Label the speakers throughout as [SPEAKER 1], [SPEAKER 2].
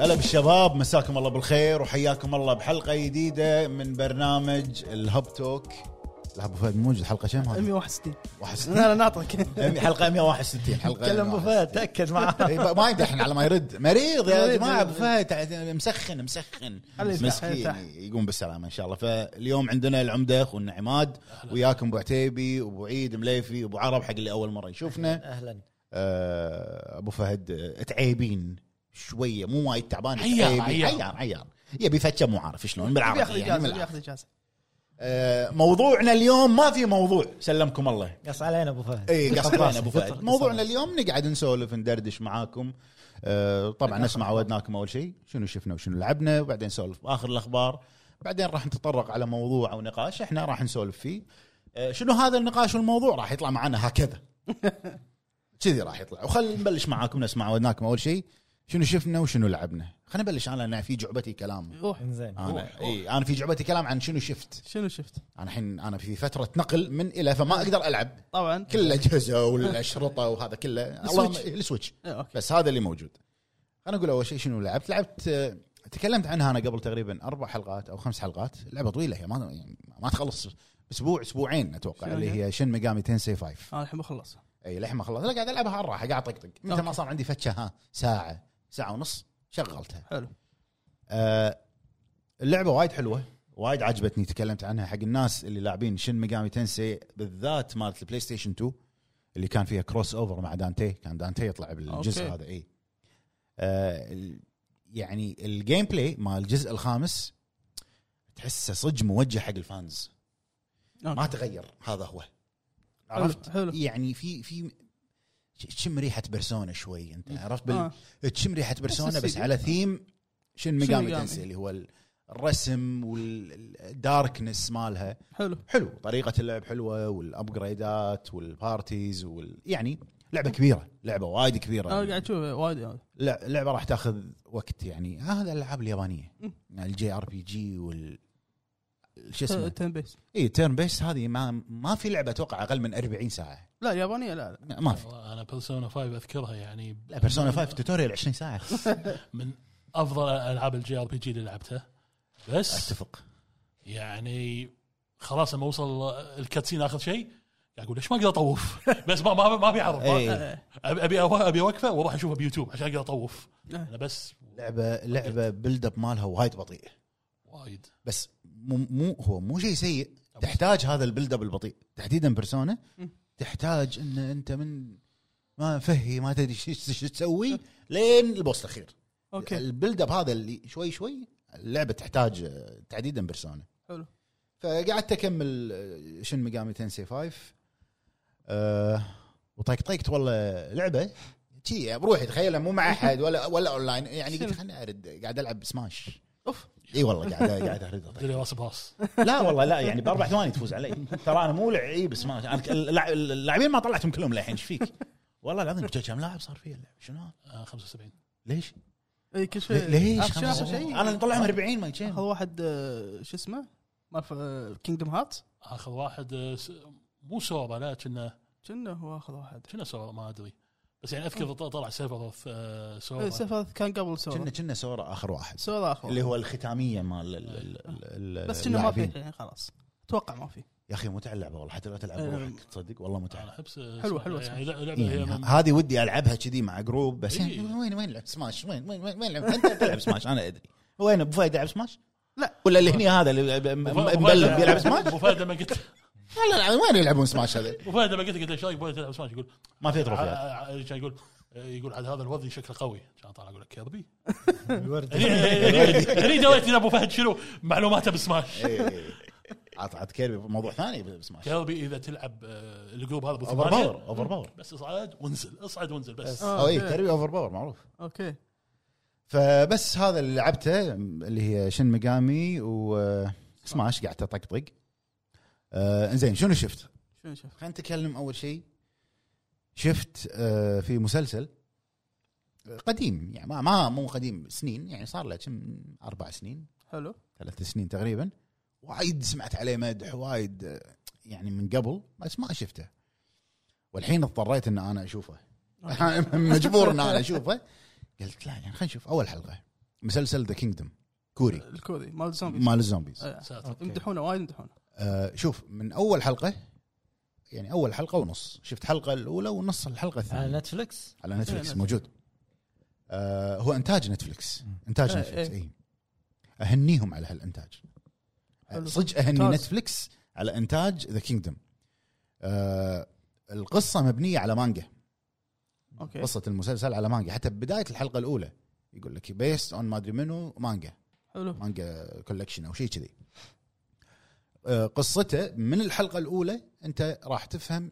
[SPEAKER 1] الشباب مساكم الله بالخير وحياكم الله بحلقه جديده من برنامج الهب توك لا ابو فهد مو موجود حلقه كم هذه؟
[SPEAKER 2] 161
[SPEAKER 1] 61
[SPEAKER 2] لا لا نعطيك
[SPEAKER 1] حلقه 161 حلقه
[SPEAKER 2] كلم ابو فهد تاكد معاه
[SPEAKER 1] إي، ب- إيه، ما يمدحنا على ما يرد مريض يا
[SPEAKER 2] مريض،
[SPEAKER 1] جماعه
[SPEAKER 2] مريض.
[SPEAKER 1] ابو فهد تع- مسخن مسخن
[SPEAKER 2] الله يفتح،
[SPEAKER 1] مسكين
[SPEAKER 2] يفتح.
[SPEAKER 1] يقوم بالسلامه ان شاء الله فاليوم عندنا العمده اخونا عماد وياكم ابو عتيبي وابو عيد مليفي وابو عرب حق اللي اول مره يشوفنا
[SPEAKER 3] اهلا
[SPEAKER 1] آه، ابو فهد آه، تعيبين شويه مو وايد تعبان بس
[SPEAKER 4] عيار،
[SPEAKER 1] تعيبين.
[SPEAKER 4] عيار.
[SPEAKER 1] عيار عيار يبي فتشه مو عارف شلون
[SPEAKER 2] بياخذ
[SPEAKER 1] بالعربي يعني
[SPEAKER 2] اجازه
[SPEAKER 1] بالعربي.
[SPEAKER 2] بياخذ اجازه
[SPEAKER 1] آه، موضوعنا اليوم ما في موضوع سلمكم الله
[SPEAKER 3] قص علينا ابو فهد
[SPEAKER 1] اي قصدنا
[SPEAKER 3] قصر
[SPEAKER 1] ابو
[SPEAKER 3] قصر.
[SPEAKER 1] فهد موضوعنا اليوم نقعد نسولف ندردش معاكم آه، طبعا نسمع عودناكم اول شيء شنو شفنا وشنو لعبنا وبعدين نسولف باخر الاخبار بعدين راح نتطرق على موضوع او نقاش احنا راح نسولف فيه آه، شنو هذا النقاش والموضوع راح يطلع معنا هكذا كذي راح يطلع وخل نبلش معاكم نسمع عودناكم اول شيء شنو شفنا وشنو لعبنا خلينا نبلش انا انا في جعبتي كلام
[SPEAKER 2] روح
[SPEAKER 3] انزين
[SPEAKER 1] انا اي انا في جعبتي كلام عن شنو شفت
[SPEAKER 2] شنو شفت؟
[SPEAKER 1] انا الحين انا في فتره نقل من الى فما اقدر العب
[SPEAKER 2] طبعا
[SPEAKER 1] كل الاجهزه والاشرطه وهذا كله
[SPEAKER 2] السويتش.
[SPEAKER 1] اللهم- السويتش
[SPEAKER 2] إيه، اوكي
[SPEAKER 1] بس هذا اللي موجود انا اقول اول شيء شنو لعبت لعبت آه، تكلمت عنها انا قبل تقريبا اربع حلقات او خمس حلقات لعبه طويله هي ما يعني ما تخلص اسبوع اسبوعين اتوقع
[SPEAKER 2] شنو
[SPEAKER 1] اللي
[SPEAKER 2] هي؟
[SPEAKER 1] هي شن ميجامي تنسي 5
[SPEAKER 2] انا الحين بخلص
[SPEAKER 1] اي للحين ما خلصت لا قاعد العبها على الراحه قاعد اطقطق متى ما
[SPEAKER 2] أوكي.
[SPEAKER 1] صار عندي فتشه ها ساعه ساعه ونص شغلتها
[SPEAKER 2] حلو
[SPEAKER 1] آه، اللعبه وايد حلوه وايد عجبتني تكلمت عنها حق الناس اللي لاعبين شن ميجامي تنسي بالذات مالت البلاي ستيشن 2 اللي كان فيها كروس اوفر مع دانتي كان دانتي يطلع بالجزء
[SPEAKER 2] أوكي.
[SPEAKER 1] هذا اي آه ال- يعني الجيم بلاي مال الجزء الخامس تحسه صدق موجه حق الفانز
[SPEAKER 2] أوكي.
[SPEAKER 1] ما تغير هذا هو عرفت
[SPEAKER 2] حلو.
[SPEAKER 1] يعني في في تشم ريحه برسونا شوي انت عرفت بال...
[SPEAKER 2] آه.
[SPEAKER 1] تشم ريحه برسونا
[SPEAKER 2] نفس
[SPEAKER 1] بس
[SPEAKER 2] السي دي. آه.
[SPEAKER 1] على ثيم شن
[SPEAKER 2] شن
[SPEAKER 1] ميجامي
[SPEAKER 2] ميجامي.
[SPEAKER 1] تنسي اللي هو الرسم والداركنس مالها
[SPEAKER 2] حلو
[SPEAKER 1] حلو طريقه اللعب حلوه والابجريدات والبارتيز وال يعني لعبه كبيره لعبه وايد كبيره
[SPEAKER 2] انا قاعد اشوف وايد يعني.
[SPEAKER 1] لع- لعبه راح تاخذ وقت يعني هذا الالعاب اليابانيه يعني الجي ار بي جي وال شو
[SPEAKER 2] ت-
[SPEAKER 1] اسمه
[SPEAKER 2] تن بيس
[SPEAKER 1] اي تيرن بيس هذه ما ما في لعبه اتوقع اقل من 40 ساعه
[SPEAKER 2] لا يابانيه لا لا
[SPEAKER 1] ما في
[SPEAKER 4] انا بيرسونا 5 اذكرها يعني
[SPEAKER 1] لا بيرسونا 5 توتوريال 20 ساعه
[SPEAKER 4] من افضل العاب الجي ار بي جي اللي لعبتها بس
[SPEAKER 1] اتفق
[SPEAKER 4] يعني خلاص لما اوصل الكاتسين اخر شيء قاعد اقول ليش ما اقدر اطوف بس ما ما ما بيعرف
[SPEAKER 1] إيه.
[SPEAKER 4] ما- ابي ابي أوا- ابي اوقفه واروح اشوفها بيوتيوب عشان اقدر اطوف
[SPEAKER 2] إيه.
[SPEAKER 4] انا بس
[SPEAKER 1] لعبه لعبه بيلد اب مالها وايد بطيء
[SPEAKER 4] وايد
[SPEAKER 1] بس مو مو هو مو شيء سيء تحتاج هذا البيلد اب البطيء تحديدا بيرسونا تحتاج ان انت من ما فهي ما تدري شو شو- شو تسوي لين البوس الاخير
[SPEAKER 2] اوكي
[SPEAKER 1] البيلد اب هذا اللي شوي شوي اللعبه تحتاج آه، تحديدا بيرسونا
[SPEAKER 2] حلو
[SPEAKER 1] فقعدت اكمل آه، شن ميجامي تنسي 5 أه وطقطقت والله لعبه شي بروحي تخيل مو مع احد ولا ولا اونلاين يعني قلت
[SPEAKER 2] شنو؟
[SPEAKER 1] خليني ارد قاعد العب سماش
[SPEAKER 2] اوف
[SPEAKER 1] اي والله قاعد قاعد ارد أطقطق.
[SPEAKER 4] دلي راس براس
[SPEAKER 1] لا والله لا يعني باربع ثواني تفوز علي ترى انا مو لعيب سماش أنا اللع- اللاعبين ما طلعتهم كلهم للحين ايش فيك؟ والله العظيم كم لاعب صار فيه اللعب شنو هذا؟
[SPEAKER 4] آه، 75
[SPEAKER 1] ليش؟
[SPEAKER 2] اي إيه، كل شيء
[SPEAKER 1] ليش؟
[SPEAKER 2] اخر شيء اخر شيء
[SPEAKER 1] انا اللي طلعهم 40 ما يجي
[SPEAKER 2] اخذ واحد آه، شو اسمه آه، ما كينجدم هارت
[SPEAKER 4] اخذ واحد آه، س- مو سورا لا كنا
[SPEAKER 2] كنا هو اخذ واحد
[SPEAKER 4] كنا سورا ما ادري بس يعني اذكر ط- طلع سيرفر آه،
[SPEAKER 2] إيه،
[SPEAKER 4] سورا
[SPEAKER 2] سفر كان قبل
[SPEAKER 1] كنا
[SPEAKER 2] سورا
[SPEAKER 1] كنا سورا اخر واحد
[SPEAKER 2] سورا اخر
[SPEAKER 1] اللي هو الختاميه مال ال- ال- ال-
[SPEAKER 2] آه. بس كنا ما في
[SPEAKER 1] اللاعبين.
[SPEAKER 2] الحين خلاص اتوقع ما في
[SPEAKER 1] يا اخي متعه اللعبه والله حتى لو تلعب
[SPEAKER 2] أه.
[SPEAKER 1] روحك تصدق والله
[SPEAKER 4] انا
[SPEAKER 2] آه.
[SPEAKER 1] متعه
[SPEAKER 4] احب س-
[SPEAKER 2] حلوة- حلوة
[SPEAKER 4] يعني لعبه هي
[SPEAKER 2] آه.
[SPEAKER 1] يعني
[SPEAKER 4] من-
[SPEAKER 1] ه- هذه ودي العبها كذي مع جروب بس
[SPEAKER 4] إيه.
[SPEAKER 1] يعني وين وين لعب سماش وين وين وين وين لعب انت تلعب سماش انا ادري وين ابو فهد يلعب سماش؟
[SPEAKER 2] لا.
[SPEAKER 1] ولا اللي هني هذا اللي ب- ب-
[SPEAKER 4] وف-
[SPEAKER 1] مبلم
[SPEAKER 4] وفهد-
[SPEAKER 1] يلعب سماش؟
[SPEAKER 4] وفهد لما قلت
[SPEAKER 1] لا لا وين يلعبون سماش هذا؟
[SPEAKER 4] وفهد لما قلت قلت له شلون يبغى تلعب سماش يقول آه،
[SPEAKER 1] ما في
[SPEAKER 4] ع-
[SPEAKER 1] تروفيات
[SPEAKER 4] ع- كان يقول يقول عاد هذا الوضي شكله قوي كان طالع اقول لك كيربي
[SPEAKER 2] آه.
[SPEAKER 3] الورد
[SPEAKER 4] هني- هني هني دويت ان ابو فهد شنو معلوماته بسماش
[SPEAKER 1] إيه.
[SPEAKER 2] آه.
[SPEAKER 1] عط عط كيربي موضوع ثاني بسماش
[SPEAKER 4] كيربي اذا تلعب آه، الجروب هذا
[SPEAKER 1] اوفر باور اوفر باور
[SPEAKER 4] بس اصعد وانزل اصعد وانزل بس
[SPEAKER 2] آه،
[SPEAKER 1] او اي
[SPEAKER 2] أوكي.
[SPEAKER 1] كيربي اوفر إيه، باور معروف
[SPEAKER 2] اوكي
[SPEAKER 1] فبس هذا اللي لعبته اللي هي شن ميجامي وسماش قاعد اطقطق آه، انزين شنو شفت؟
[SPEAKER 2] شنو شفت
[SPEAKER 1] خلينا نتكلم اول شيء شفت آه، في مسلسل قديم يعني ما, ما مو قديم سنين يعني صار له كم اربع سنين
[SPEAKER 2] حلو
[SPEAKER 1] ثلاث سنين تقريبا وايد سمعت عليه مدح وايد آه، يعني من قبل بس ما شفته والحين اضطريت ان انا اشوفه مجبور ان انا اشوفه قلت لا يعني خلينا نشوف اول حلقه مسلسل ذا كينجدم كوري
[SPEAKER 2] الكوري مال الزومبيز
[SPEAKER 1] مال الزومبيز
[SPEAKER 2] آه.
[SPEAKER 4] ساتر.
[SPEAKER 3] أوكي.
[SPEAKER 2] يمدحونه وايد يمدحونه
[SPEAKER 1] آه شوف من اول حلقه يعني اول حلقه ونص شفت الحلقه الاولى ونص الحلقه
[SPEAKER 3] على
[SPEAKER 1] الثانيه
[SPEAKER 3] نتفلكس
[SPEAKER 1] على نتفلكس
[SPEAKER 2] إيه،
[SPEAKER 1] موجود آه هو انتاج نتفلكس انتاج
[SPEAKER 2] إيه،
[SPEAKER 1] نتفلكس
[SPEAKER 2] إيه.
[SPEAKER 1] اي اهنيهم على هالانتاج
[SPEAKER 2] حلو.
[SPEAKER 1] صدق اهني
[SPEAKER 2] ممتاز.
[SPEAKER 1] نتفلكس على انتاج ذا كينجدم القصه مبنيه آه، على مانجا
[SPEAKER 2] اوكي
[SPEAKER 1] قصه المسلسل على مانجا حتى ببدايه الحلقه الاولى يقول لك بيست اون ما ادري منو مانجا
[SPEAKER 2] حلو
[SPEAKER 1] مانجا كولكشن او شيء كذي آه، قصته من الحلقه الاولى انت راح تفهم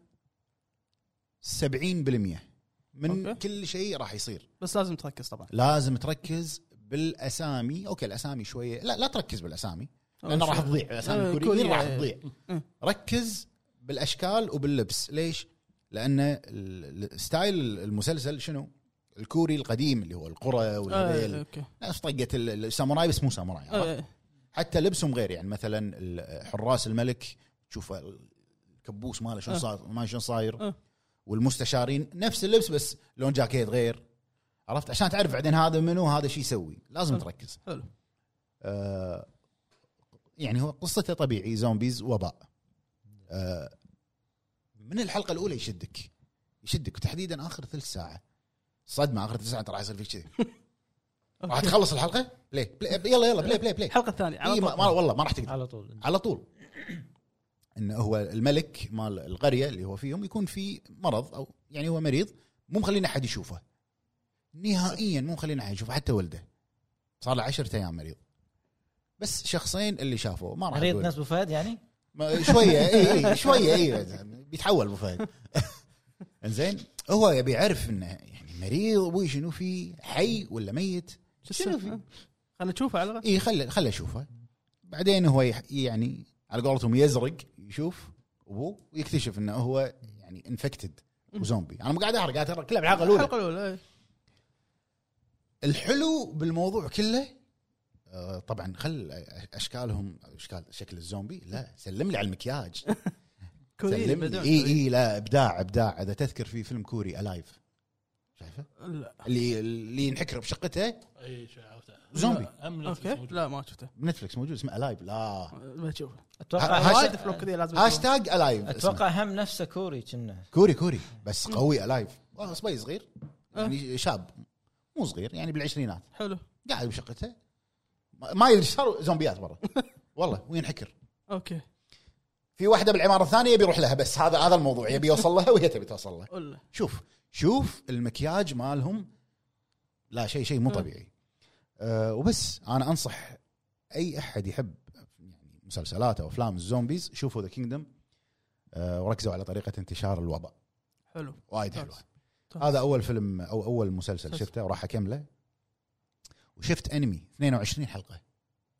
[SPEAKER 1] 70% من
[SPEAKER 2] أوكي.
[SPEAKER 1] كل شيء راح يصير
[SPEAKER 2] بس لازم تركز طبعا
[SPEAKER 1] لازم تركز بالاسامي اوكي الاسامي شويه لا لا تركز بالاسامي لان راح تضيع الاسامي
[SPEAKER 2] آه،
[SPEAKER 1] الكوريين
[SPEAKER 2] كورية.
[SPEAKER 1] راح تضيع
[SPEAKER 2] آه.
[SPEAKER 1] ركز بالاشكال وباللبس ليش؟ لان ال- ال- ستايل المسلسل شنو؟ الكوري القديم اللي هو القرى
[SPEAKER 2] آه،
[SPEAKER 1] والهذيل
[SPEAKER 2] اوكي
[SPEAKER 1] ناس طقه ال- الساموراي بس مو ساموراي عرفت؟
[SPEAKER 2] آه،
[SPEAKER 1] حتى لبسهم غير يعني مثلا ال- حراس الملك تشوف الكبوس ماله شلون
[SPEAKER 2] أه.
[SPEAKER 1] صاير ما شلون صاير
[SPEAKER 2] أه.
[SPEAKER 1] والمستشارين نفس اللبس بس لون جاكيت غير عرفت عشان تعرف بعدين هذا منو هذا شو يسوي لازم
[SPEAKER 2] حلو.
[SPEAKER 1] تركز
[SPEAKER 2] حلو
[SPEAKER 1] آه، يعني هو قصته طبيعي زومبيز وباء آه، من الحلقه الاولى يشدك يشدك تحديدا اخر ثلث ساعه صدمه اخر ثلث ساعه انت راح يصير فيك كذي راح
[SPEAKER 2] أوكي.
[SPEAKER 1] تخلص الحلقه بلاي, بلاي يلا يلا بلاي بلاي بلاي
[SPEAKER 2] الحلقه الثانيه على
[SPEAKER 1] إيه ما
[SPEAKER 2] طول
[SPEAKER 1] ما- والله ما راح تقدر
[SPEAKER 3] على طول
[SPEAKER 1] على طول انه هو الملك مال القريه اللي هو فيهم يكون في مرض او يعني هو مريض مو مخلينا احد يشوفه نهائيا مو مخلينا احد يشوفه حتى ولده صار له 10 ايام مريض بس شخصين اللي شافوه ما راح
[SPEAKER 3] مريض
[SPEAKER 1] أقول.
[SPEAKER 3] ناس ابو فهد يعني
[SPEAKER 1] ما- شويه اي اي شويه اي بيتحول ابو فهد انزين هو يبي يعرف انه يعني مريض ابوي شنو فيه حي ولا ميت شنو في؟
[SPEAKER 2] خلينا نشوفه آه، على الأقل.
[SPEAKER 1] اي خله خله اشوفه بعدين هو يح- يعني على قولتهم يزرق يشوف ابوه ويكتشف انه هو يعني انفكتد وزومبي انا مو قاعد احرق قاعد احرق كلها بالحلقه الاولى
[SPEAKER 2] الحلقه الاولى
[SPEAKER 1] الحلو بالموضوع كله آه، طبعا خل اشكالهم اشكال شكل الزومبي لا سلم لي على المكياج
[SPEAKER 2] كوري
[SPEAKER 1] سلم لي اي اي لا ابداع ابداع اذا تذكر في فيلم كوري الايف شايفه اللي اللي ينحكر بشقته
[SPEAKER 4] اي شو عرفته.
[SPEAKER 1] زومبي.
[SPEAKER 4] لا، هم
[SPEAKER 2] اوكي
[SPEAKER 4] نتفلكس إيه، موجود.
[SPEAKER 2] لا ما شفته
[SPEAKER 1] بنتفلكس موجود اسمه الايف لا
[SPEAKER 2] بشوفه
[SPEAKER 1] هاش-
[SPEAKER 3] اتوقع
[SPEAKER 2] وايد افلام كوريه لازم أشوفها.
[SPEAKER 1] آه. هاشتاج الايف
[SPEAKER 3] اتوقع هم نفسه كوري كنا
[SPEAKER 1] كوري كوري بس قوي الايف والله صبي صغير
[SPEAKER 2] أه.
[SPEAKER 1] يعني شاب مو صغير يعني بالعشرينات
[SPEAKER 2] حلو
[SPEAKER 1] قاعد بشقته ما ما يدري ايش صار زومبيات برا والله وينحكر
[SPEAKER 2] اوكي
[SPEAKER 1] في واحده بالعماره الثانيه يبي يروح لها بس هذا هذا الموضوع يبي يوصل لها وهي تبي توصل له
[SPEAKER 2] قول له
[SPEAKER 1] شوف شوف المكياج مالهم لا شيء شيء مو
[SPEAKER 2] أه.
[SPEAKER 1] طبيعي أه وبس انا انصح اي احد يحب يعني مسلسلات او افلام الزومبيز شوفوا ذا كينجدم أه وركزوا على طريقه انتشار الوباء
[SPEAKER 2] حلو طيب.
[SPEAKER 1] وايد
[SPEAKER 2] ممتاز.
[SPEAKER 1] حلوه هذا اول فيلم او اول مسلسل
[SPEAKER 2] آه. مسلسل.
[SPEAKER 1] شفته وراح اكمله وشفت انمي 22 حلقه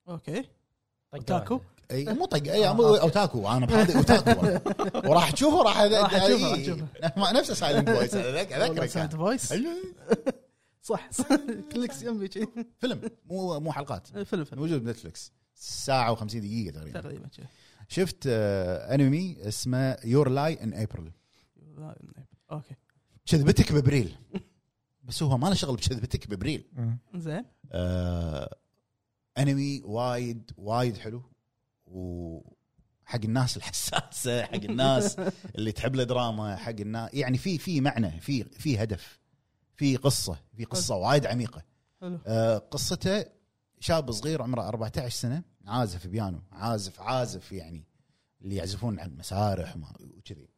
[SPEAKER 2] اوكي
[SPEAKER 3] طق
[SPEAKER 2] تاكو
[SPEAKER 3] واحدة.
[SPEAKER 1] اي مو طق
[SPEAKER 2] آه،
[SPEAKER 1] اي مو اوتاكو انا بحاضر اوتاكو والله. وراح تشوفه راح
[SPEAKER 2] راح أشوفه، راح
[SPEAKER 1] إي.
[SPEAKER 2] أشوفه.
[SPEAKER 1] ما- نفسه سايلنت فويس
[SPEAKER 2] والله ساوند
[SPEAKER 1] اذكرك
[SPEAKER 2] فويس صح صح. كليكس يمي شي.
[SPEAKER 1] فيلم مو مو حلقات
[SPEAKER 2] فيلم فيلم
[SPEAKER 1] موجود بنتفلكس ساعه و50 دقيقه تقريبا
[SPEAKER 2] تقريبا شي.
[SPEAKER 1] شفت آه، انمي اسمه يور لاي ان ابريل
[SPEAKER 2] اوكي
[SPEAKER 1] كذبتك بابريل بس هو ما له شغل بكذبتك بابريل
[SPEAKER 2] زين
[SPEAKER 1] آه، انمي وايد وايد حلو وحق الناس الحساسه حق الناس اللي تحب الدراما حق الناس يعني في في معنى في في هدف في قصه في قصه وايد عميقه
[SPEAKER 2] حلو
[SPEAKER 1] آه، قصته شاب صغير عمره 14 سنه عازف بيانو عازف عازف يعني اللي يعزفون على المسارح وما- وكذي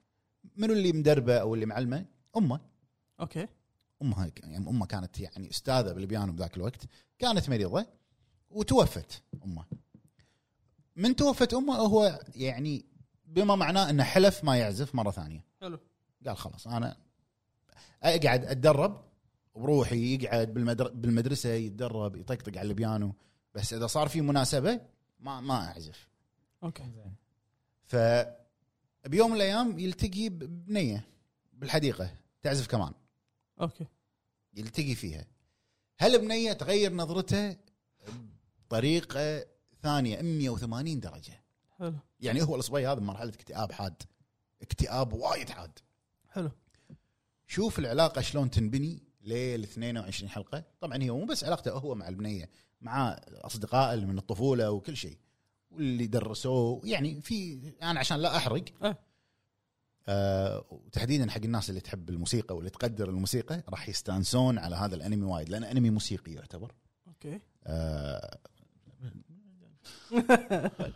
[SPEAKER 1] منو اللي مدربه او اللي معلمه امه
[SPEAKER 2] اوكي
[SPEAKER 1] امها يعني امها كانت يعني استاذه بالبيانو بذاك الوقت كانت مريضه وتوفت امه من توفت امه هو يعني بما معناه انه حلف ما يعزف مره ثانيه
[SPEAKER 2] حلو
[SPEAKER 1] قال خلاص انا اقعد اتدرب بروحي يقعد بالمدر... بالمدرسه يتدرب يطقطق على البيانو بس اذا صار في مناسبه ما ما اعزف
[SPEAKER 2] اوكي
[SPEAKER 3] زين.
[SPEAKER 1] ف بيوم من الايام يلتقي ببنيه بالحديقه تعزف كمان
[SPEAKER 2] اوكي
[SPEAKER 1] يلتقي فيها هل بنية تغير نظرته بطريقة ثانية 180 درجة
[SPEAKER 2] حلو
[SPEAKER 1] يعني هو الصبي هذا بمرحلة اكتئاب حاد اكتئاب وايد حاد
[SPEAKER 2] حلو
[SPEAKER 1] شوف العلاقة شلون تنبني ليل 22 حلقه طبعا هي مو بس علاقته هو مع البنيه مع اصدقائه اللي من الطفوله وكل شيء واللي درسوه يعني في انا عشان لا احرق
[SPEAKER 2] أه.
[SPEAKER 1] آه وتحديدا حق الناس اللي تحب الموسيقى واللي تقدر الموسيقى راح يستانسون على هذا الانمي وايد لانه انمي موسيقي يعتبر
[SPEAKER 2] اوكي
[SPEAKER 1] آه ابي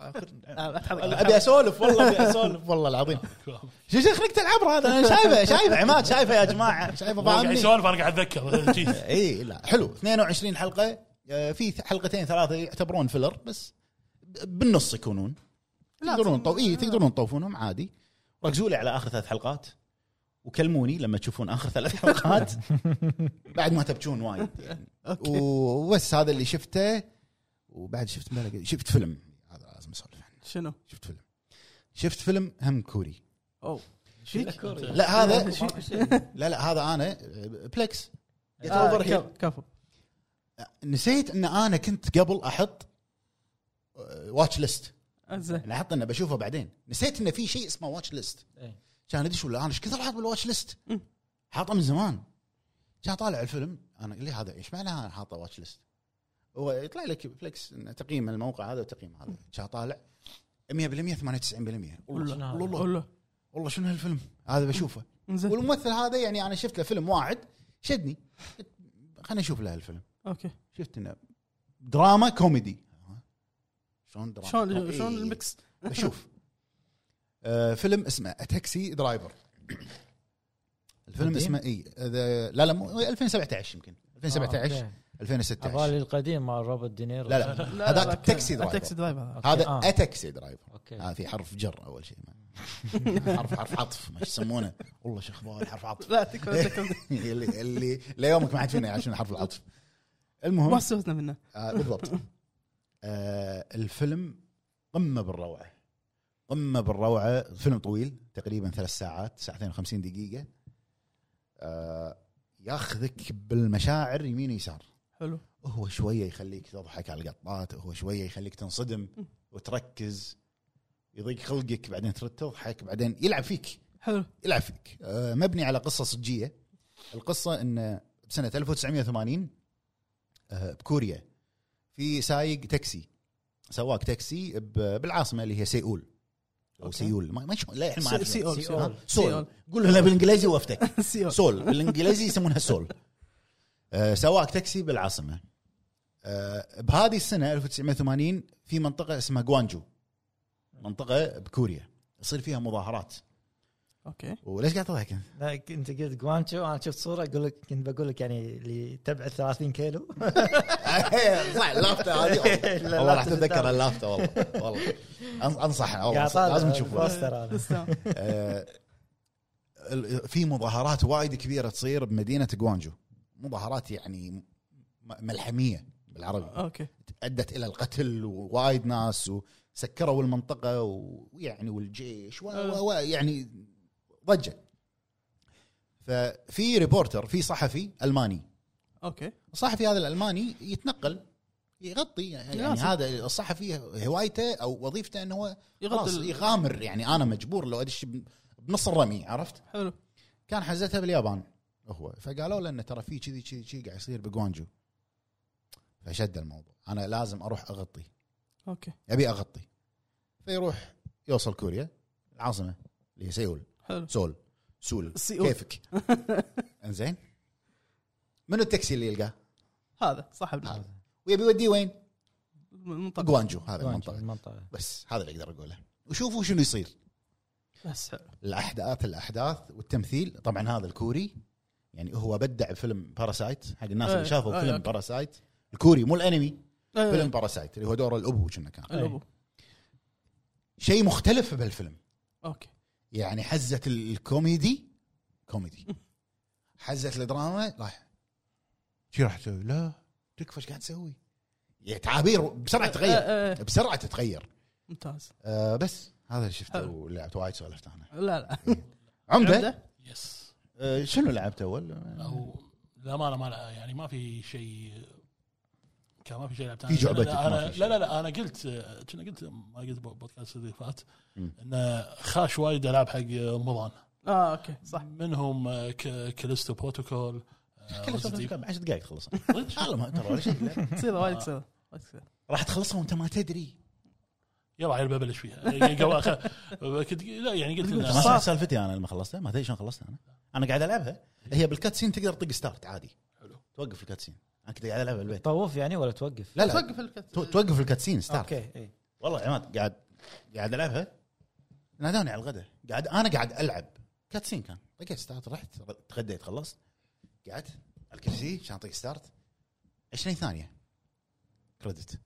[SPEAKER 2] ابي
[SPEAKER 1] اسولف والله ابي اسولف والله العظيم شو شو خلقت العبر هذا انا شايفه شايفه عماد شايفه يا جماعه شايفه
[SPEAKER 4] قاعد
[SPEAKER 1] فاهمني
[SPEAKER 4] يسولف انا قاعد اتذكر جيت.
[SPEAKER 1] اي إيه، لا حلو 22 حلقه آه، في حلقتين ثلاثه يعتبرون فيلر بس ب- بالنص يكونون
[SPEAKER 2] لا،
[SPEAKER 1] تقدرون
[SPEAKER 2] ثم-
[SPEAKER 1] طو... إيه تقدرون تطوفونهم عادي ركزوا لي على اخر ثلاث حلقات وكلموني لما تشوفون اخر ثلاث حلقات بعد ما تبكون وايد يعني.
[SPEAKER 2] اوكي
[SPEAKER 1] وبس هذا اللي شفته وبعد شفت ملك- شفت فيلم هذا لازم اسولف عنه
[SPEAKER 2] شنو؟
[SPEAKER 1] شفت فيلم شفت فيلم هم كوري
[SPEAKER 2] اوه
[SPEAKER 3] فيك؟ كوري.
[SPEAKER 1] لا هذا
[SPEAKER 3] ماكو شيء.
[SPEAKER 1] لا لا هذا انا آه، بلكس Get
[SPEAKER 2] آه،
[SPEAKER 1] over here.
[SPEAKER 2] كفو- كفو
[SPEAKER 1] نسيت ان انا كنت قبل آه، احط واتش ليست
[SPEAKER 2] زين
[SPEAKER 1] انا احط انه بشوفه بعدين نسيت انه في شيء اسمه واتش ليست
[SPEAKER 3] إيه.
[SPEAKER 1] كان ادري شو ولا انا ايش كثر حاط بالواتش ليست
[SPEAKER 2] مم.
[SPEAKER 1] حاطه من زمان كان طالع الفيلم انا قال لي هذا ايش معنى أنا حاطه واتش ليست هو يطلع لك فليكس إن تقييم الموقع هذا وتقييم هذا كان طالع 100% 98% والله
[SPEAKER 3] والله.
[SPEAKER 1] والله
[SPEAKER 2] والله
[SPEAKER 1] والله شنو هالفيلم هذا بشوفه
[SPEAKER 2] زين
[SPEAKER 1] والممثل هذا يعني انا شفت له فيلم واحد شدني قلت خليني اشوف له الفيلم
[SPEAKER 2] اوكي
[SPEAKER 1] شفت انه دراما كوميدي شلون دراما
[SPEAKER 2] شلون
[SPEAKER 1] كوميدي؟
[SPEAKER 2] شلون
[SPEAKER 1] إيه.
[SPEAKER 2] الميكس؟
[SPEAKER 1] بشوف آه فيلم اسمه تاكسي درايفر الفيلم
[SPEAKER 3] قديم؟
[SPEAKER 1] اسمه اي ذا- لا لا مو 2017 يمكن 2017
[SPEAKER 3] آه، أوكي.
[SPEAKER 1] 2016
[SPEAKER 3] عبالي القديم مع روبرت دينيرو
[SPEAKER 1] لا لا
[SPEAKER 2] لا،
[SPEAKER 1] هذاك
[SPEAKER 2] لا،
[SPEAKER 1] التاكسي درايفر.
[SPEAKER 2] التاكسي درايفر
[SPEAKER 3] أوكي،
[SPEAKER 1] هذا
[SPEAKER 3] آه.
[SPEAKER 1] اتاكسي درايفر
[SPEAKER 3] اوكي
[SPEAKER 1] هذا في حرف جر اول شيء حرف حرف عطف ما إيش يسمونه والله شو اخبار حرف عطف
[SPEAKER 2] لا تكفى تكفى.
[SPEAKER 1] اللي اللي ليومك ما عاد فينا عشان حرف العطف المهم
[SPEAKER 2] ما استفدنا منه
[SPEAKER 1] آه بالضبط آه الفيلم قمه بالروعه قمه بالروعه فيلم طويل تقريبا ثلاث ساعات ساعتين و50 دقيقه آه ياخذك بالمشاعر يمين يسار
[SPEAKER 2] حلو
[SPEAKER 1] هو شويه يخليك تضحك على القطات هو شويه يخليك تنصدم وتركز يضيق خلقك بعدين ترد تضحك بعدين يلعب فيك
[SPEAKER 2] حلو
[SPEAKER 1] يلعب فيك آه، مبني على قصه صجيه القصه ان بسنه 1980 آه، بكوريا في سايق تاكسي سواق تاكسي ب- بالعاصمه اللي هي سيئول او
[SPEAKER 2] أوكي.
[SPEAKER 1] سيول ما ما شو لا الحين ما أعرف.
[SPEAKER 2] سيول
[SPEAKER 3] سيول.
[SPEAKER 2] سيول
[SPEAKER 1] سول قول لها بالانجليزي وافتك
[SPEAKER 2] سيول
[SPEAKER 1] سول بالانجليزي يسمونها سول آه، سواق تاكسي بالعاصمه آه، بهذه السنه 1980 في منطقه اسمها جوانجو منطقه بكوريا يصير فيها مظاهرات
[SPEAKER 2] اوكي
[SPEAKER 1] وليش قاعد تضحك أنت؟
[SPEAKER 3] لا انت قلت جوانتشو انا شفت صوره اقول لك كنت بقول لك يعني اللي تبعد 30 كيلو
[SPEAKER 1] صح اللافته هذه والله. والله راح تتذكر اللافته والله والله أن- انصح والله
[SPEAKER 3] قاعد طالع
[SPEAKER 1] لازم تشوفه
[SPEAKER 3] البوستر هذا.
[SPEAKER 2] تسلم.
[SPEAKER 1] آه، ال- في مظاهرات وايد كبيره تصير بمدينه جوانجو مظاهرات يعني م- ملحميه بالعربي
[SPEAKER 2] اوكي
[SPEAKER 1] ادت الى القتل ووايد ناس وسكروا المنطقه و- ويعني والجيش و- و- و- يعني ضجه ففي ريبورتر في صحفي الماني
[SPEAKER 2] اوكي
[SPEAKER 1] الصحفي هذا الالماني يتنقل يغطي يعني
[SPEAKER 2] لازم.
[SPEAKER 1] هذا الصحفي هوايته او وظيفته انه هو خلاص
[SPEAKER 2] يغطي ال-
[SPEAKER 1] يغامر يعني انا مجبور لو ادش ب- بنص الرمي عرفت؟
[SPEAKER 2] حلو
[SPEAKER 1] كان حزتها باليابان هو فقالوا له انه ترى في كذي كذي كذي قاعد يصير بجوانجو فشد الموضوع انا لازم اروح اغطي
[SPEAKER 2] اوكي
[SPEAKER 1] ابي اغطي فيروح يوصل كوريا العاصمه اللي هي سيول
[SPEAKER 2] حلو
[SPEAKER 1] سول سول
[SPEAKER 2] سيول.
[SPEAKER 1] كيفك انزين منو التاكسي اللي يلقاه؟
[SPEAKER 2] هذا صاحب
[SPEAKER 1] هذا ويبي يوديه وين؟
[SPEAKER 2] المنطقه
[SPEAKER 1] جوانجو هذا
[SPEAKER 3] جوانتشو،
[SPEAKER 1] المنطقه
[SPEAKER 3] المنطقه
[SPEAKER 1] بس هذا اللي اقدر اقوله وشوفوا شنو يصير
[SPEAKER 2] بس حلو
[SPEAKER 1] الاحداث الاحداث والتمثيل طبعا هذا الكوري يعني هو بدع فيلم باراسايت حق الناس اللي
[SPEAKER 2] إيه،
[SPEAKER 1] شافوا
[SPEAKER 2] إيه،
[SPEAKER 1] فيلم
[SPEAKER 2] أوكي.
[SPEAKER 1] باراسايت الكوري مو الانمي
[SPEAKER 2] أيوة.
[SPEAKER 1] فيلم باراسايت اللي هو دور الابو كنا كان
[SPEAKER 2] الابو
[SPEAKER 1] شيء مختلف بهالفيلم
[SPEAKER 2] اوكي
[SPEAKER 1] يعني حزه ال- الكوميدي كوميدي حزه الدراما راح شو راح تسوي؟ لا تكفى ايش قاعد تسوي؟ يعني تعابير بسرعه تتغير
[SPEAKER 2] آه، آه،
[SPEAKER 1] بسرعه تتغير
[SPEAKER 2] ممتاز
[SPEAKER 1] آه بس هذا اللي شفته
[SPEAKER 2] حلو.
[SPEAKER 1] ولعبت وايد سولفت انا
[SPEAKER 2] لا لا
[SPEAKER 1] عمده
[SPEAKER 2] عمده
[SPEAKER 4] يس
[SPEAKER 1] آه، شنو لعبت آه، اول؟
[SPEAKER 4] او لا ما انا ما أنا- يعني ما في شيء كان ما في شيء لعبت
[SPEAKER 1] في
[SPEAKER 4] أنا-
[SPEAKER 1] جعبتك
[SPEAKER 4] لا,
[SPEAKER 1] ما
[SPEAKER 4] أنا
[SPEAKER 1] في شيء.
[SPEAKER 4] لا لا لا انا قلت آه، كنا قلت ما قلت بودكاست اللي فات
[SPEAKER 1] مم.
[SPEAKER 4] انه خاش وايد العاب حق رمضان
[SPEAKER 2] اه اوكي صح
[SPEAKER 4] منهم آه، ك- كاليستو بروتوكول آه،
[SPEAKER 1] كل
[SPEAKER 4] Resident
[SPEAKER 1] شيء
[SPEAKER 4] Evil.
[SPEAKER 1] كم 10 دقائق تخلصها والله ما ترى ولا شيء لا.
[SPEAKER 2] تصير وايد تصير وايد تصير.
[SPEAKER 1] راح تخلصها وانت ما تدري
[SPEAKER 4] يلا عيل ببلش فيها يعني قوا- خ- كنت لا يعني قلت
[SPEAKER 1] ما
[SPEAKER 4] لنا
[SPEAKER 1] سمعت سالفتي انا لما خلصتها ما تدري شلون خلصتها انا انا قاعد العبها هي بالكاتسين تقدر تطق ستارت عادي
[SPEAKER 4] حلو.
[SPEAKER 1] توقف الكاتسين انا كنت قاعد العبها بالبيت
[SPEAKER 3] طوف يعني ولا توقف؟
[SPEAKER 1] لا
[SPEAKER 3] إيه.
[SPEAKER 1] لا
[SPEAKER 2] توقف الكت
[SPEAKER 1] تو- توقف الكاتسين ستارت
[SPEAKER 3] اوكي إي.
[SPEAKER 1] والله عماد قاعد قاعد العبها نادوني على الغداء قاعد انا قاعد العب كاتسين كان طقيت ستارت رحت تغديت خلصت قعدت على الكرسي عشان اطق ستارت 20 ثانيه كريدت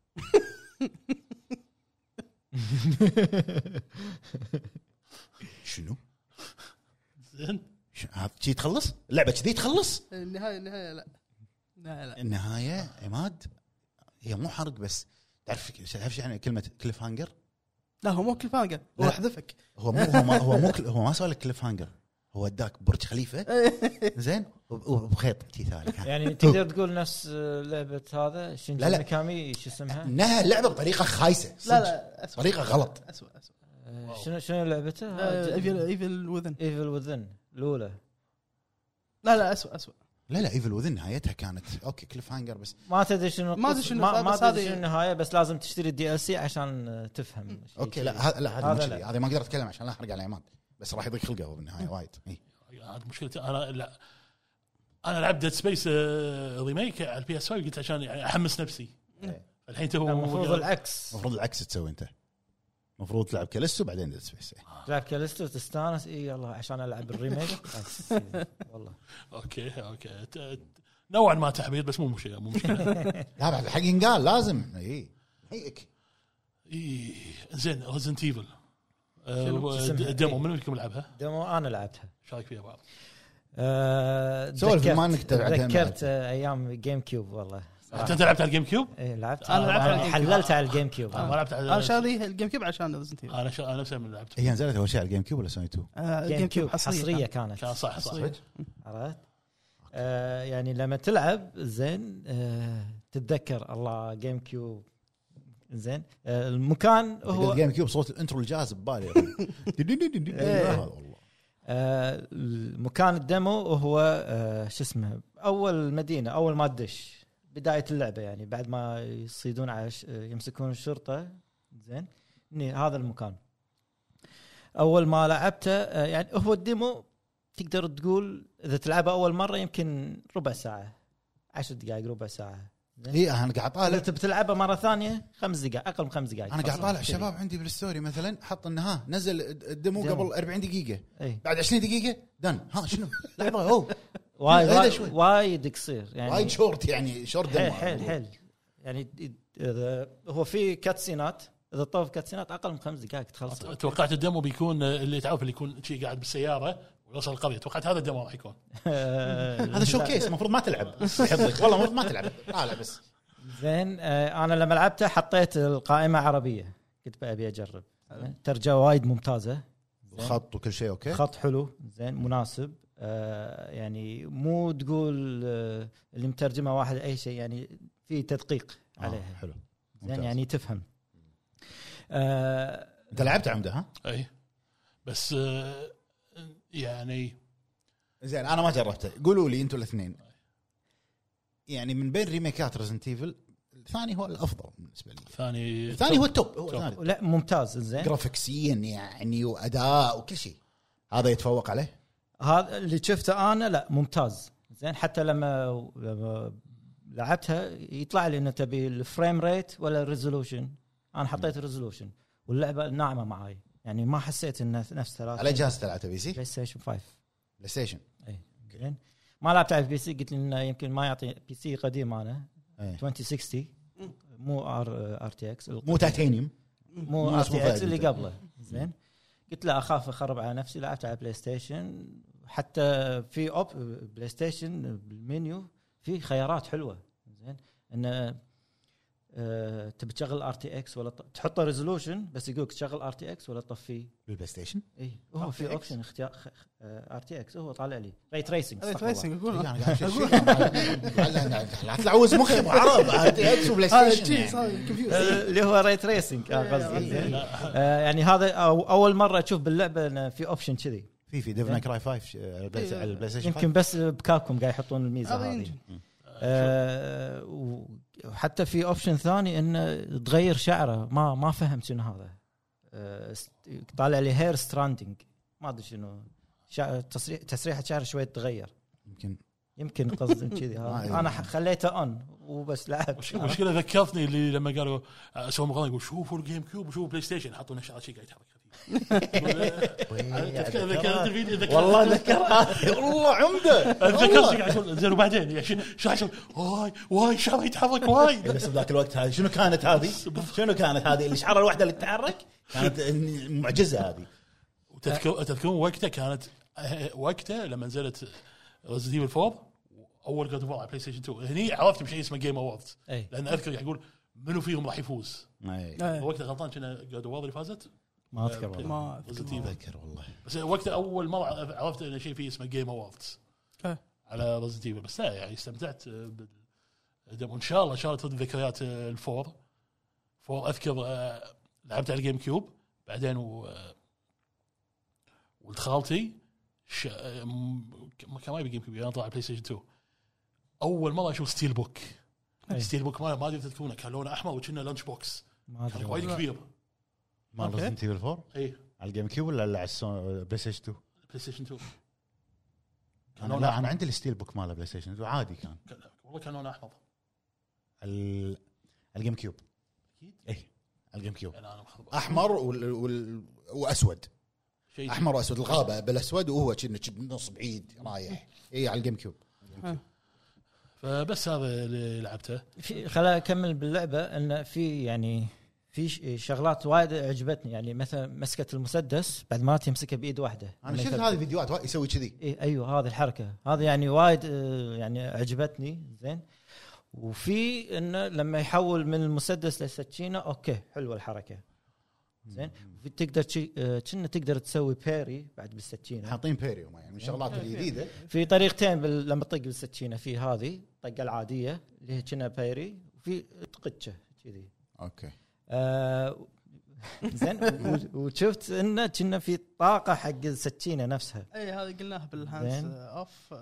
[SPEAKER 1] شنو؟
[SPEAKER 4] زين
[SPEAKER 1] ش- هذا شي تخلص؟ اللعبه كذي تخلص؟
[SPEAKER 2] النهايه النهايه لا لا لا
[SPEAKER 1] النهايه عماد هي مو حرق بس تعرف تعرف شو يعني كلمه كليف هانجر؟
[SPEAKER 2] لا هو مو كل فانجا هو
[SPEAKER 1] لا.
[SPEAKER 2] يحذفك
[SPEAKER 1] هو مو هو ما هو مو كل- هو ما سوى لك كليف هانجر هو اداك برج خليفه
[SPEAKER 2] إيه،
[SPEAKER 1] زين وب- وبخيط شي ثاني كان.
[SPEAKER 3] يعني تقدر تقول نفس آه، لعبه هذا شنجي
[SPEAKER 1] لا، لا.
[SPEAKER 3] ميكامي شو اسمها؟
[SPEAKER 1] انها لعبه بطريقه خايسه
[SPEAKER 2] لا
[SPEAKER 1] صدق.
[SPEAKER 2] لا أسوأ.
[SPEAKER 1] طريقة غلط.
[SPEAKER 2] اسوء اسوء
[SPEAKER 3] آه،
[SPEAKER 4] واو.
[SPEAKER 3] شنو شنو لعبته؟
[SPEAKER 2] ايفل ايفل وذن
[SPEAKER 3] ايفل وذن الاولى
[SPEAKER 2] لا لا اسوء اسوء
[SPEAKER 1] لا لا ايفل وذن نهايتها كانت اوكي كليف هانجر بس
[SPEAKER 3] ما تدري شنو
[SPEAKER 2] ما أدري
[SPEAKER 3] القصة-
[SPEAKER 2] شنو
[SPEAKER 3] ما, ما
[SPEAKER 2] بس
[SPEAKER 3] تدري
[SPEAKER 2] هذه-
[SPEAKER 3] شنو النهايه بس لازم تشتري الدي ال سي عشان آه، تفهم شيء
[SPEAKER 1] اوكي
[SPEAKER 3] كذي.
[SPEAKER 1] لا هذا لا هذا
[SPEAKER 3] هذا
[SPEAKER 1] مو
[SPEAKER 3] لا.
[SPEAKER 1] كذي. هذا ما اقدر اتكلم عشان لا احرق على عماد بس راح يضيق خلقه هو بالنهايه وايد إيه. إي.
[SPEAKER 4] عاد مشكلتي انا لا انا لعبت ديد سبيس ريميك على البي اس 5 قلت عشان يعني احمس نفسي
[SPEAKER 1] إيه.
[SPEAKER 4] الحين تو
[SPEAKER 3] المفروض العكس
[SPEAKER 1] المفروض العكس تسوي انت المفروض تلعب كاليستو بعدين إيه. ديد سبيس
[SPEAKER 3] تلعب كاليستو تستانس اي يلا عشان العب الريميك عكس. والله
[SPEAKER 4] اوكي اوكي ت- ت- نوعا ما تحبيط بس مو مشكله مو مشكله
[SPEAKER 1] لا بعد الحق ينقال لازم اي هيك
[SPEAKER 4] إيه، زين ريزنت ايفل
[SPEAKER 3] شنو؟ اسمها؟
[SPEAKER 4] ديمو
[SPEAKER 3] إيه.
[SPEAKER 4] من منكم لعبها؟
[SPEAKER 3] ديمو انا لعبتها
[SPEAKER 4] ايش رايك فيها بعض؟
[SPEAKER 3] آه،
[SPEAKER 1] سولف،
[SPEAKER 3] تذكرت-
[SPEAKER 1] ما إنك تلعبها مع
[SPEAKER 3] تذكرت آه، ايام جيم كيوب والله
[SPEAKER 4] انت أنت لعبت على الجيم كيوب؟
[SPEAKER 3] اي لعبت
[SPEAKER 2] أنا لعبت على
[SPEAKER 3] انا
[SPEAKER 2] الجيم
[SPEAKER 3] حللتها على الجيم كيوب
[SPEAKER 1] آه،
[SPEAKER 4] انا ما لعبت
[SPEAKER 2] انا
[SPEAKER 4] على
[SPEAKER 2] شاري الجيم كيوب عشان ريزنت
[SPEAKER 4] انا شا- انا نفسي من لعبت
[SPEAKER 1] هي نزلت اول شيء على الجيم كيوب ولا سوني 2
[SPEAKER 2] الجيم كيوب
[SPEAKER 3] حصريه
[SPEAKER 2] حصريه
[SPEAKER 4] كان
[SPEAKER 3] كانت
[SPEAKER 4] صح صح
[SPEAKER 2] حصرية.
[SPEAKER 3] عرفت آه، يعني لما تلعب زين آه، تتذكر الله جيم كيوب زين آه، المكان
[SPEAKER 1] هو
[SPEAKER 3] هو
[SPEAKER 1] الجيم كيوب صوت الانترو الجاز ببالي
[SPEAKER 3] إيه.
[SPEAKER 1] هذا والله
[SPEAKER 3] آه، مكان الديمو هو آه، شو اسمه اول مدينه اول ما تدش بدايه اللعبه يعني بعد ما يصيدون على ش- يمسكون الشرطه زين ني- هذا المكان اول ما لعبته آه، يعني هو الديمو تقدر تقول اذا تلعبه اول مره يمكن ربع ساعه عشر دقائق ربع ساعه
[SPEAKER 1] اي انا إيه، قاعد
[SPEAKER 3] اذا
[SPEAKER 1] طالع
[SPEAKER 3] تبي تلعبه مره ثانيه خمس دقائق اقل من خمس دقائق
[SPEAKER 1] انا قاعد
[SPEAKER 3] فصلاً.
[SPEAKER 1] طالع الشباب عندي بالستوري مثلا حط انه ها نزل الدمو
[SPEAKER 3] ديمو.
[SPEAKER 1] قبل 40 دقيقه
[SPEAKER 3] اي
[SPEAKER 1] بعد 20 دقيقه دن ها شنو لحظه هو
[SPEAKER 3] وايد
[SPEAKER 1] هذا
[SPEAKER 3] وايد-
[SPEAKER 1] شوي.
[SPEAKER 3] وايد قصير يعني
[SPEAKER 1] إيه، وايد شورت يعني شورت دمو
[SPEAKER 3] حيل حيل حيل يعني اذا هو في كاتسينات اذا طوف كاتسينات اقل من خمس دقائق تخلص
[SPEAKER 4] أت- توقعت الديمو بيكون آه، اللي تعرف اللي يكون شي قاعد بالسياره ويوصل القريه توقعت هذا الديمو راح يكون
[SPEAKER 3] آه،
[SPEAKER 1] هذا شو كيس المفروض ما تلعب يحضك. والله المفروض ما تلعب طالع بس
[SPEAKER 3] زين آه، انا لما لعبته حطيت القائمه عربيه قلت بقى ابي اجرب ترجمه وايد ممتازه
[SPEAKER 1] الخط وكل شيء اوكي
[SPEAKER 3] خط حلو زين مناسب آه، يعني مو تقول آه، اللي مترجمه واحد اي شيء يعني في تدقيق
[SPEAKER 1] آه،
[SPEAKER 3] عليها
[SPEAKER 1] حلو
[SPEAKER 3] زين
[SPEAKER 1] ممتاز.
[SPEAKER 3] يعني تفهم آه،
[SPEAKER 1] انت لعبت عمده ها
[SPEAKER 4] اي بس آه، يعني
[SPEAKER 1] زين انا ما جربته قولوا لي انتم الاثنين يعني من بين ريميكات ريزنت ايفل الثاني هو الافضل بالنسبه لي
[SPEAKER 4] ثاني
[SPEAKER 1] الثاني هو التوب هو
[SPEAKER 4] توب.
[SPEAKER 1] الثاني
[SPEAKER 3] لا ممتاز زين
[SPEAKER 1] جرافيكسيا يعني واداء وكل شيء هذا يتفوق عليه
[SPEAKER 3] هذا اللي شفته انا لا ممتاز زين حتى لما لما لعبتها يطلع لي انه تبي الفريم ريت ولا الريزولوشن انا حطيت الريزولوشن واللعبه ناعمه معاي يعني ما حسيت انه نفس ثلاثة
[SPEAKER 1] على جهاز تلعبته بي سي
[SPEAKER 3] بلاي ستيشن 5
[SPEAKER 1] بلاي ستيشن
[SPEAKER 3] اي زين ما لعبت على البي سي قلت لي انه يمكن ما يعطي بي سي قديم انا
[SPEAKER 1] إيه.
[SPEAKER 3] 2060 مو آه، ار ار تي اكس
[SPEAKER 1] مو تايتانيوم
[SPEAKER 3] مو
[SPEAKER 1] مو
[SPEAKER 3] ار
[SPEAKER 1] اسمه
[SPEAKER 3] تي اكس
[SPEAKER 1] فهد
[SPEAKER 3] اللي
[SPEAKER 1] أنت.
[SPEAKER 3] قبله زين قلت لا اخاف اخرب على نفسي لعبت على بلاي ستيشن حتى في اوب بلاي ستيشن بالمنيو في خيارات حلوه زين انه آه، تبي تشغل ار تي اكس ولا ط- تحطه ريزولوشن بس يقولك تشغل ار تي اكس ولا تطفيه
[SPEAKER 1] بالبلاي ستيشن
[SPEAKER 3] اي هو في
[SPEAKER 2] RTX.
[SPEAKER 3] اوبشن اختيار ار تي اكس هو طالع لي ري تريسنج
[SPEAKER 2] هذا تريسنج يقول
[SPEAKER 1] يعني قاعد شو- شو- لا- لا- لا- لا تعوز مخي ابو عرب ار تي اكس وبلاي
[SPEAKER 2] هذا
[SPEAKER 1] ستيشن
[SPEAKER 2] الجيل
[SPEAKER 1] يعني.
[SPEAKER 2] إيه، صار كونفيوز
[SPEAKER 3] آه، اللي هو ري تريسنج
[SPEAKER 2] إيه،
[SPEAKER 3] قصدي آه،
[SPEAKER 2] إيه.
[SPEAKER 3] زين. آه، يعني هذا أو- اول مره اشوف باللعبه انه في اوبشن كذي
[SPEAKER 1] في في في ديفل ماي كراي 5 آه، على البلاي-
[SPEAKER 2] إيه.
[SPEAKER 1] على البلاي ستيشن
[SPEAKER 3] يمكن بس بكابكم قاعد يحطون الميزه
[SPEAKER 2] هذا
[SPEAKER 3] هذه
[SPEAKER 2] ينجن.
[SPEAKER 3] آه، و- وحتى في اوبشن ثاني انه تغير شعره ما ما فهمت شنو هذا آه، است- طالع لي هير ستراندنج ما ادري شنو شع- تسريح تسريحه شعره شوي تغير
[SPEAKER 1] يمكن
[SPEAKER 3] يمكن قصدي كذي
[SPEAKER 1] ما أدري.
[SPEAKER 3] هذا. انا ح- خليته اون وبس لعب
[SPEAKER 4] مشكلة- مشكلة ذكرتني اللي لما قالوا آه، سووا مقارنه يقول شوفوا الجيم كيوب وشوفوا بلاي ستيشن حطوا نشعة شيء قاعد يتحرك أتذكر- ذكرت الفيديو ذكرت-
[SPEAKER 1] والله ذكرت والله عمده
[SPEAKER 4] اتذكر شيء قاعد يسوون. زين وبعدين يعني شو شو قاعد يسوون؟ واي واي شعره يتحرك
[SPEAKER 1] إيه
[SPEAKER 4] واي
[SPEAKER 1] بس بذاك الوقت هذه شنو كانت هذه؟ شنو كانت هذه الاشاره الواحده اللي تتحرك كانت معجزه هذه
[SPEAKER 4] وتذكر تذكرون وقتها كانت آه، وقتها لما نزلت ريزنت ايفل 4 اول جود على بلاي ستيشن 2 هني عرفت بشيء اسمه جيم اووردز
[SPEAKER 3] اي
[SPEAKER 4] لان اذكر قاعد يقول منو فيهم راح يفوز
[SPEAKER 1] ما
[SPEAKER 2] إيه.
[SPEAKER 4] وقتها غلطان كنا جود اللي فازت
[SPEAKER 3] ما اذكر والله.
[SPEAKER 2] ما
[SPEAKER 4] Resident
[SPEAKER 2] أذكر.
[SPEAKER 4] Evil.
[SPEAKER 1] اذكر والله
[SPEAKER 4] بس وقتها اول مره عرفت ان شيء فيه اسمه جيم اووردز
[SPEAKER 2] إيه.
[SPEAKER 4] على ريزنت ايفل بس لا يعني استمتعت بال- دم- وان شاء الله ان شاء الله ترد ذكريات آه، الفور فور اذكر آه، لعبت على الجيم كيوب بعدين و آه، ولد خالتي ش... آه، م- كان ما يبي جيم كيوب يعني طلع على بلاي ستيشن 2 اول مره اشوف ستيل بوك
[SPEAKER 3] أي.
[SPEAKER 4] ستيل بوك ما ما ادري إذا تذكرونه كان لونه احمر وكنا لانش بوكس
[SPEAKER 3] ما
[SPEAKER 4] كان
[SPEAKER 3] ادري
[SPEAKER 4] وايد
[SPEAKER 3] والله.
[SPEAKER 4] كبير إيه،
[SPEAKER 1] مال
[SPEAKER 2] أوكي.
[SPEAKER 1] ريزنت ايفل 4
[SPEAKER 4] اي
[SPEAKER 1] على الجيم كيوب ولا على السو- بلاي ستيشن 2
[SPEAKER 4] بلاي ستيشن 2 كان
[SPEAKER 1] انا
[SPEAKER 4] لونه
[SPEAKER 1] يعني لا
[SPEAKER 4] احمر
[SPEAKER 1] انا عندي الستيل بوك ماله بلاي ستيشن 2 عادي كان
[SPEAKER 4] كان- والله كان لونه احمر
[SPEAKER 1] ال- الجيم كيوب
[SPEAKER 4] اكيد
[SPEAKER 5] إيه،
[SPEAKER 1] اي الجيم كيوب
[SPEAKER 4] يعني انا مخرب
[SPEAKER 5] احمر وال... وال... واسود
[SPEAKER 4] شيء
[SPEAKER 5] احمر واسود الغابه بالاسود وهو كنا بنص بعيد رايح اي على الجيم كيوب
[SPEAKER 4] فبس هذا اللي لعبته
[SPEAKER 3] في خل اكمل باللعبه انه في يعني في ش- شغلات وايد عجبتني يعني مثلا مسكه المسدس بعد ما تمسكه بايد واحده
[SPEAKER 5] انا شفت هذه الفيديوهات وا- يسوي كذي
[SPEAKER 3] إيه ايوه هذه الحركه هذه يعني وايد آه، يعني عجبتني زين وفي انه لما يحول من المسدس للسكينه اوكي حلوه الحركه زين وفي تقدر شي- آه، كنا تقدر تسوي بيري بعد بالسكينه
[SPEAKER 5] حاطين بيري هم يعني من الشغلات الجديده
[SPEAKER 3] في طريقتين بال... لما تطق بالسكينه في هذه الطقه العاديه اللي هي كنا بيري وفي تقتشه كذي
[SPEAKER 5] اوكي
[SPEAKER 3] آه، زين و- وشفت انه كنا في طاقه حق السكينه نفسها
[SPEAKER 2] اي إيه، هذه قلناها بالهاندز
[SPEAKER 3] زين.
[SPEAKER 2] اوف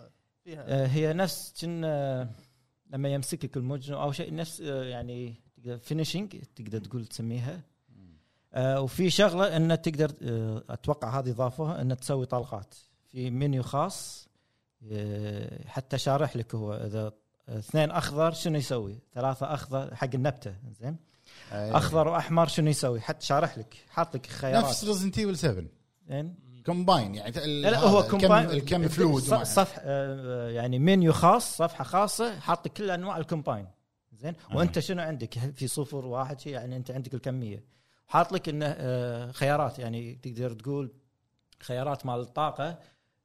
[SPEAKER 2] فيها
[SPEAKER 3] آه، هي نفس كنا لما يمسكك المجرم او شيء نفس آه، يعني تقدر فينيشنج تقدر تقول تسميها آه، وفي شغله انه تقدر آه، اتوقع هذه ضافوها انه تسوي طلقات في منيو خاص آه، حتى شارح لك هو اذا اثنين اخضر شنو يسوي؟ ثلاثه اخضر حق النبته زين
[SPEAKER 1] إيه.
[SPEAKER 5] آه،
[SPEAKER 3] اخضر واحمر شنو يسوي؟ حتى شارح لك حاط لك خيارات
[SPEAKER 5] نفس ريزنت ايفل 7
[SPEAKER 3] زين
[SPEAKER 5] كومباين يعني
[SPEAKER 3] لا لا هو كومباين
[SPEAKER 5] الكم فلود
[SPEAKER 3] ص- صفح آه، يعني منيو خاص صفحه خاصه حاط كل انواع الكومباين زين وانت شنو عندك هل في صفر واحد شيء يعني انت عندك الكميه حاط لك انه آه، خيارات يعني تقدر تقول خيارات مال الطاقه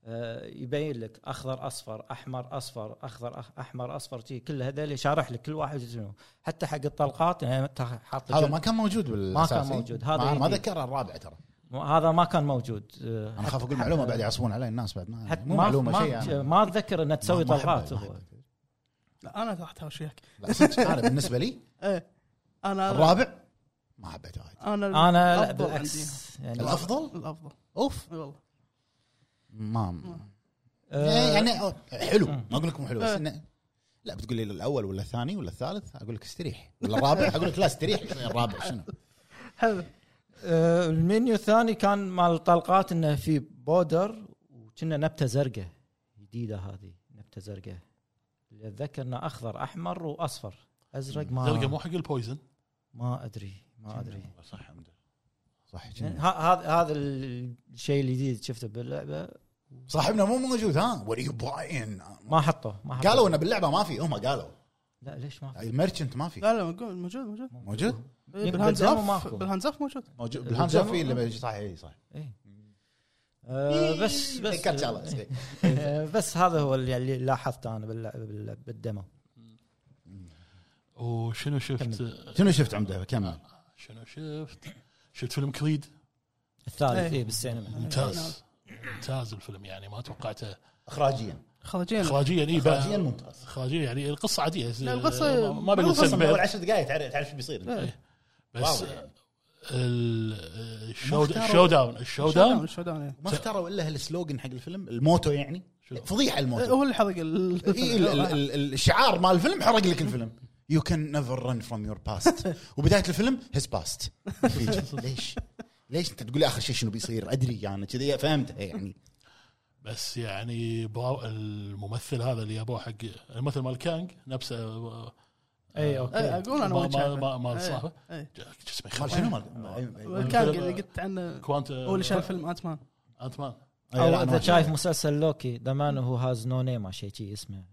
[SPEAKER 3] آه، يبين لك اخضر اصفر احمر اصفر اخضر أخ- احمر اصفر شي كل هذول شارح لك كل واحد شنو حتى حق الطلقات يعني أنت حاط لك
[SPEAKER 5] هذا ما كان موجود بالاساسي
[SPEAKER 3] ما كان موجود، هذا
[SPEAKER 5] ما, ما
[SPEAKER 3] جديد.
[SPEAKER 5] ذكرها الرابع ترى
[SPEAKER 3] هذا ما كان موجود آه،
[SPEAKER 5] انا اخاف اقول معلومه بعد يعصبون علي الناس بعد ما
[SPEAKER 3] حتى
[SPEAKER 5] مو
[SPEAKER 3] ما
[SPEAKER 5] معلومه
[SPEAKER 3] ما,
[SPEAKER 5] شيء يعني.
[SPEAKER 3] ما اتذكر انه تسوي
[SPEAKER 5] ما- ما أحبها،
[SPEAKER 3] طلقات
[SPEAKER 5] ما
[SPEAKER 3] هو
[SPEAKER 5] أحبها.
[SPEAKER 2] لا انا راح اهاوش وياك
[SPEAKER 5] لا صدق انا بالنسبه لي
[SPEAKER 2] ايه
[SPEAKER 3] آه.
[SPEAKER 2] انا
[SPEAKER 5] الرابع ما حبيته وايد
[SPEAKER 2] انا
[SPEAKER 3] انا لا
[SPEAKER 2] الأفضل
[SPEAKER 3] بالعكس يعني
[SPEAKER 5] الافضل
[SPEAKER 2] عندي. الافضل
[SPEAKER 5] اوف
[SPEAKER 2] اي والله
[SPEAKER 5] ما
[SPEAKER 1] إيه،
[SPEAKER 3] آه،
[SPEAKER 5] يعني أو- حلو ما اقول لك مو حلو بس انه لا بتقول لي الاول ولا الثاني ولا الثالث اقول لك استريح ولا الرابع اقول لك لا استريح الرابع شنو
[SPEAKER 2] حلو
[SPEAKER 3] آه، المنيو الثاني كان مال الطلقات انه في بودر وكنا نبته زرقاء جديده هذه نبته زرقاء اللي اتذكر انه اخضر احمر واصفر ازرق
[SPEAKER 4] زرقاء مو
[SPEAKER 3] ما
[SPEAKER 4] حق البويزن
[SPEAKER 3] ما ادري ما ادري
[SPEAKER 1] صح عمده صح
[SPEAKER 3] يعني ه- هذا هذا الشيء الجديد شفته باللعبه
[SPEAKER 5] صاحبنا مو موجود ها وات يو باين
[SPEAKER 3] ما حطه ما حطه
[SPEAKER 5] قالوا انه باللعبه ما في هم قالوا
[SPEAKER 3] لا ليش ما
[SPEAKER 5] الميرشنت ما في
[SPEAKER 2] لا لا موجود موجود موجود
[SPEAKER 5] موجود
[SPEAKER 3] يبدأ
[SPEAKER 2] بالهاندز
[SPEAKER 3] ديمو
[SPEAKER 2] اوف
[SPEAKER 3] ماكو.
[SPEAKER 2] بالهاندز اوف موجود
[SPEAKER 5] موجود
[SPEAKER 3] آه.
[SPEAKER 5] بالهاند اوف في اللي صح اي صح
[SPEAKER 3] إيه. آه،
[SPEAKER 1] إيه،
[SPEAKER 3] بس بس
[SPEAKER 5] ذكرت شغله
[SPEAKER 3] آه، بس هذا هو اللي اللي لاحظته انا باللعبه بال- بالدمو
[SPEAKER 4] وشنو شفت
[SPEAKER 1] شنو شفت عمده كمل
[SPEAKER 4] شنو شفت شفت فيلم كريد
[SPEAKER 3] الثالث
[SPEAKER 2] إيه.
[SPEAKER 3] اي بالسينما
[SPEAKER 4] ممتاز ممتاز الفيلم يعني ما توقعته
[SPEAKER 1] اخراجيا
[SPEAKER 2] خرجين
[SPEAKER 4] اخراجيا
[SPEAKER 3] آه.
[SPEAKER 4] اي بقى-
[SPEAKER 1] اخراجيا ممتاز
[SPEAKER 4] اخراجيا يعني القصه عاديه
[SPEAKER 2] لا، القصة
[SPEAKER 4] ما- ما بقول
[SPEAKER 1] بالقصة من اول
[SPEAKER 4] سبب
[SPEAKER 3] إيه.
[SPEAKER 1] 10 دقائق تعرف تعرف ايش بيصير
[SPEAKER 4] بس
[SPEAKER 1] واو.
[SPEAKER 4] ال-
[SPEAKER 1] ما
[SPEAKER 4] الشو
[SPEAKER 1] اختاروا.
[SPEAKER 4] الشو داون الشو داون
[SPEAKER 2] شو داون إيه.
[SPEAKER 1] ما اختاروا الا هالسلوجن حق الفيلم الموتو يعني
[SPEAKER 4] شنو؟
[SPEAKER 1] فضيحه
[SPEAKER 3] إيه،
[SPEAKER 1] الموتو
[SPEAKER 2] هو اللي حرق ال-
[SPEAKER 1] إي ال- ال- ال- الشعار مال الفيلم حرق لك الفيلم يو كان نيفر رن فروم يور باست وبدايه الفيلم هيز باست ليش؟ ليش انت تقول لي اخر شيء شنو بيصير ادري انا يعني كذي فهمتها يعني
[SPEAKER 4] بس يعني براو الممثل هذا اللي جابوه حق الممثل مال كانج نفسه آه،
[SPEAKER 3] اي
[SPEAKER 2] إيه،
[SPEAKER 3] اوكي
[SPEAKER 2] اقول انا
[SPEAKER 4] ما-
[SPEAKER 2] وين
[SPEAKER 4] ما-
[SPEAKER 2] شايفه.
[SPEAKER 4] ما- ما
[SPEAKER 2] إيه،
[SPEAKER 4] صافة.
[SPEAKER 2] إيه.
[SPEAKER 4] شو اسمه
[SPEAKER 1] مال
[SPEAKER 4] يخرب
[SPEAKER 1] شنو
[SPEAKER 2] كان
[SPEAKER 1] مال
[SPEAKER 2] اللي قلت عنه
[SPEAKER 4] كوانت
[SPEAKER 2] هو اللي شايل فيلم اتمان
[SPEAKER 4] انت مان
[SPEAKER 3] او اذا شايف مسلسل لوكي ذا مان هو هاز نو نيم او شيء شي اسمه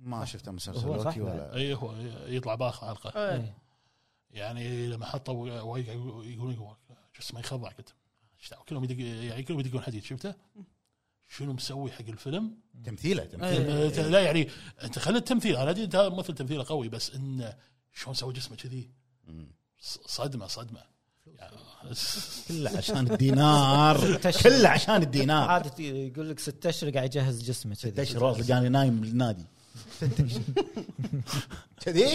[SPEAKER 1] ما شفته مسلسل
[SPEAKER 3] هو صح إيه.
[SPEAKER 1] لوكي
[SPEAKER 3] ولا؟
[SPEAKER 1] ولا
[SPEAKER 4] اي إيه، هو يطلع باخر حلقه
[SPEAKER 3] إي.
[SPEAKER 4] يعني لما حطوا وايد يقولون- يقولون شو اسمه يخضع قلت إيش دعوة، كلهم يدق يعني كلهم يدقون حديد شفته؟ شنو مسوي حق الفيلم؟
[SPEAKER 1] تمثيله
[SPEAKER 2] إيه،
[SPEAKER 1] تمثيله
[SPEAKER 3] إيه.
[SPEAKER 4] أنت- لا يعني انت خلي التمثيل انا ادري انت هذا ممثل تمثيله قوي بس انه شلون سوى جسمه كذي ص- صدمه صدمه يعني
[SPEAKER 1] كله عشان الدينار كله عشان الدينار
[SPEAKER 3] عادة يقول لك ست اشهر قاعد يجهز جسمه
[SPEAKER 1] ست
[SPEAKER 3] كذي
[SPEAKER 1] اشهر واصل قال لي نايم بالنادي كذي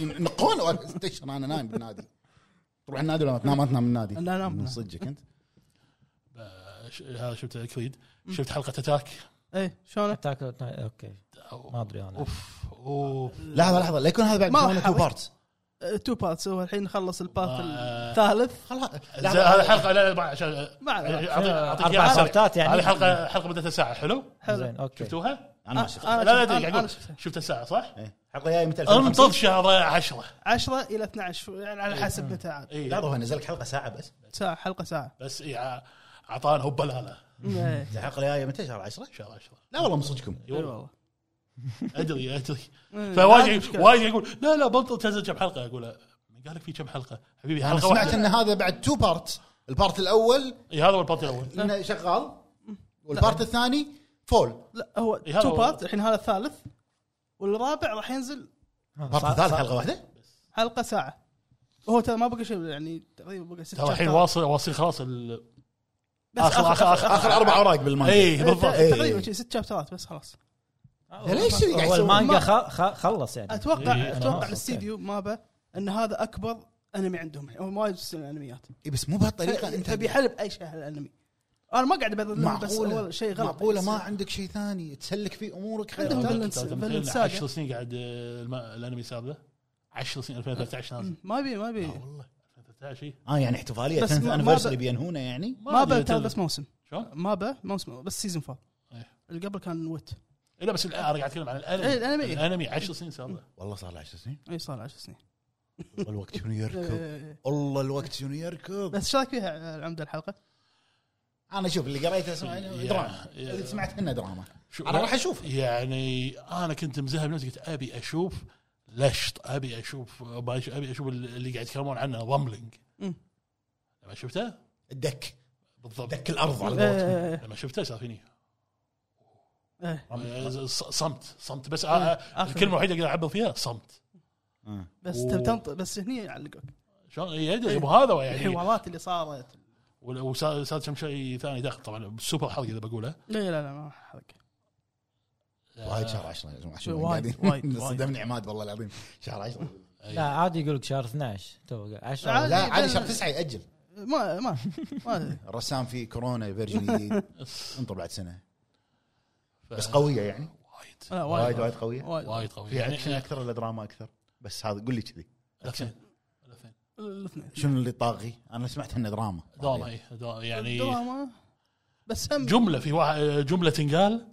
[SPEAKER 1] ينقون وأنا ست اشهر انا نايم بالنادي تروح النادي ولا ما تنام ما تنام بالنادي
[SPEAKER 2] لا، أنام.
[SPEAKER 1] من صدقك انت
[SPEAKER 4] آه، ش- هذا شفت كريد شفت حلقه اتاك
[SPEAKER 2] اي شلون
[SPEAKER 3] أتاك أون تايتن، اوكي ما ادري انا
[SPEAKER 4] اوف اوف
[SPEAKER 1] لحظه لحظه لا يكون هذا بعد
[SPEAKER 2] ما
[SPEAKER 1] يسوونه
[SPEAKER 2] راح
[SPEAKER 1] تو بارتس
[SPEAKER 2] تو بارتس هو الحين خلص البارت
[SPEAKER 4] آه.
[SPEAKER 2] الثالث
[SPEAKER 1] خلاص
[SPEAKER 4] زين، هذه حلقه لا لا ما- عشان
[SPEAKER 2] ما عليه.
[SPEAKER 4] أعطيك- أعطيك
[SPEAKER 3] أربع
[SPEAKER 4] إياها سريع.
[SPEAKER 3] ساعات يعني.
[SPEAKER 4] هذه حلقه حلقه مدتها ساعه حلو
[SPEAKER 2] حلو
[SPEAKER 3] زين اوكي
[SPEAKER 4] شفتوها؟
[SPEAKER 1] انا ما شفت
[SPEAKER 4] لا
[SPEAKER 2] أنا
[SPEAKER 4] لا
[SPEAKER 2] شفت-
[SPEAKER 4] ادري قاعد
[SPEAKER 2] أنا- أنا
[SPEAKER 4] أقول.
[SPEAKER 2] شفته.
[SPEAKER 4] شفت الساعه صح؟
[SPEAKER 1] حلقه جايه إيه. متى
[SPEAKER 4] انطر شهر 10
[SPEAKER 2] 10 الى 12 يعني على حسب متى عاد
[SPEAKER 4] اي
[SPEAKER 1] لحظه هو نزل لك حلقه ساعه بس
[SPEAKER 2] ساعه حلقه ساعه
[SPEAKER 4] إيه. بس إي، ع- اعطانا هو بلاله
[SPEAKER 2] إيه.
[SPEAKER 1] الحلقه الجايه متى شهر 10
[SPEAKER 4] شهر 10
[SPEAKER 1] لا والله من صدقكم
[SPEAKER 4] اي والله ادري ادري
[SPEAKER 2] إيه، هذه
[SPEAKER 4] فوايد
[SPEAKER 2] مشكلة.
[SPEAKER 4] وايد يقول لا لا بنطر تنزل كم حلقه اقول له، من قال لك في كم حلقه حبيبي
[SPEAKER 1] انا
[SPEAKER 4] حلقه
[SPEAKER 1] سمعت
[SPEAKER 4] واحده
[SPEAKER 1] ان هذا بعد تو بارت البارت الاول
[SPEAKER 4] اي إيه، هذا هو البارت الاول
[SPEAKER 1] انه شغال والبارت الثاني فول
[SPEAKER 2] لا هو
[SPEAKER 4] إيه، هذا
[SPEAKER 2] تو
[SPEAKER 4] هو.
[SPEAKER 2] بارت الحين هذا الثالث والرابع راح ينزل
[SPEAKER 1] البارت الثالث حلقه واحده
[SPEAKER 2] حلقه ساعه وهو ترى ما بقى شيء يعني تقريبا بقى ست
[SPEAKER 4] ترى الحين
[SPEAKER 2] شابترات.
[SPEAKER 4] واصل واصل خلاص ال-
[SPEAKER 2] بس
[SPEAKER 4] اخر اخر اخر
[SPEAKER 1] اخر اربع اوراق بالمانجا
[SPEAKER 4] اي
[SPEAKER 2] إيه،
[SPEAKER 4] بالضبط
[SPEAKER 2] تقريبا شي ست شابترات بس خلاص
[SPEAKER 1] ليش اللي قاعد
[SPEAKER 3] هو
[SPEAKER 1] يسوي؟
[SPEAKER 3] المانجا خ- خ- خلص يعني
[SPEAKER 4] إيه،
[SPEAKER 2] اتوقع
[SPEAKER 4] أنا
[SPEAKER 3] آسف،
[SPEAKER 2] اتوقع
[SPEAKER 3] أوكي.
[SPEAKER 2] الاستديو مابا ان هذا اكبر انمي عندهم يعني. هم وايد يستلمون انميات
[SPEAKER 1] إيه بس مو بهالطريقه
[SPEAKER 2] انت
[SPEAKER 1] انت
[SPEAKER 2] تبي حل باي شيء على الانمي انا ما قاعد بذل بس
[SPEAKER 1] معقوله
[SPEAKER 2] هو شيء غلط
[SPEAKER 1] معقوله ما عندك شيء ثاني تسلك فيه امورك
[SPEAKER 4] ترى-
[SPEAKER 1] خير
[SPEAKER 2] عندهم
[SPEAKER 4] ترى-
[SPEAKER 2] بالانس-
[SPEAKER 4] ترى- ترى-
[SPEAKER 2] بالانس
[SPEAKER 4] ترى-
[SPEAKER 2] ساقة.
[SPEAKER 4] 10 سنين قاعد آه، الم- الانمي سابه 10 سنين 2013 نازل
[SPEAKER 2] مم، ما بي ما بي
[SPEAKER 4] لا والله 2013 إي.
[SPEAKER 1] اه يعني احتفاليه
[SPEAKER 2] بس
[SPEAKER 1] 10th
[SPEAKER 2] ما- ما
[SPEAKER 1] anniversary
[SPEAKER 2] ب-
[SPEAKER 1] بينهونه يعني
[SPEAKER 2] ما
[SPEAKER 4] أدري
[SPEAKER 2] بي ترى
[SPEAKER 4] تل-
[SPEAKER 2] بس موسم
[SPEAKER 4] شلون؟
[SPEAKER 2] ما بي موسم بس سيزون فور
[SPEAKER 4] إيه.
[SPEAKER 2] اللي قبل كان ويت
[SPEAKER 4] إي لا بس الآن انا قاعد اتكلم عن الانمي
[SPEAKER 2] إي، إيه، الأنمي.
[SPEAKER 4] الانمي 10 سنين سابه
[SPEAKER 1] والله صار له 10 سنين
[SPEAKER 2] اي إيه، صار 10 سنين
[SPEAKER 1] والله الوقت شنو يركض
[SPEAKER 2] إيه.
[SPEAKER 1] والله الوقت شنو يركض
[SPEAKER 2] بس ايش رايك فيها العمده الحلقه؟
[SPEAKER 1] انا شوف اللي قريته اسمع
[SPEAKER 4] يا-
[SPEAKER 1] دراما
[SPEAKER 4] يا-
[SPEAKER 1] اللي سمعت انه دراما
[SPEAKER 4] شو-
[SPEAKER 1] انا راح اشوف
[SPEAKER 4] يعني انا كنت مذهب نفسي قلت ابي اشوف لشط ابي اشوف ابي اشوف اللي قاعد يتكلمون عنه رامبلينج
[SPEAKER 2] مم.
[SPEAKER 4] لما شفته
[SPEAKER 1] الدك
[SPEAKER 4] بالضبط
[SPEAKER 1] دك الارض على قولتهم.
[SPEAKER 2] إيه،
[SPEAKER 4] لما شفته صار فيني
[SPEAKER 2] إيه،
[SPEAKER 4] آه، ص- صمت صمت بس آه، آه،
[SPEAKER 2] آخر.
[SPEAKER 4] الكلمه الوحيده اللي اقدر اعبر فيها صمت
[SPEAKER 1] آه.
[SPEAKER 2] بس
[SPEAKER 4] أوه.
[SPEAKER 2] تنط بس هني يعلقك
[SPEAKER 4] شلون إي، يدري
[SPEAKER 2] إيه.
[SPEAKER 4] يبغى هذا يعني
[SPEAKER 2] الحوارات اللي صارت
[SPEAKER 4] ولا- وصار صار كم شيء ثاني داخل طبعا سوبر حرق اذا بقوله
[SPEAKER 2] إيه، لا لا لا ما حرق
[SPEAKER 1] وايد شهر 10 يا جماعه شوف
[SPEAKER 2] وايد،
[SPEAKER 1] قاعدين
[SPEAKER 2] وايد، وايد.
[SPEAKER 1] صدمني عماد والله العظيم شهر 10
[SPEAKER 3] لا عادي يقول لك شهر 12 تو 10
[SPEAKER 2] عادي.
[SPEAKER 1] لا عادي شهر 9 ياجل
[SPEAKER 2] ما ما ما
[SPEAKER 1] الرسام في كورونا فيرجن جديد انطر بعد سنه
[SPEAKER 4] ف-
[SPEAKER 1] بس قويه يعني
[SPEAKER 4] وايد
[SPEAKER 2] لا،
[SPEAKER 1] وايد وايد قويه
[SPEAKER 2] وايد
[SPEAKER 4] وايد قوي
[SPEAKER 1] في
[SPEAKER 4] يعني
[SPEAKER 1] اكشن اكثر ولا دراما اكثر؟ بس هذا قول لي كذي
[SPEAKER 4] الاثنين الاثنين
[SPEAKER 2] الاثنين
[SPEAKER 1] شنو اللي طاغي؟ انا سمعت انه دراما
[SPEAKER 4] دراما إي، دراما، يعني
[SPEAKER 2] الدراما بس هم
[SPEAKER 4] جمله في واحد جمله تنقال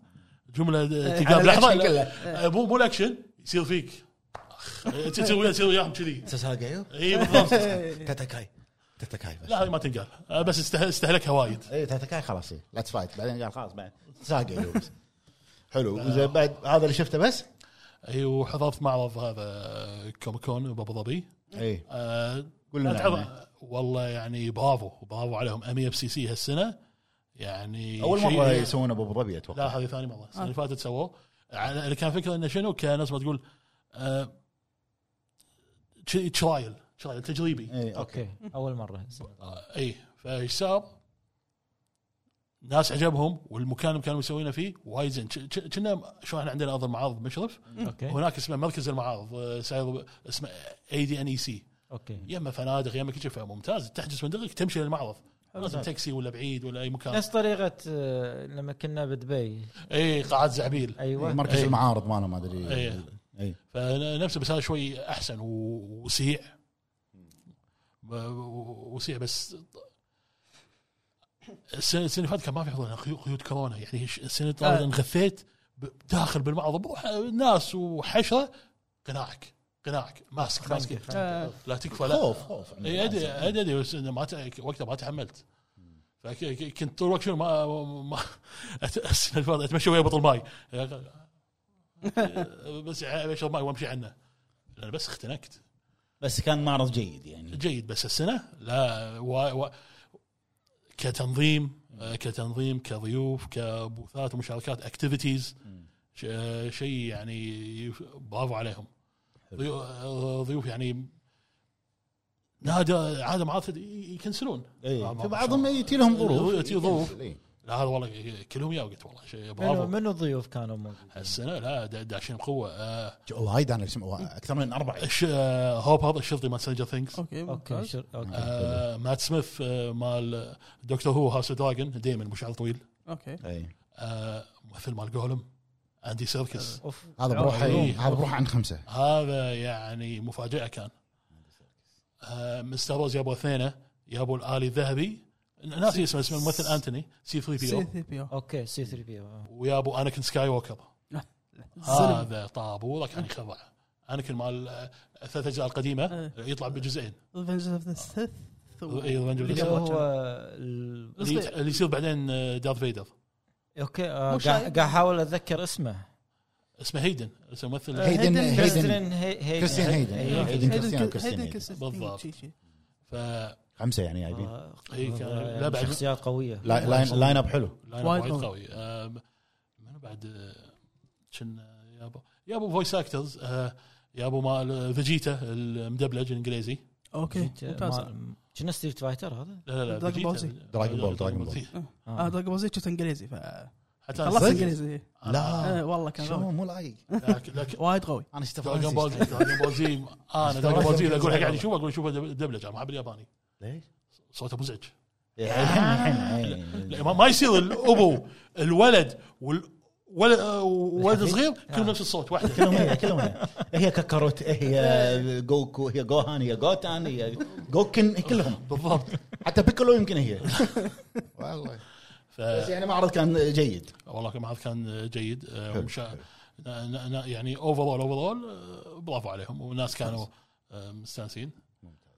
[SPEAKER 4] جمله
[SPEAKER 1] إيه، على
[SPEAKER 4] تنقال لحظه
[SPEAKER 1] الأكشن كله.
[SPEAKER 4] لا، إيه، مو مو الاكشن يصير فيك إيه، أخ، تصير وياه- تصير وياهم كذي
[SPEAKER 1] ساساجايو
[SPEAKER 4] اي بالضبط
[SPEAKER 1] إيه. تاتاكاي تاتاكاي بس
[SPEAKER 4] لا هذه ما تنقال آه، بس استهل- استهلكها وايد
[SPEAKER 1] اي تاتاكاي خلاص إيه. لا تفايت بعدين قال خلاص بعد ساساجايو بس حلو زين بعد هذا اللي شفته بس؟
[SPEAKER 4] اي إيه، وحضرت معرض هذا كوميكون بابو ظبي
[SPEAKER 1] اي
[SPEAKER 4] آه،
[SPEAKER 1] قول لنا
[SPEAKER 4] أتعب-
[SPEAKER 1] عنه.
[SPEAKER 4] والله يعني برافو برافو عليهم E ام اف سي سي هالسنه يعني
[SPEAKER 1] اول
[SPEAKER 4] شيء-
[SPEAKER 1] مره يسوونه ابو ظبي اتوقع
[SPEAKER 4] لا هذه ثاني مره السنه اللي فاتت سووه على- اللي كان فكره انه شنو كان ناس ما تقول آه، شي- ترايل ترايل تجريبي
[SPEAKER 1] اي اوكي
[SPEAKER 3] اوكي اول مره
[SPEAKER 4] آه، اي فايش صار؟ ناس عجبهم والمكان اللي كانوا مسوينه فيه وايد زين ش- ش- كنا شو احنا عندنا ارض المعارض بمشرف
[SPEAKER 3] اوكي
[SPEAKER 4] هناك اسمه مركز المعارض آه، ساير اسمه اي دي ان اي سي
[SPEAKER 3] اوكي
[SPEAKER 4] يا اما فنادق يا اما كل شيء فممتاز تحجز فندقك تمشي للمعرض لازم تاكسي ولا بعيد ولا اي مكان
[SPEAKER 3] نفس طريقه آه، لما كنا بدبي
[SPEAKER 4] اي قاعات إيه، زعبيل
[SPEAKER 3] ايوه
[SPEAKER 1] أيوة. مركز
[SPEAKER 4] إيه.
[SPEAKER 1] المعارض ماله ما ادري
[SPEAKER 4] إيه.
[SPEAKER 1] اي
[SPEAKER 4] فنفسه بس هذا شوي احسن و- وسيع و- وسيع بس السنه السنه اللي فاتت كان ما في حضور قيو- قيود كورونا يعني الش- السنه اللي طافت
[SPEAKER 3] آه.
[SPEAKER 4] انغثيت ب- داخل بالمعرض بروح ناس وحشره قناعك قناعك ماسك ماسك
[SPEAKER 3] آه.
[SPEAKER 4] لا تكفى لا
[SPEAKER 1] خوف خوف عند
[SPEAKER 4] اي ادري
[SPEAKER 1] الناس.
[SPEAKER 4] ادري ادري إيه، بس إنه ما ت- وقتها ما تحملت فكنت طول الوقت شنو ما, ما أت- السنة اللي فاتت اتمشى ويا بطل ماي بس اشرب ماي وامشي عنه لأن بس اختنقت
[SPEAKER 5] بس كان معرض جيد يعني
[SPEAKER 4] جيد بس السنه لا و... و... كتنظيم آه، كتنظيم كضيوف كبوثات ومشاركات اكتيفيتيز شيء يعني يف- برافو عليهم ضيو- آه، ضيوف يعني نادى عاده معاذ يكنسلون ما-
[SPEAKER 1] اي
[SPEAKER 4] آه، ما-
[SPEAKER 1] إيه. في بعضهم يجي لهم ظروف إيه.
[SPEAKER 4] يجي ظروف.
[SPEAKER 1] إي.
[SPEAKER 4] لا هذا والله كلهم يا قلت والله شيء
[SPEAKER 3] منو
[SPEAKER 4] برافو
[SPEAKER 3] منو الضيوف كانوا موجودين؟
[SPEAKER 4] هالسنه لا دا- داشين بقوه آه،
[SPEAKER 1] جو- وايد انا اسمع اكثر من اربع
[SPEAKER 4] الش- آه، هوب هذا الشرطي مال سنجر ثينكس
[SPEAKER 2] اوكي
[SPEAKER 3] اوكي
[SPEAKER 2] ممتاز.
[SPEAKER 3] شر... اوكي
[SPEAKER 4] آه، مات سميث آه، مال دكتور هو هاوس دراجون ديمن مشعل طويل
[SPEAKER 2] اوكي
[SPEAKER 1] إي.
[SPEAKER 4] آه، ممثل مال جولم اندي سيركس
[SPEAKER 3] اوف
[SPEAKER 1] هذا بروحه
[SPEAKER 4] إي.
[SPEAKER 1] هذا بروحه عن خمسه
[SPEAKER 4] هذا يعني مفاجاه كان آه، مستر روز جابوا اثنينه جابوا الالي الذهبي ناسي اسمه اسمه الممثل انتوني سي 3 بي
[SPEAKER 2] سي
[SPEAKER 4] او
[SPEAKER 2] ثي بي او
[SPEAKER 3] اوكي سي 3 بي آه. او
[SPEAKER 4] ويابوا اناكن سكاي ووكر
[SPEAKER 2] الزلمة.
[SPEAKER 4] هذا طابوره كان يخرع اناكن مال آه، الثلاث اجزاء القديمه
[SPEAKER 2] إيه.
[SPEAKER 4] يطلع بجزئين
[SPEAKER 2] Revenge of the Sith و-
[SPEAKER 4] إيه، Revenge of the
[SPEAKER 3] اللي
[SPEAKER 4] Sith.
[SPEAKER 2] اللي
[SPEAKER 3] هو
[SPEAKER 2] هو-
[SPEAKER 3] ال-
[SPEAKER 4] اللي اللي يصير بعدين آه، دارث فيدر
[SPEAKER 3] اوكي آه،
[SPEAKER 2] مو
[SPEAKER 3] قاعد
[SPEAKER 2] شايف.
[SPEAKER 3] قاعد احاول اتذكر اسمه
[SPEAKER 4] اسمه هيدن اسمه ممثل
[SPEAKER 3] آه،
[SPEAKER 1] هيدن- هيدن-
[SPEAKER 3] كريستين هي- هيدن
[SPEAKER 1] كريستين هيدن
[SPEAKER 3] أيوة.
[SPEAKER 1] إي، هيدن
[SPEAKER 2] هيدن
[SPEAKER 1] كريستيان
[SPEAKER 2] كي-
[SPEAKER 1] وكريستيان
[SPEAKER 2] هيدن
[SPEAKER 1] هيدن.
[SPEAKER 2] كريستيان
[SPEAKER 4] بالضبط.
[SPEAKER 2] شي- شي.
[SPEAKER 4] ف
[SPEAKER 1] خمسه يعني جايبين
[SPEAKER 3] آه،
[SPEAKER 4] إي، إيه، كان-
[SPEAKER 3] آه،
[SPEAKER 4] لا
[SPEAKER 3] يعني
[SPEAKER 4] بعد-
[SPEAKER 3] شخصيات قويه
[SPEAKER 1] لا- لاين لاين اب حلو
[SPEAKER 4] لاين
[SPEAKER 2] وايد
[SPEAKER 4] وايد
[SPEAKER 2] قوي.
[SPEAKER 4] قوي آه، منو بعد آه، كنا يابو يابو فويس اكترز آه، يابو مال فيجيتا المدبلج الانجليزي
[SPEAKER 2] اوكي
[SPEAKER 3] جيت- آه،
[SPEAKER 2] ممتاز
[SPEAKER 3] ما- كنا ستريت فايتر هذا
[SPEAKER 4] لا لا آه، لا
[SPEAKER 2] دراغون بول
[SPEAKER 4] فيجيتا.
[SPEAKER 2] زي.
[SPEAKER 1] دراغون بول، دراغون بول.
[SPEAKER 4] زي.
[SPEAKER 3] آه.
[SPEAKER 2] اه دراجون بول زي شفت انجليزي ف
[SPEAKER 4] حتى أنا
[SPEAKER 2] خلصت
[SPEAKER 4] آه. صدق.
[SPEAKER 2] انجليزي
[SPEAKER 1] لا
[SPEAKER 2] آه، والله كان
[SPEAKER 1] شلون
[SPEAKER 2] غلط.
[SPEAKER 1] مو لايق
[SPEAKER 4] لكن- آه، لكن
[SPEAKER 2] وايد قوي
[SPEAKER 1] انا اشتغل
[SPEAKER 4] دراغون بول زي- دراغون بول زي انا دراغون بول زي اقول حق قاعد يشوف اقول يعني شوف الدبلج انا ما احب الياباني
[SPEAKER 1] ليش؟
[SPEAKER 4] صوته مزعج
[SPEAKER 1] الحين الحين
[SPEAKER 4] لا، ما- ما يصير الابو الولد وال ولد آه، ولد صغير كلهم نفس الصوت واحد
[SPEAKER 5] كلهم هي كلهم هي. هي كاكاروت هي جوكو هي جوهان هي جوتان هي جوكن هي كلهم
[SPEAKER 4] بالضبط
[SPEAKER 5] حتى بيكولو يمكن هي
[SPEAKER 1] والله
[SPEAKER 4] ف...
[SPEAKER 5] بس يعني معرض كان جيد
[SPEAKER 4] والله كان معرض كان جيد آه، ومشا... نا- نا- نا- يعني اوفرول اوفرول آه، برافو عليهم والناس كانوا آه، مستانسين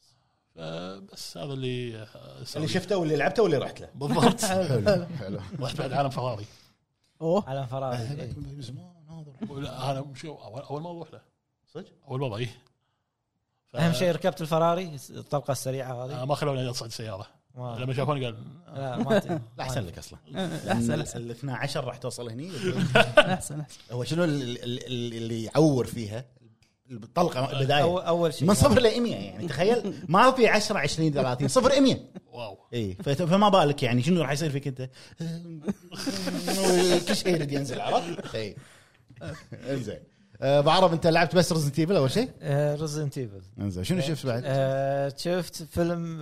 [SPEAKER 4] ممتاز بس هذا اللي آه،
[SPEAKER 5] اللي
[SPEAKER 4] سوي.
[SPEAKER 5] شفته واللي لعبته واللي رحت له
[SPEAKER 4] بالضبط
[SPEAKER 1] حلو حلو
[SPEAKER 4] رحت بعد عالم فراري
[SPEAKER 2] اوه
[SPEAKER 3] على فراغي إي.
[SPEAKER 1] من زمان هذا.
[SPEAKER 4] ولا، انا مش اول اول ما اروح له
[SPEAKER 5] صدق؟
[SPEAKER 4] اول ما ايه ف-
[SPEAKER 3] اهم شيء ركبت الفراري الطلقه السريعه
[SPEAKER 4] آه،
[SPEAKER 3] هذه
[SPEAKER 4] ما خلوني اصعد سياره
[SPEAKER 3] ما-
[SPEAKER 4] لما شافوني قال "آه،
[SPEAKER 3] لا ما ت-
[SPEAKER 5] لا احسن لك اصلا
[SPEAKER 2] آه، احسن
[SPEAKER 5] ال- ال 12 راح توصل هني
[SPEAKER 4] آه.
[SPEAKER 2] احسن احسن
[SPEAKER 5] هو شنو ال- ال- ال- اللي يعور فيها الطلقه
[SPEAKER 3] أو-
[SPEAKER 5] البدايه
[SPEAKER 3] اول شيء
[SPEAKER 5] من صفر ل 100 يعني تخيل ما في 10 20 30 صفر 100
[SPEAKER 4] واو
[SPEAKER 5] اي فت- إيه، فما بالك يعني شنو راح يصير فيك انت؟ كل شيء يريد ينزل عرفت؟ اي انزين
[SPEAKER 1] أه، بعرف انت لعبت بس رزنت ايفل اول شيء
[SPEAKER 3] ريزنت ايفل
[SPEAKER 1] انزين
[SPEAKER 4] إيه.
[SPEAKER 1] شنو شفت
[SPEAKER 4] آه.
[SPEAKER 1] بعد؟
[SPEAKER 3] آه، شفت فيلم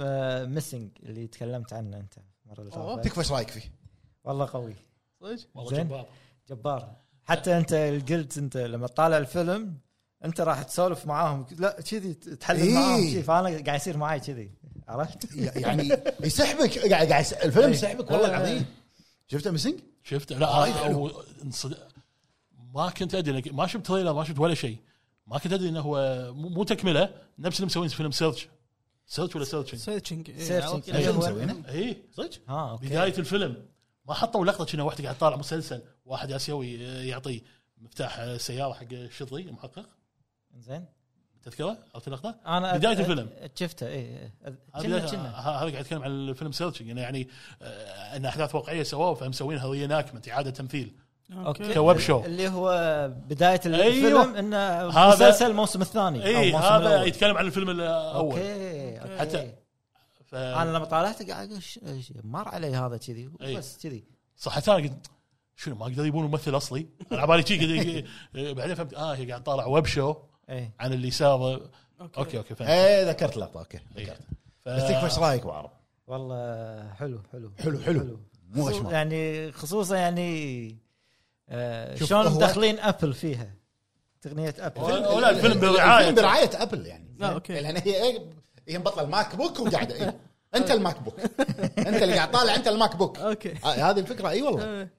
[SPEAKER 3] ميسنج اللي تكلمت عنه انت المره اللي
[SPEAKER 2] أوه.
[SPEAKER 3] طافت
[SPEAKER 1] تكفى ايش رايك فيه؟
[SPEAKER 3] والله قوي
[SPEAKER 2] صدق
[SPEAKER 4] والله
[SPEAKER 3] زين.
[SPEAKER 4] جبار
[SPEAKER 3] جبار حتى انت قلت انت لما تطالع الفيلم انت راح تسولف معاهم لا كذي تحلل
[SPEAKER 1] إيه.
[SPEAKER 3] معاهم كذي فانا قاعد يصير معي كذي عرفت؟
[SPEAKER 1] يعني يسحبك قاعد قاعد يس- الفيلم
[SPEAKER 4] إيه.
[SPEAKER 3] إي.
[SPEAKER 1] يسحبك والله
[SPEAKER 3] آه.
[SPEAKER 1] العظيم شفته مسنج؟
[SPEAKER 4] شفت لا
[SPEAKER 1] وايد
[SPEAKER 4] أنا-
[SPEAKER 1] حلو.
[SPEAKER 4] أو- انصد- ما كنت ادري لك- ما شفت تريلر ما شفت ولا شيء ما كنت ادري انه هو مو مو تكمله نفس اللي مسوين فيلم سيرش سيرش ولا سيرشنج
[SPEAKER 2] سيرشنج إيه،
[SPEAKER 3] سيرشنج.
[SPEAKER 2] عرفت.
[SPEAKER 3] هو-
[SPEAKER 1] مسوينه؟
[SPEAKER 4] اي
[SPEAKER 5] صدق؟
[SPEAKER 3] ها اوكي
[SPEAKER 4] بدايه الفيلم ما حطوا لقطه كنا واحد قاعد طالع مسلسل واحد اسيوي آه، يعطيه مفتاح آه، سياره حق الشرطي المحقق
[SPEAKER 3] زين
[SPEAKER 4] تذكره عرفت اللقطه؟
[SPEAKER 3] انا
[SPEAKER 4] بداية
[SPEAKER 3] أ- أ-
[SPEAKER 4] الفيلم.
[SPEAKER 3] شفته اي
[SPEAKER 4] هذا
[SPEAKER 3] كنا
[SPEAKER 4] بداية-
[SPEAKER 3] كنا
[SPEAKER 4] ه- هذا قاعد اتكلم عن الفيلم سيرشنج انه يعني آه، ان احداث واقعيه سووها فمسوينها ري اعاده تمثيل
[SPEAKER 3] اوكي
[SPEAKER 4] كويب شو.
[SPEAKER 3] اللي هو بدايه الفيلم
[SPEAKER 4] أيوه.
[SPEAKER 3] أيوه. انه
[SPEAKER 4] هذا-
[SPEAKER 3] مسلسل الموسم الثاني أو
[SPEAKER 4] اي
[SPEAKER 3] الموسم
[SPEAKER 4] إيه، هذا
[SPEAKER 3] الأول.
[SPEAKER 4] يتكلم عن الفيلم الاول
[SPEAKER 3] اوكي اوكي
[SPEAKER 4] حتى-
[SPEAKER 3] حتى
[SPEAKER 4] ف-
[SPEAKER 3] انا لما طالعته قاعد اقول ش- ش- مر علي هذا كذي
[SPEAKER 4] أي.
[SPEAKER 3] بس كذي
[SPEAKER 4] صح حتى انا قلت شنو ما قدروا يبون ممثل آه،
[SPEAKER 1] إيه.
[SPEAKER 4] اصلي انا على بالي شي قد- بعدين فهمت اه هي قاعد طالع ويب شو
[SPEAKER 3] اي
[SPEAKER 4] عن اللي صار اوكي اوكي فهمت
[SPEAKER 1] اي ذكرت لقطه اوكي
[SPEAKER 4] إيه.
[SPEAKER 1] ذكرت
[SPEAKER 4] ف-
[SPEAKER 1] بس تكفى ايش رايك بعرب
[SPEAKER 3] والله حلو حلو
[SPEAKER 1] حلو، حلو. مو
[SPEAKER 3] خصوص-
[SPEAKER 1] اشمر
[SPEAKER 3] يعني خصوصا يعني آه
[SPEAKER 1] شوف
[SPEAKER 3] شلون
[SPEAKER 1] هو-
[SPEAKER 3] مدخلين ابل فيها تقنيه ابل
[SPEAKER 4] ولا- ولا الفيلم برعايه
[SPEAKER 1] الفيلم برعايه ابل يعني
[SPEAKER 2] لا، أوكي.
[SPEAKER 1] لان هي إيه، هي مبطله الماك بوك وقاعده إيه. انت الماك بوك انت اللي قاعد طالع انت الماك بوك
[SPEAKER 2] اوكي
[SPEAKER 1] آه، هذه الفكره اي والله
[SPEAKER 2] آه.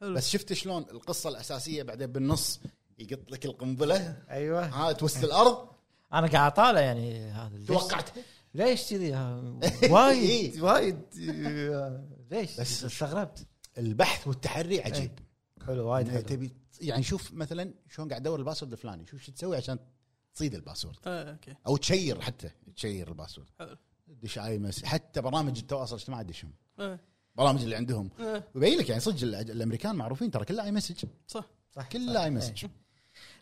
[SPEAKER 2] حلو.
[SPEAKER 1] بس شفت شلون القصه الاساسيه بعدين بالنص يقط لك القنبله
[SPEAKER 3] ايوه
[SPEAKER 1] ها توسد الارض
[SPEAKER 3] انا قاعد اطالع يعني هذا ليش-
[SPEAKER 1] توقعتها
[SPEAKER 3] ليش كذي آه، وايد
[SPEAKER 1] إيه.
[SPEAKER 3] وايد آه، ليش
[SPEAKER 1] بس-
[SPEAKER 3] استغربت
[SPEAKER 1] البحث والتحري عجيب
[SPEAKER 3] حلو إيه، وايد
[SPEAKER 1] إنه
[SPEAKER 3] حلو
[SPEAKER 1] تبي يعني شوف مثلا شلون قاعد ادور الباسورد الفلاني شوف شو تسوي عشان تصيد الباسورد
[SPEAKER 2] آه، اوكي
[SPEAKER 1] او تشير حتى تشير الباسورد
[SPEAKER 2] حلو.
[SPEAKER 1] دش اي مس حتى برامج التواصل الاجتماعي دشهم
[SPEAKER 2] آه.
[SPEAKER 1] برامج اللي عندهم
[SPEAKER 3] إيه.
[SPEAKER 2] آه.
[SPEAKER 1] ويبين لك يعني صدق الأج- الامريكان معروفين ترى كله اي مسج
[SPEAKER 2] صح
[SPEAKER 3] صح
[SPEAKER 1] كله اي مسج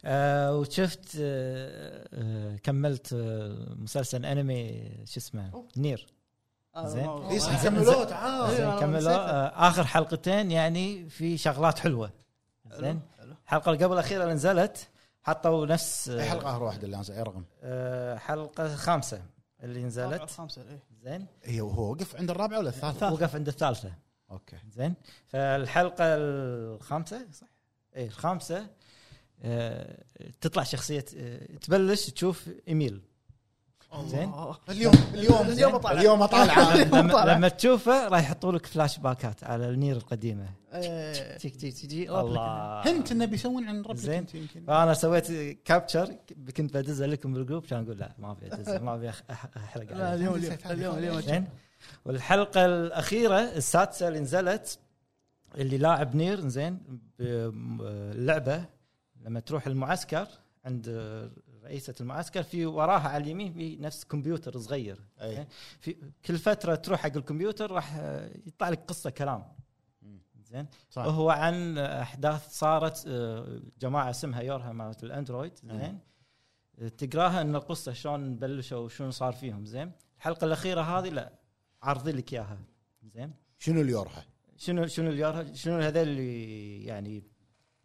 [SPEAKER 3] آه وشفت آه آه كملت آه مسلسل انمي شو اسمه نير
[SPEAKER 2] آه،
[SPEAKER 3] زين.
[SPEAKER 2] ما- ما-
[SPEAKER 1] إيه، صح،
[SPEAKER 3] زين.
[SPEAKER 1] كملوه تعال
[SPEAKER 2] أيوة،
[SPEAKER 3] زين
[SPEAKER 2] أنا
[SPEAKER 3] كملوا
[SPEAKER 2] نسيته.
[SPEAKER 3] آه اخر حلقتين يعني في شغلات حلوه
[SPEAKER 2] آه،
[SPEAKER 3] زين
[SPEAKER 2] حلو.
[SPEAKER 3] الحلقه اللي قبل الاخيره اللي نزلت حطوا نفس آه،
[SPEAKER 1] اي حلقه اخر واحده اللي أنسى- اي إيه، رقم
[SPEAKER 3] آه حلقه خامسه اللي
[SPEAKER 2] رابعة
[SPEAKER 3] نزلت
[SPEAKER 2] وخامسة، إيه.
[SPEAKER 3] زين
[SPEAKER 1] هي هو وقف عند الرابعه ولا الثالثه؟
[SPEAKER 3] وقف عند الثالثه
[SPEAKER 1] اوكي
[SPEAKER 3] زين فالحلقه الخامسه صح اي الخامسه آه تطلع شخصيه آه تبلش تشوف ايميل زين.
[SPEAKER 2] الله.
[SPEAKER 1] اليوم اليوم
[SPEAKER 2] اليوم أطالع.
[SPEAKER 1] اليوم اطالع
[SPEAKER 3] لما, لما تشوفه راح يحطوا لك فلاش باكات على النير القديمه
[SPEAKER 2] إيه.
[SPEAKER 3] تيك تيك تجي
[SPEAKER 2] الله.
[SPEAKER 3] الله
[SPEAKER 1] هنت انه بيسوون عن ربك
[SPEAKER 3] زين.
[SPEAKER 1] أنت يمكن
[SPEAKER 3] فانا سويت كابتشر كنت بدزها لكم بالجروب كان اقول لا ما ابي ادزها ما ابي أح- أح- احرق
[SPEAKER 2] لا اليوم
[SPEAKER 3] عليكم.
[SPEAKER 2] اليوم اليوم اليوم
[SPEAKER 3] زين والحلقه الاخيره السادسه اللي نزلت اللي لاعب نير زين اللعبه لما تروح المعسكر عند رئيسة المعسكر في وراها على اليمين في نفس كمبيوتر صغير
[SPEAKER 1] أي.
[SPEAKER 3] في كل فترة تروح حق الكمبيوتر راح آه، يطلع لك قصة كلام زين
[SPEAKER 1] صح.
[SPEAKER 3] هو عن احداث صارت آه، جماعه اسمها يورها مالت الاندرويد زين تقراها ان القصه شلون بلشوا وشلون صار فيهم زين الحلقه الاخيره هذه لا عارضين لك اياها زين
[SPEAKER 1] شنو اليورها؟
[SPEAKER 3] شنو شنو اليورها شنو هذول اللي يعني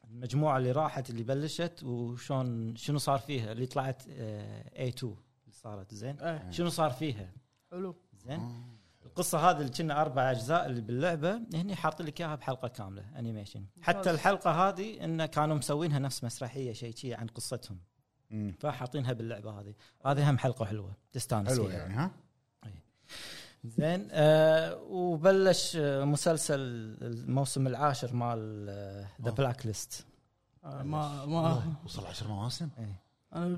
[SPEAKER 3] المجموعه اللي راحت اللي بلشت وشلون شنو صار فيها اللي طلعت اي 2 اللي صارت زين
[SPEAKER 2] إيه.
[SPEAKER 3] شنو صار فيها
[SPEAKER 2] حلو
[SPEAKER 3] زين
[SPEAKER 1] آه.
[SPEAKER 3] القصه هذه اللي كنا اربع اجزاء اللي باللعبه هني حاط لك اياها بحلقه كامله انيميشن حتى الحلقه هذه انه كانوا مسوينها نفس مسرحيه شيء شي عن قصتهم
[SPEAKER 1] مم.
[SPEAKER 3] فحاطينها باللعبه هذه هذه هم حلقه حلوه تستانس
[SPEAKER 1] حلو
[SPEAKER 3] فيها.
[SPEAKER 1] يعني ها؟
[SPEAKER 3] زين آه وبلش آه، مسلسل الموسم العاشر مال ذا
[SPEAKER 1] آه.
[SPEAKER 3] بلاك ليست
[SPEAKER 2] آه، ما ما
[SPEAKER 1] وصل 10 مواسم
[SPEAKER 2] انا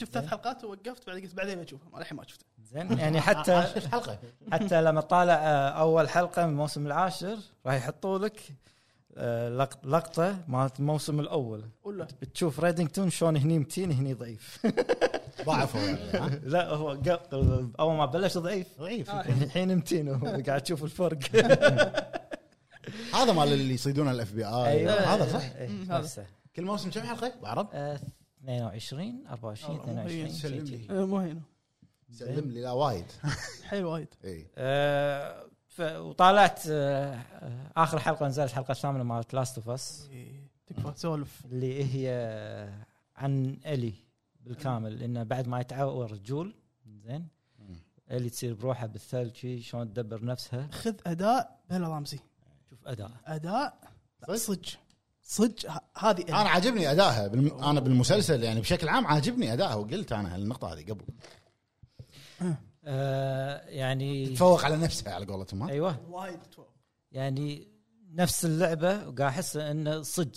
[SPEAKER 2] شفت ثلاث حلقات ووقفت بعدين قلت بعدين بشوفها ما- الحين ما شفته
[SPEAKER 3] زين يعني
[SPEAKER 4] آه،
[SPEAKER 3] حتى
[SPEAKER 1] عشر حلقه
[SPEAKER 3] حتى لما طالع آه، اول حلقه من الموسم العاشر راح يحطوا لك آه، لق- لقطه مالت الموسم الاول
[SPEAKER 2] ولا
[SPEAKER 3] بتشوف ريدنجتون شلون هني متين هني ضعيف
[SPEAKER 1] ضعفوا يعني ها؟
[SPEAKER 3] لا هو قبل اول ما بلش ضعيف
[SPEAKER 1] ضعيف
[SPEAKER 3] الحين متين هو قاعد تشوف الفرق
[SPEAKER 1] هذا مال اللي يصيدون الاف بي اي هذا صح
[SPEAKER 3] إيه،
[SPEAKER 2] مم، هذا.
[SPEAKER 3] نفسه
[SPEAKER 1] كل موسم كم حلقه بعرب؟
[SPEAKER 3] آه، 22 24
[SPEAKER 2] الله، مو هي
[SPEAKER 3] 22
[SPEAKER 1] تسلم
[SPEAKER 3] شيء
[SPEAKER 1] لي.
[SPEAKER 3] كذي.
[SPEAKER 2] آه، مو هنا
[SPEAKER 1] سلم لي لا وايد إيه.
[SPEAKER 2] حيل وايد
[SPEAKER 1] اي
[SPEAKER 3] آه، ف- وطالعت آه، آه، اخر حلقه نزلت الحلقه الثامنه مالت لاست اوف اس
[SPEAKER 2] إيه، تكفى سولف
[SPEAKER 3] اللي هي عن الي بالكامل انه بعد ما يتعور جول زين الي تصير بروحها بالثلج شي، شلون تدبر نفسها
[SPEAKER 2] خذ اداء بلا رامزي
[SPEAKER 3] شوف اداء
[SPEAKER 2] اداء لا، صج صج ه- هذه
[SPEAKER 1] انا عاجبني ادائها بالم... انا بالمسلسل يعني بشكل عام عاجبني ادائها وقلت انا النقطه هذه قبل
[SPEAKER 3] آه، يعني
[SPEAKER 1] تفوق على نفسها على قولتهم ها؟
[SPEAKER 3] ايوه
[SPEAKER 2] وايد تفوق.
[SPEAKER 3] يعني نفس اللعبه وقاعد احس انه صج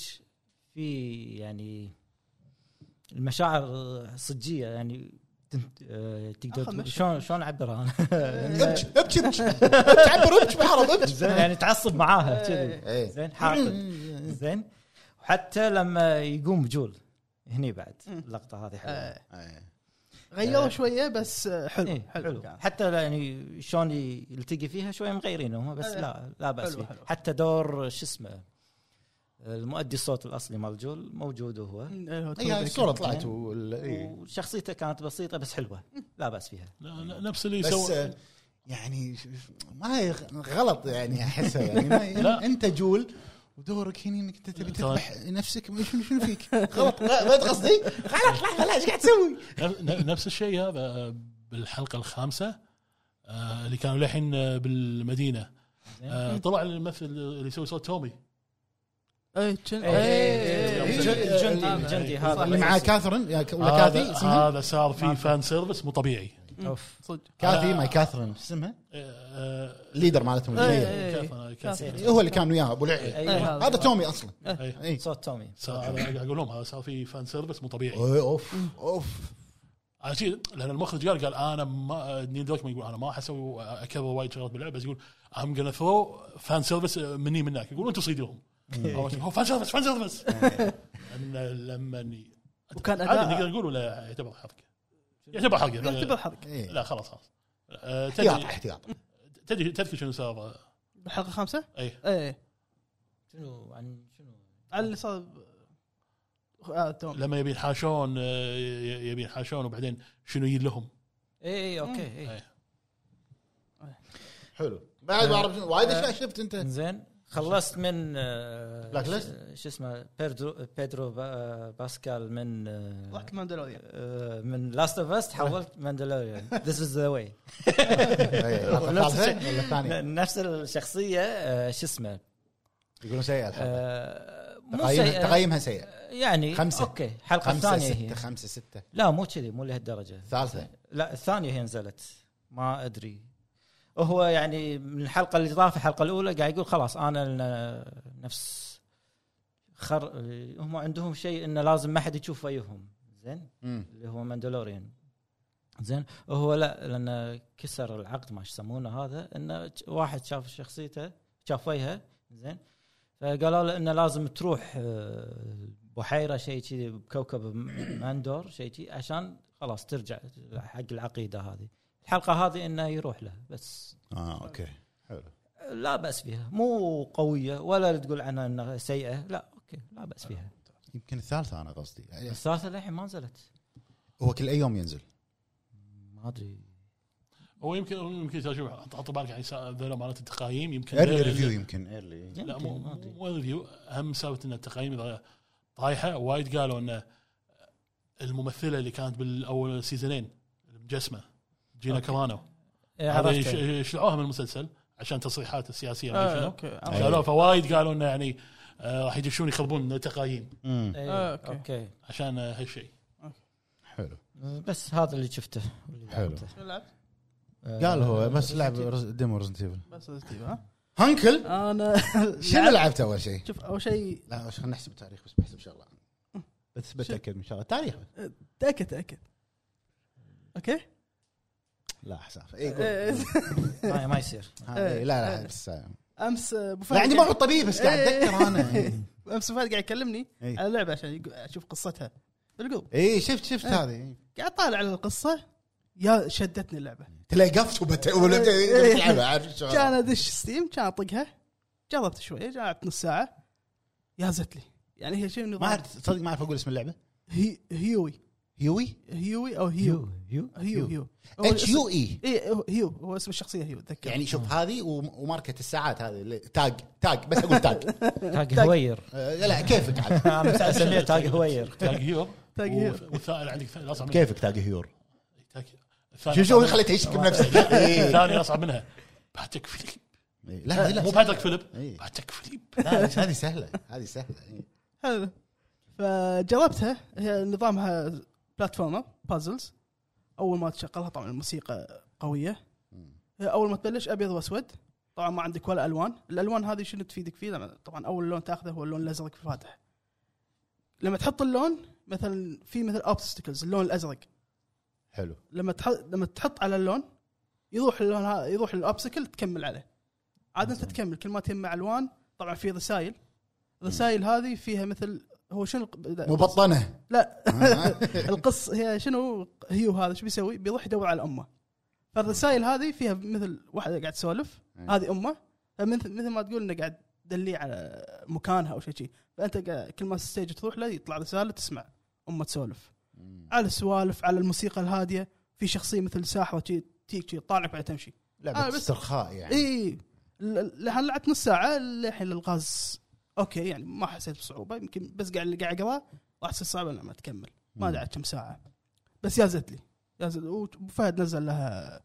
[SPEAKER 3] في يعني المشاعر صجيه يعني تنت... آه، تقدر
[SPEAKER 2] آخذ
[SPEAKER 3] تقول-
[SPEAKER 2] مشهد.
[SPEAKER 3] شلون شلون اعبرها انا
[SPEAKER 1] ابكي ابكي ابكي ابكي عبر ابكي بعرب ابكي إيه.
[SPEAKER 3] زين يعني تعصب معاها كذي
[SPEAKER 1] اي
[SPEAKER 3] زين حاقد زين وحتى لما يقوم جول هني بعد اللقطه هذه حلوه
[SPEAKER 2] آه،
[SPEAKER 1] إي.
[SPEAKER 2] غيروا شويه بس آه، حلو
[SPEAKER 3] إيه،
[SPEAKER 2] حلو
[SPEAKER 3] حلو
[SPEAKER 2] كان.
[SPEAKER 3] حتى لا يعني شلون يلتقي فيها شوي مغيرين هم بس
[SPEAKER 2] إيه.
[SPEAKER 3] لا لا باس
[SPEAKER 2] حلو،
[SPEAKER 3] فيه
[SPEAKER 2] حلو.
[SPEAKER 3] حتى دور شو اسمه المؤدي الصوت الاصلي مال جول موجود هو
[SPEAKER 2] مم، إيه، هو
[SPEAKER 1] اي هاي
[SPEAKER 2] توقع
[SPEAKER 1] الصوره
[SPEAKER 2] كان.
[SPEAKER 1] طلعت إيه. وال...
[SPEAKER 3] إيه.
[SPEAKER 1] إي.
[SPEAKER 3] وشخصيته كانت بسيطه بس حلوه لا باس فيها
[SPEAKER 4] لا- لا- نفس اللي
[SPEAKER 1] بس
[SPEAKER 4] سوى
[SPEAKER 1] آه، يعني ش- ش- ما هي غ- غلط يعني احسها يعني ما هي-
[SPEAKER 4] لا.
[SPEAKER 1] انت جول ودورك هنا انك انت تبي
[SPEAKER 4] تمام.
[SPEAKER 1] تذبح نفسك ما شنو شنو فيك غلط لا ما قصدي غلط لحظه لا ايش قاعد تسوي؟
[SPEAKER 4] نف- نف- نفس الشيء هذا بالحلقه الخامسه آه، اللي كانوا للحين آه، بالمدينه آه، طلع الممثل اللي يسوي صوت تومي
[SPEAKER 2] اي تشن
[SPEAKER 3] إيه، إيه،
[SPEAKER 4] إيه.
[SPEAKER 2] اي
[SPEAKER 3] الجندي الجندي هذا
[SPEAKER 1] اللي مع كاثرين يا ك- ولا كاثي
[SPEAKER 4] هذا
[SPEAKER 1] اسمها؟
[SPEAKER 4] هذا صار في فان سيرفس مو طبيعي
[SPEAKER 3] اوف
[SPEAKER 2] صدق
[SPEAKER 1] كاثي
[SPEAKER 4] آه.
[SPEAKER 1] ماي كاثرين شو اسمها؟
[SPEAKER 4] آه، آه،
[SPEAKER 1] الليدر مالتهم الكبير.
[SPEAKER 2] إيه.
[SPEAKER 4] كيف أنا- كيف
[SPEAKER 2] كاثي.
[SPEAKER 4] أنا-
[SPEAKER 1] هو اللي كان وياها ابو لعي
[SPEAKER 3] ايوه
[SPEAKER 1] هذا تومي اصلا
[SPEAKER 4] إيه.
[SPEAKER 1] إيه.
[SPEAKER 3] صوت تومي
[SPEAKER 4] صار أنا قاعد اقول لهم هذا صار في فان سيرفس مو طبيعي
[SPEAKER 1] إيه، اوف اوف
[SPEAKER 4] على شيء لان المخرج قال قال انا ما نيل دوكمان يقول انا ما حسوي اكرر وايد شغلات باللعبه بس يقول ام جونا ثرو فان سيرفس مني من هناك يقول انتم صيدوهم
[SPEAKER 3] إيه.
[SPEAKER 4] عرفت؟ هو فان سيرفس فان سيرفس أن لما إني-
[SPEAKER 2] وكان
[SPEAKER 4] عادي نقدر
[SPEAKER 2] اداء
[SPEAKER 4] نقول ولا يعتبر حركه يعتبر حركه
[SPEAKER 2] يعتبر حركه
[SPEAKER 1] إيه.
[SPEAKER 4] لا خلاص خلاص أه،
[SPEAKER 1] احتياط
[SPEAKER 4] تدري
[SPEAKER 1] احتياط
[SPEAKER 4] تدري تذكر شنو صار
[SPEAKER 2] الحلقه الخامسه؟
[SPEAKER 3] إيه.
[SPEAKER 4] اي
[SPEAKER 2] ايه
[SPEAKER 3] شنو عن شنو
[SPEAKER 2] على اللي صار آه توم
[SPEAKER 4] لما يبي ينحاشون أه، يبي ينحاشون وبعدين شنو يجي لهم
[SPEAKER 3] اي اي اوكي اي
[SPEAKER 1] حلو بعد ما اعرف شنو- وايد اشياء شفت انت
[SPEAKER 3] زين خلصت من آه،
[SPEAKER 1] Black
[SPEAKER 3] ش-
[SPEAKER 1] List؟
[SPEAKER 3] شو اسمه بيدرو بيدرو با- باسكال من آه،
[SPEAKER 2] ضحك ماندلوريان
[SPEAKER 3] آه، من لاست اوف اس تحولت ماندلوريان ذس از ذا واي
[SPEAKER 1] إيه، عطى
[SPEAKER 3] نفس
[SPEAKER 1] الثالثة
[SPEAKER 3] الشيء.
[SPEAKER 1] ولا الثانيه
[SPEAKER 3] نفس الشخصيه آه، شو اسمه
[SPEAKER 1] يقولون سيئه الحلقه
[SPEAKER 3] آه، مو
[SPEAKER 1] تقييمها
[SPEAKER 3] شيء
[SPEAKER 1] تقييمها سيئه
[SPEAKER 3] يعني
[SPEAKER 1] خمسة.
[SPEAKER 3] اوكي حلقه
[SPEAKER 1] خمسة
[SPEAKER 3] الثانيه هي
[SPEAKER 1] ستة خمسة ستة
[SPEAKER 3] لا مو كذي مو لهالدرجه
[SPEAKER 1] ثالثة
[SPEAKER 3] لا الثانيه هي نزلت ما ادري هو يعني من الحلقه اللي طافت الحلقه الاولى قاعد يقول خلاص انا ال- نفس خر هم عندهم شيء انه لازم ما حد يشوف وجههم زين
[SPEAKER 1] مم.
[SPEAKER 3] اللي هو ماندلوريان زين هو لا لانه كسر العقد ما يسمونه هذا انه ج- واحد شاف شخصيته شاف وجهه زين فقالوا له انه لازم تروح آه، بحيره شيء كذي بكوكب م- ماندور شيء كذي عشان خلاص ترجع حق العقيده هذه الحلقه هذه انه يروح له بس
[SPEAKER 1] اه اوكي
[SPEAKER 3] لا باس فيها مو قويه ولا تقول عنها انها سيئه لا اوكي لا باس فيها
[SPEAKER 1] يمكن الثالثة انا قصدي يعني
[SPEAKER 3] الثالثه للحين ما نزلت
[SPEAKER 1] هو كل اي يوم ينزل
[SPEAKER 3] ما ادري
[SPEAKER 4] هو يمكن يمكن ترى شوف حط بالك يعني سا- ذولا مالت التقايم يمكن
[SPEAKER 1] ايرلي ريفيو يمكن ايرلي
[SPEAKER 4] لا مو
[SPEAKER 3] يمكن، ما أدري.
[SPEAKER 4] مو ريفيو اهم سالفه ان التقايم اذا طايحه وايد قالوا ان الممثله اللي كانت بالاول سيزونين المجسمه جينا كرانو
[SPEAKER 3] إيه،
[SPEAKER 4] هذا
[SPEAKER 3] عرفت.
[SPEAKER 4] يش- شلعوها من المسلسل عشان تصريحات السياسيه ما
[SPEAKER 2] آه
[SPEAKER 4] يعني شنو
[SPEAKER 2] اوكي
[SPEAKER 1] أيوة.
[SPEAKER 4] قالوا فوايد قالوا انه يعني آه، راح يدشون يخربون التقايم
[SPEAKER 3] ايه
[SPEAKER 2] آه، أوكي.
[SPEAKER 3] اوكي
[SPEAKER 4] عشان آه، هالشيء
[SPEAKER 1] حلو
[SPEAKER 3] بس هذا اللي شفته
[SPEAKER 1] حلو.
[SPEAKER 2] شنو لعبت؟
[SPEAKER 3] آه،
[SPEAKER 1] قال هو بس لعب رز- ديمو ريزنت ايفل
[SPEAKER 2] بس ريزنتيف ها
[SPEAKER 1] هنكل
[SPEAKER 2] انا
[SPEAKER 1] شنو لعبت اول شيء؟
[SPEAKER 2] شوف اول شيء
[SPEAKER 1] لا خلينا نحسب التاريخ بس بحسب شغله بس بتاكد من شغله تاريخ
[SPEAKER 2] تاكد تاكد اوكي؟
[SPEAKER 1] لا حساب اي
[SPEAKER 2] إيه،
[SPEAKER 1] قول.
[SPEAKER 3] ما ما يصير
[SPEAKER 1] ها، إي، لا لا بس آه.
[SPEAKER 2] امس ابو
[SPEAKER 1] لا
[SPEAKER 2] فهد
[SPEAKER 1] يعني عندي
[SPEAKER 2] قاعد-
[SPEAKER 1] موعد طبيب بس قاعد اتذكر انا
[SPEAKER 2] امس أبو فهد قاعد يكلمني
[SPEAKER 1] إيه.
[SPEAKER 2] على لعبه عشان يق- اشوف قصتها بالقلب
[SPEAKER 1] اي شفت شفت
[SPEAKER 2] إيه.
[SPEAKER 1] هذه
[SPEAKER 2] قاعد طالع على القصه يا شدتني اللعبه
[SPEAKER 1] تلاقي قفت وبت- وبدأت
[SPEAKER 2] إيه.
[SPEAKER 1] تلعبها عارف شو
[SPEAKER 2] كان ادش ستيم كان اطقها جربت شويه لعبت نص ساعه يازت لي يعني هي شيء
[SPEAKER 1] ما
[SPEAKER 2] نظام
[SPEAKER 1] اعرف تصدق ما اعرف اقول اسم اللعبه
[SPEAKER 2] هي هيوي
[SPEAKER 1] هيوي
[SPEAKER 2] هيوي او هيو
[SPEAKER 3] يو
[SPEAKER 2] هيو هيو هو
[SPEAKER 1] اتش
[SPEAKER 2] اسم-
[SPEAKER 1] يو اي
[SPEAKER 2] اي هو- هيو هو اسم الشخصيه هيو اتذكر
[SPEAKER 1] E. يعني شوف
[SPEAKER 2] آه.
[SPEAKER 1] هذه وم- وماركه الساعات هذه اللي- تاج تاج بس اقول تاج
[SPEAKER 3] تاج هوير
[SPEAKER 1] آه، لا كيفك عاد
[SPEAKER 3] انا بس اسميه تاج هوير
[SPEAKER 4] تاج هيور
[SPEAKER 2] تاج هيور.
[SPEAKER 4] وف- والثاني عندك ثاني اصعب منها.
[SPEAKER 1] كيفك تاج هيور
[SPEAKER 4] تاج- الثاني
[SPEAKER 1] شوف شوف
[SPEAKER 4] أصعب منها.
[SPEAKER 1] خليته يشك بنفسه إيه.
[SPEAKER 4] الثاني اصعب منها باتك فيليب
[SPEAKER 1] إيه. لا هذه لا
[SPEAKER 4] مو
[SPEAKER 1] سهلة.
[SPEAKER 4] باتك فيليب
[SPEAKER 1] إيه.
[SPEAKER 4] باتك فيليب
[SPEAKER 1] لا، هذه سهله هذه سهله إيه.
[SPEAKER 2] حلو فجربتها هي نظامها بلاتفورمر بازلز اول ما تشغلها طبعا الموسيقى قويه اول ما تبلش ابيض واسود طبعا ما عندك ولا الوان الالوان هذه شنو تفيدك فيه لما طبعا اول لون تاخذه هو اللون الازرق في الفاتح لما تحط اللون مثلا في مثل اوبستكلز اللون الازرق
[SPEAKER 1] حلو
[SPEAKER 2] لما تحط لما تحط على اللون يروح اللون ها- يروح الاوبستكل تكمل عليه عاد انت تكمل كل ما تجمع الوان طبعا في رسائل الرسائل هذه فيها مثل هو شنو الق-
[SPEAKER 1] مبطنه
[SPEAKER 2] لا القص هي شنو هيو هذا شو بيسوي؟ بيروح يدور على امه. فالرسائل هذه فيها مثل واحده قاعد تسولف
[SPEAKER 1] أي.
[SPEAKER 2] هذه امه فمثل مثل ما تقول انه قاعد تدليه على مكانها او شيء شي فانت قاعد- كل ما الستيج تروح له يطلع رساله تسمع امه تسولف. على السوالف على الموسيقى الهاديه في شخصيه مثل ساحره شي تيك شي تطالعك بعد تمشي.
[SPEAKER 1] لعبه
[SPEAKER 2] آه، بس-
[SPEAKER 1] استرخاء يعني
[SPEAKER 2] اي لحن لعبت نص ساعه للحين الغاز اوكي يعني ما حسيت بصعوبه يمكن بس قاعد اللي قاعد اقراه راح تصير صعبه لما تكمل ما ادري عاد كم ساعه بس يازت لي يازت وفهد نزل لها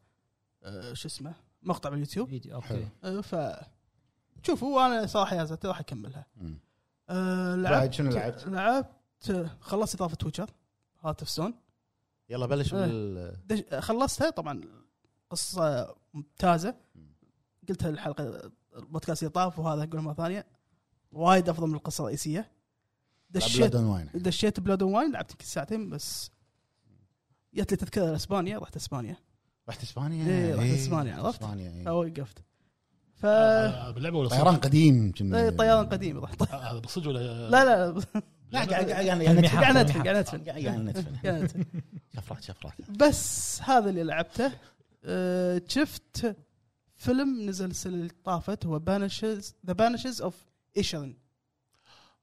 [SPEAKER 2] آه، شو اسمه مقطع باليوتيوب
[SPEAKER 3] فيديو
[SPEAKER 1] حلو.
[SPEAKER 3] اوكي
[SPEAKER 2] آه، ف شوفوا وانا صراحه يازت راح اكملها
[SPEAKER 1] مم.
[SPEAKER 2] أه
[SPEAKER 6] بعد
[SPEAKER 2] لعبت
[SPEAKER 6] شنو لعبت؟
[SPEAKER 2] لعبت آه، خلصت اضافه ويتشر هارت اوف ستون
[SPEAKER 6] يلا بلش
[SPEAKER 2] إيه.
[SPEAKER 6] بال
[SPEAKER 2] دش... خلصتها طبعا قصه ممتازه
[SPEAKER 1] مم.
[SPEAKER 2] قلتها الحلقه البودكاست اللي طاف وهذا اقولها مره ثانيه وايد افضل من القصه الرئيسيه دشيت
[SPEAKER 1] بلاد واين
[SPEAKER 2] دشيت بلاد واين لعبت يمكن ساعتين بس جت لي تذكره لاسبانيا رحت اسبانيا
[SPEAKER 1] رحت اسبانيا
[SPEAKER 2] إيه، رحت
[SPEAKER 1] إيه،
[SPEAKER 2] إسبانيا، عرفت؟
[SPEAKER 1] اسبانيا إيه.
[SPEAKER 2] فوقفت ف
[SPEAKER 4] آه، باللعبه ولا
[SPEAKER 1] طيران
[SPEAKER 4] صدق؟
[SPEAKER 1] قديم
[SPEAKER 2] إيه، طيران قديم رحت
[SPEAKER 4] آه، هذا بالصدق
[SPEAKER 2] لا
[SPEAKER 4] ولا
[SPEAKER 2] لا لا،
[SPEAKER 1] لا قاعد يعني قاعد
[SPEAKER 3] تلميح.
[SPEAKER 1] قاعد
[SPEAKER 2] قاعد ادفن قاعد ادفن
[SPEAKER 1] قاعد ندفن
[SPEAKER 2] قاعد أدفن.
[SPEAKER 1] شفرات شفرات
[SPEAKER 2] بس هذا اللي لعبته أه، شفت فيلم نزل السنه اللي طافت هو بانشز ذا بانشز اوف ايشرن
[SPEAKER 3] إيش؟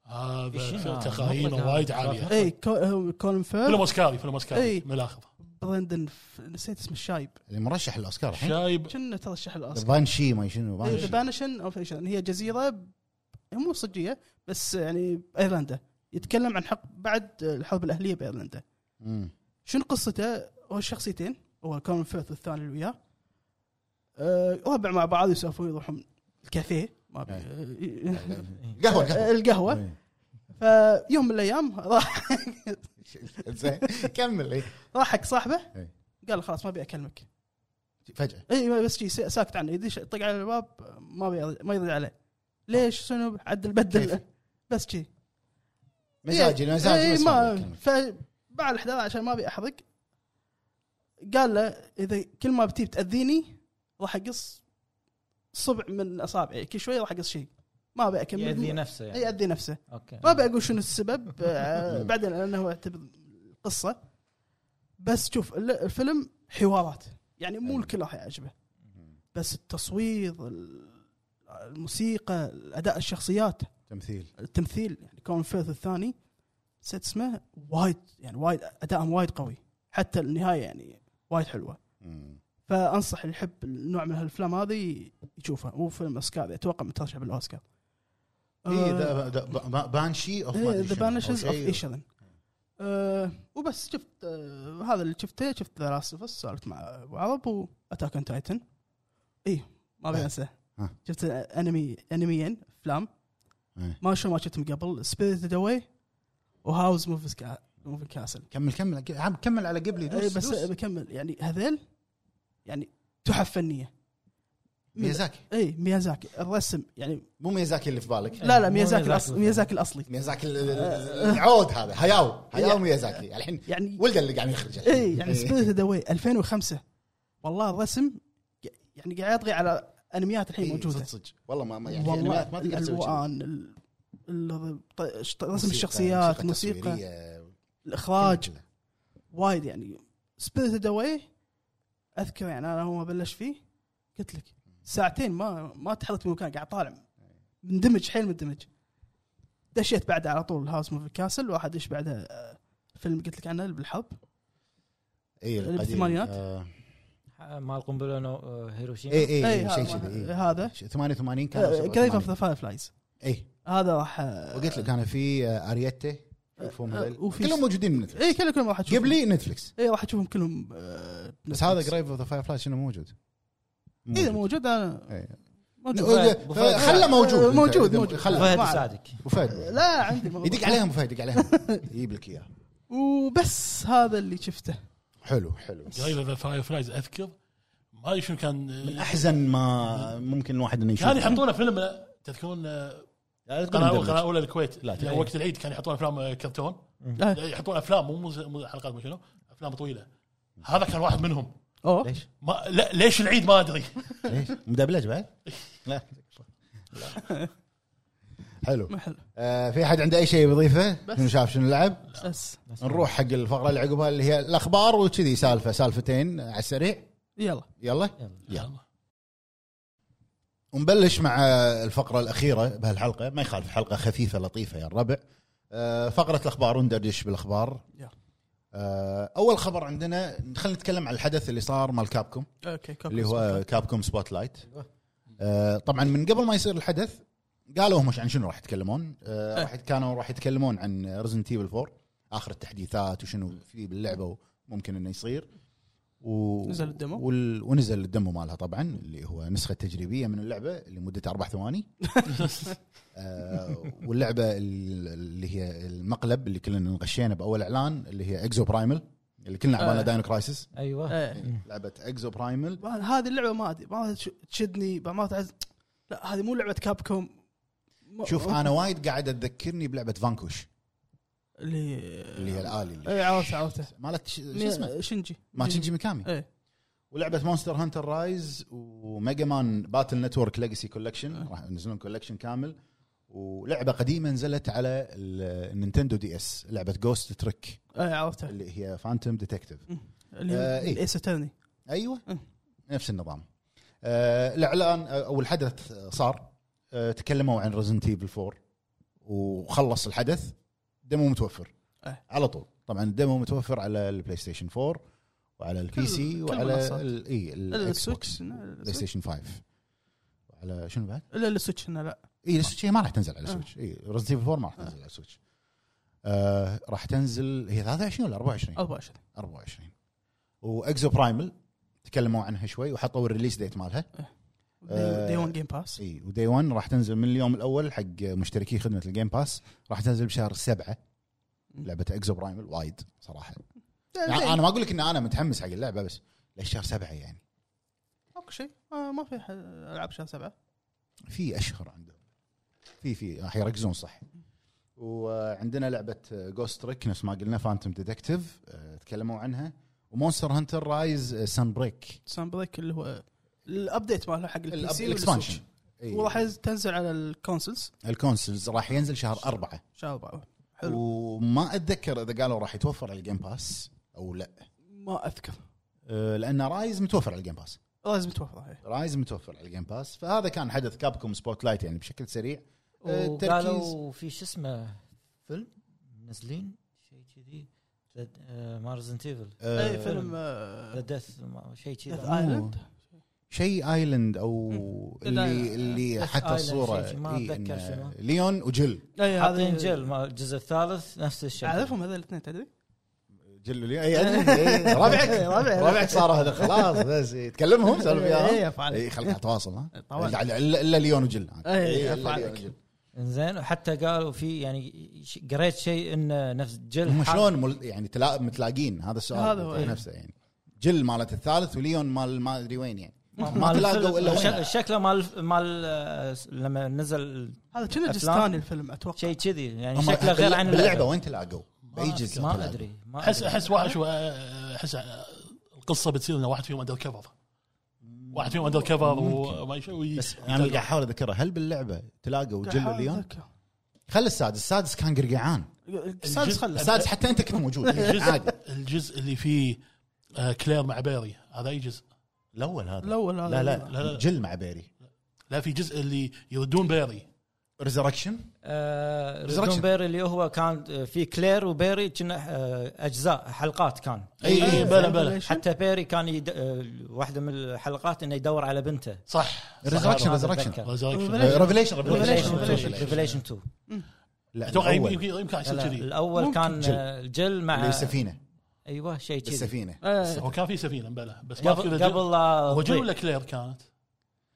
[SPEAKER 4] هذا
[SPEAKER 3] آه،
[SPEAKER 4] فيه تقييمه
[SPEAKER 3] مطلق
[SPEAKER 4] وايد
[SPEAKER 3] هذا.
[SPEAKER 4] عاليه
[SPEAKER 2] اي كولن
[SPEAKER 4] فيلم
[SPEAKER 2] فيرث
[SPEAKER 4] اوسكاري فيلم اوسكاري
[SPEAKER 2] إيه.
[SPEAKER 4] من الاخر
[SPEAKER 2] برندن ف- نسيت اسم الشايب
[SPEAKER 1] اللي مرشح للاوسكار الحين
[SPEAKER 4] شايب
[SPEAKER 2] كنا ترشح الاوسكار
[SPEAKER 1] بانشي ما شنو
[SPEAKER 2] ذا
[SPEAKER 1] بانشي
[SPEAKER 2] بانشن اوف ايشرن هي جزيره ب- هي مو صجيه بس يعني بايرلندا يتكلم عن حق بعد الحرب الاهليه بايرلندا
[SPEAKER 1] مم.
[SPEAKER 2] شنو قصته؟ هو شخصيتين هو كولن فيرث والثاني اللي وياه أه، ربع مع بعض يسولفون يروحون الكافيه ما أبي-
[SPEAKER 1] قهوه
[SPEAKER 2] أه،
[SPEAKER 1] قهوه
[SPEAKER 2] القهوه فيوم من الايام راح
[SPEAKER 1] زين كمل إيه.
[SPEAKER 2] راح حق صاحبه
[SPEAKER 1] إيه.
[SPEAKER 2] قال له خلاص ما ابي اكلمك
[SPEAKER 1] فجاه
[SPEAKER 2] اي بس شي ساكت عنه يدش طق على الباب ما بيرد- ما يرد عليه ليش شنو عدل بدل
[SPEAKER 1] كيف؟
[SPEAKER 2] بس شي
[SPEAKER 1] مزاجي
[SPEAKER 2] إيه،
[SPEAKER 1] مزاجي
[SPEAKER 2] إيه،
[SPEAKER 1] بس ما
[SPEAKER 2] ما
[SPEAKER 1] بيكمل.
[SPEAKER 2] فبعد الحدث عشان ما ابي احرق قال له اذا كل ما بتي بتاذيني راح اقص صبع من اصابعي كل شوي راح اقص شيء ما ابي اكمل
[SPEAKER 3] يأذي نفسه
[SPEAKER 2] إيه،
[SPEAKER 3] يعني
[SPEAKER 2] يأذي نفسه
[SPEAKER 3] اوكي
[SPEAKER 2] ما ابي اقول شنو السبب آه، بعدين لانه اعتبر قصه بس شوف ال- الفيلم حوارات يعني مو الكل راح يعجبه بس التصوير ال- الموسيقى اداء الشخصيات
[SPEAKER 1] تمثيل
[SPEAKER 2] التمثيل يعني كون فيرث الثاني نسيت اسمه وايد يعني وايد ادائهم وايد قوي حتى النهايه يعني وايد حلوه
[SPEAKER 1] مم.
[SPEAKER 2] فانصح اللي يحب النوع من هالافلام هذه يشوفها هو فيلم اوسكار اتوقع مترشح بالاوسكار
[SPEAKER 1] اي إيه، ذا- ذا- ب- ب- بانشي اوف ما أدري
[SPEAKER 2] آه. إيه،
[SPEAKER 1] شنو،
[SPEAKER 2] ذا
[SPEAKER 1] إيه. أو
[SPEAKER 2] بانشز اوف
[SPEAKER 1] شيء.
[SPEAKER 2] ايشرن آه، وبس شفت آه، هذا اللي شفته شفت ذا لاست اوف اس سولفت مع ابو عرب واتاك اون تايتن اي إيه، ما
[SPEAKER 1] آه.
[SPEAKER 2] بنسى
[SPEAKER 1] آه.
[SPEAKER 2] شفت انمي انميين افلام
[SPEAKER 1] إيه.
[SPEAKER 2] ما شو ما شفتهم قبل سبيريتد اواي وهاوز موفز كا موفن كاسل
[SPEAKER 1] كمل كمل عم كمل على قبلي
[SPEAKER 2] اي
[SPEAKER 1] دوس
[SPEAKER 2] إيه، بس
[SPEAKER 1] دوس.
[SPEAKER 2] بكمل يعني هذيل يعني تحف فنيه من-
[SPEAKER 1] ميازاكي
[SPEAKER 2] اي ميازاكي الرسم يعني
[SPEAKER 1] مو ميازاكي اللي في بالك
[SPEAKER 2] لا لا
[SPEAKER 3] مو
[SPEAKER 2] ميازاكي
[SPEAKER 3] ميازاكي.
[SPEAKER 2] الأصلي- ميازاكي الاصلي
[SPEAKER 1] ميازاكي ال- ال-
[SPEAKER 2] آه.
[SPEAKER 1] العود هذا هياو هياو
[SPEAKER 2] يعني-
[SPEAKER 1] ميازاكي الحين
[SPEAKER 2] يعني
[SPEAKER 1] ولده اللي قاعد يخرج الحين. إيه.
[SPEAKER 2] اي يعني سبيريتد اواي 2005 والله الرسم يعني قاعد يطغي على انميات الحين
[SPEAKER 1] إيه،
[SPEAKER 2] موجوده
[SPEAKER 1] صدق صدق والله ما ما- يعني
[SPEAKER 2] والله
[SPEAKER 1] الأنميات ما تقدر تسوي كذي.
[SPEAKER 2] الالوان ال- ال- ط- رسم
[SPEAKER 1] موسيقى-
[SPEAKER 2] الشخصيات موسيقى
[SPEAKER 1] تصويرية،
[SPEAKER 2] الاخراج
[SPEAKER 1] كله.
[SPEAKER 2] وايد يعني سبيريتد اواي اذكر يعني انا اول ما بلش فيه قلت لك ساعتين ما ما تحركت من مكان قاعد طالع مندمج حيل مندمج دشيت بعده على طول هاوس موف كاسل واحد دش بعده آه، فيلم قلت لك عنه بالحرب
[SPEAKER 1] اي
[SPEAKER 2] اللي
[SPEAKER 1] القديم.
[SPEAKER 2] بالثمانينات؟
[SPEAKER 1] آه،
[SPEAKER 3] مال قنبله نو- آه، هيروشيما
[SPEAKER 1] اي اي
[SPEAKER 2] إي،
[SPEAKER 1] اي شيء
[SPEAKER 2] هذا-
[SPEAKER 1] كذي إي.
[SPEAKER 2] هذا.
[SPEAKER 1] شيء 88 كان أو
[SPEAKER 2] جريف اوف
[SPEAKER 1] 87.
[SPEAKER 2] ذا فاير فلايز
[SPEAKER 1] اي
[SPEAKER 2] هذا راح آه،
[SPEAKER 1] وقلت لك انا في آه، اريتي شوفهم
[SPEAKER 2] آه،
[SPEAKER 1] هذول.
[SPEAKER 2] وفي-
[SPEAKER 1] كلهم موجودين من نتفلكس
[SPEAKER 2] اي إيه، كلهم كلهم راح تشوفهم
[SPEAKER 1] قبلي نتفلكس
[SPEAKER 2] اي راح تشوفهم كلهم آه،
[SPEAKER 1] بس هذا جريف اوف ذا فاير فلاش انه موجود
[SPEAKER 2] اذا موجود انا
[SPEAKER 1] إي.
[SPEAKER 2] موجود
[SPEAKER 1] إيه.
[SPEAKER 3] أبو فهد.
[SPEAKER 1] خله موجود
[SPEAKER 2] آه، موجود
[SPEAKER 1] إذا-
[SPEAKER 2] موجود
[SPEAKER 1] خله.
[SPEAKER 3] فهد
[SPEAKER 2] ما أعرف.
[SPEAKER 3] يساعدك
[SPEAKER 1] ابو فهد
[SPEAKER 2] لا عندي ما-
[SPEAKER 1] يدق عليهم ابو فهد يدق عليهم يجيب لك اياه
[SPEAKER 2] وبس هذا اللي شفته
[SPEAKER 1] حلو حلو
[SPEAKER 4] قريب ذا فاير فلايز اذكر ما ادري شنو كان
[SPEAKER 1] من احزن ما ممكن الواحد انه يشوف
[SPEAKER 4] كان يحطونه فيلم تذكرون آه،
[SPEAKER 1] لا
[SPEAKER 4] قناه
[SPEAKER 1] تقول
[SPEAKER 4] اولى قناه
[SPEAKER 1] مدمج.
[SPEAKER 4] اولى الكويت
[SPEAKER 1] لا،
[SPEAKER 4] لا
[SPEAKER 1] تدري.
[SPEAKER 4] يعني وقت العيد كان يحطون افلام آه، كرتون
[SPEAKER 2] آه.
[SPEAKER 4] يحطون افلام مو مز- مو حلقات مو شنو افلام طويله هذا كان واحد منهم
[SPEAKER 2] اوه
[SPEAKER 1] ليش؟
[SPEAKER 4] ما لا ليش العيد ما ادري
[SPEAKER 1] ليش؟ مدبلج بعد؟ لا حلو
[SPEAKER 2] ما حلو
[SPEAKER 1] آه في احد عنده اي شيء بيضيفه؟
[SPEAKER 2] بس.
[SPEAKER 1] شنو شاف شنو لعب؟
[SPEAKER 2] بس
[SPEAKER 1] نروح حق الفقره اللي عقبها اللي هي الاخبار وكذي سالفه سالفتين على السريع
[SPEAKER 2] يلا
[SPEAKER 1] يلا
[SPEAKER 4] يلا
[SPEAKER 1] ونبلش مع الفقره الاخيره بهالحلقه ما يخالف حلقه خفيفه لطيفه يا الربع آه، فقره الاخبار وندردش بالاخبار
[SPEAKER 2] يلا.
[SPEAKER 1] آه، اول خبر عندنا خلينا نتكلم عن الحدث اللي صار مال كابكوم
[SPEAKER 2] اوكي كوكو أيوه.
[SPEAKER 1] اللي هو كابكوم سبوت لايت
[SPEAKER 3] أيوة.
[SPEAKER 1] آه، طبعا من قبل ما يصير الحدث قالوا هم عن شنو راح يتكلمون آه،
[SPEAKER 2] إيه.
[SPEAKER 1] راح يت- كانوا راح يتكلمون عن ريزنت ايفل 4 اخر التحديثات وشنو في باللعبه وممكن انه يصير و...
[SPEAKER 2] نزل الدمو؟
[SPEAKER 1] وال... ونزل الدمو مالها طبعا اللي هو نسخه تجريبيه من اللعبه اللي مدتها اربع ثواني آه واللعبه ال- اللي هي المقلب اللي كلنا انغشينا باول اعلان اللي هي اكزو برايمل اللي كلنا عبالنا
[SPEAKER 2] آه.
[SPEAKER 1] داينو كرايسس
[SPEAKER 3] ايوه
[SPEAKER 2] إيه.
[SPEAKER 1] لعبه اكزو برايمل
[SPEAKER 2] بعد هذه اللعبه ما ادري ما تش- تشدني بعد ما تعز لا هذه مو لعبه كابكوم ما-
[SPEAKER 1] شوف انا وايد قاعد تذكرني بلعبه فانكوش
[SPEAKER 2] اللي
[SPEAKER 1] اللي هي الالي اللي
[SPEAKER 2] اي عرفته عرفته
[SPEAKER 1] مالت ش- شو اسمه
[SPEAKER 2] شنجي
[SPEAKER 1] ما تشنجي ميكامي
[SPEAKER 2] اي
[SPEAKER 1] ولعبه مونستر هانتر رايز وميجا مان باتل نتورك ليجسي كولكشن راح ينزلون كولكشن كامل ولعبه قديمه نزلت على ال- النينتندو دي اس لعبه جوست تريك
[SPEAKER 2] اي إيه، عرفته
[SPEAKER 1] اللي هي فانتوم ديتكتيف
[SPEAKER 2] اللي
[SPEAKER 1] آه،
[SPEAKER 2] هي
[SPEAKER 1] إيه.
[SPEAKER 2] ايس اترني
[SPEAKER 1] ايوه
[SPEAKER 2] أه.
[SPEAKER 1] نفس النظام آه، الاعلان آه، او الحدث آه، صار آه، تكلموا عن ريزنت ايفل 4 وخلص الحدث دمو متوفر
[SPEAKER 2] أه.
[SPEAKER 1] على طول طبعا الدمو متوفر على البلاي ستيشن 4 وعلى البي
[SPEAKER 2] كل-
[SPEAKER 1] سي
[SPEAKER 2] كل
[SPEAKER 1] وعلى
[SPEAKER 2] المنصات.
[SPEAKER 1] ال- اي الاكس
[SPEAKER 2] السويتش
[SPEAKER 1] بوكس بلاي ستيشن 5 وعلى شنو بعد؟
[SPEAKER 2] لا السويتش هنا لا
[SPEAKER 1] اي السويتش هي ما راح تنزل على إيه،
[SPEAKER 2] أه.
[SPEAKER 1] السويتش اي ريزنت ايفل 4 ما
[SPEAKER 2] إيه.
[SPEAKER 1] راح تنزل على السويتش آه راح تنزل هي 23 ولا 24
[SPEAKER 2] 24
[SPEAKER 1] 24 واكزو برايمل تكلموا عنها شوي وحطوا الريليس ديت مالها آه،
[SPEAKER 2] دي 1 جيم باس
[SPEAKER 1] اي ودي 1 راح تنزل من اليوم الاول حق مشتركي خدمه الجيم باس راح تنزل بشهر سبعة لعبه اكزو برايمل وايد صراحه
[SPEAKER 2] إيه،
[SPEAKER 1] يعني انا ما اقول لك ان انا متحمس حق اللعبه بس ليش شهر سبعة يعني
[SPEAKER 2] ماكو شيء آه، ما في ح- العاب شهر سبعه
[SPEAKER 1] في اشهر عندهم في في راح يركزون صح وعندنا لعبه جوست ريك نفس ما قلنا فانتوم ديتكتيف تكلموا عنها ومونستر هانتر رايز سان بريك
[SPEAKER 2] سان بريك اللي هو الابديت ماله حق البي سي
[SPEAKER 1] الاكسبانشن
[SPEAKER 2] وراح يز- تنزل على الكونسلز
[SPEAKER 1] الكونسلز راح ينزل شهر أربعة
[SPEAKER 2] شهر اربعه حلو
[SPEAKER 1] وما اتذكر اذا قالوا راح يتوفر على الجيم باس او لا
[SPEAKER 2] ما اذكر
[SPEAKER 1] أه، لان رايز متوفر على الجيم باس
[SPEAKER 2] لازم توفره هي.
[SPEAKER 1] رايز متوفر على الجيم باس فهذا كان حدث كابكوم سبوت لايت يعني بشكل سريع أه، تركيز
[SPEAKER 3] وقالوا في شو اسمه فيلم منزلين شيء كذي آه، مارزن تيفل
[SPEAKER 1] أه،
[SPEAKER 2] اي فيلم
[SPEAKER 3] ذا ديث شيء كذي
[SPEAKER 1] إيه،
[SPEAKER 2] ديث ايلاند
[SPEAKER 1] شيء ايلاند او
[SPEAKER 2] لا،
[SPEAKER 1] اللي اللي
[SPEAKER 3] Death
[SPEAKER 1] حتى
[SPEAKER 3] Island
[SPEAKER 1] الصوره
[SPEAKER 3] شيء ما
[SPEAKER 1] إي،
[SPEAKER 3] أتذكر
[SPEAKER 1] إنه
[SPEAKER 3] شنو.
[SPEAKER 1] ليون وجل
[SPEAKER 2] اي
[SPEAKER 3] حاطين
[SPEAKER 2] هذا
[SPEAKER 3] جل مال الجزء الثالث نفس الشيء
[SPEAKER 2] اعرفهم هذول الاثنين تدري؟
[SPEAKER 1] جل وليون إي، أدري، إي، ربعك
[SPEAKER 2] ربعي.
[SPEAKER 1] ربعك صاروا هذا خلاص بس إي، تكلمهم سولف
[SPEAKER 2] اي
[SPEAKER 1] وياهم إيه،
[SPEAKER 2] افعل
[SPEAKER 1] اي خليك تواصل ها
[SPEAKER 2] إيه، طبعاً.
[SPEAKER 1] الا إلا ليون وجل
[SPEAKER 2] إي،
[SPEAKER 1] إلا ليون
[SPEAKER 2] أفعالك.
[SPEAKER 1] وجل.
[SPEAKER 3] زين وحتى قالوا في يعني ش- قريت شيء انه نفس جل
[SPEAKER 1] هم
[SPEAKER 3] حاط-
[SPEAKER 1] شلون مل... يعني تلا... متلاقين هذا السؤال
[SPEAKER 2] هذا هو، إيه.
[SPEAKER 1] نفسه يعني جل مالت الثالث وليون مال ما ادري وين يعني
[SPEAKER 3] ما-
[SPEAKER 1] ما
[SPEAKER 3] مال
[SPEAKER 1] تلاقوا
[SPEAKER 3] الفيلم-
[SPEAKER 1] إلا وين.
[SPEAKER 3] شك- شكله مال مال آه، لما نزل
[SPEAKER 2] هذا كنا
[SPEAKER 3] أفلام.
[SPEAKER 2] جستاني الفيلم اتوقع
[SPEAKER 3] شيء كذي يعني
[SPEAKER 1] هم
[SPEAKER 3] شكله غير
[SPEAKER 1] باللع-
[SPEAKER 3] عن
[SPEAKER 1] باللعبه وين تلاقوا؟ باي
[SPEAKER 4] ما
[SPEAKER 1] جزء
[SPEAKER 3] ما
[SPEAKER 1] تلاقوا؟
[SPEAKER 3] ادري ما
[SPEAKER 4] احس
[SPEAKER 3] أدري.
[SPEAKER 4] احس واحد شو آه، احس القصه آه، بتصير ان واحد فيهم اندر كفر واحد فيهم اندر كفر وما شو
[SPEAKER 1] بس انا اللي قاعد احاول اذكرها هل باللعبه تلاقوا جل
[SPEAKER 2] قاعد
[SPEAKER 1] وليون؟
[SPEAKER 2] أتذكر.
[SPEAKER 1] خل السادس السادس كان قرقعان
[SPEAKER 2] السادس خله
[SPEAKER 1] السادس حتى انت كنت موجود عادي
[SPEAKER 4] الجزء الجزء اللي فيه آه، كلير مع بيري هذا اي جزء
[SPEAKER 1] الاول هذا
[SPEAKER 2] الاول هذا
[SPEAKER 1] لا
[SPEAKER 4] لا،
[SPEAKER 1] لا
[SPEAKER 4] لا.
[SPEAKER 1] جل مع بيري
[SPEAKER 4] لا في جزء اللي يردون بيري
[SPEAKER 1] ريزركشن
[SPEAKER 3] آه،
[SPEAKER 1] Resurrection.
[SPEAKER 3] ريزون بيري اللي هو كان آه، في كلير وبيري كنا آه، اجزاء حلقات كان
[SPEAKER 4] اي اي بلا بلا
[SPEAKER 3] حتى بيري كان يد... آه، واحده من الحلقات انه يدور على بنته
[SPEAKER 4] صح
[SPEAKER 1] ريزركشن
[SPEAKER 3] هذا
[SPEAKER 1] ريزركشن
[SPEAKER 3] أتذكر.
[SPEAKER 4] Resurrection.
[SPEAKER 1] ريفليشن
[SPEAKER 2] Revelation.
[SPEAKER 3] ريفليشن 2
[SPEAKER 1] لا
[SPEAKER 4] اتوقع يمكن
[SPEAKER 1] الأول.
[SPEAKER 4] يمكن- يمكن عشان
[SPEAKER 3] لا،
[SPEAKER 4] كذي
[SPEAKER 3] الاول
[SPEAKER 2] ممكن
[SPEAKER 3] كان
[SPEAKER 1] جل.
[SPEAKER 3] آه، جل
[SPEAKER 1] اللي
[SPEAKER 3] مع
[SPEAKER 1] السفينه
[SPEAKER 3] ايوه شيء كذي
[SPEAKER 1] السفينه
[SPEAKER 2] آه،
[SPEAKER 4] هو كان في سفينه بلا بس ما أذكر
[SPEAKER 3] قبل
[SPEAKER 4] إذا جل-
[SPEAKER 3] قبل طيب. لا
[SPEAKER 4] هو جل
[SPEAKER 3] تضيع.
[SPEAKER 4] ولا كلير كانت؟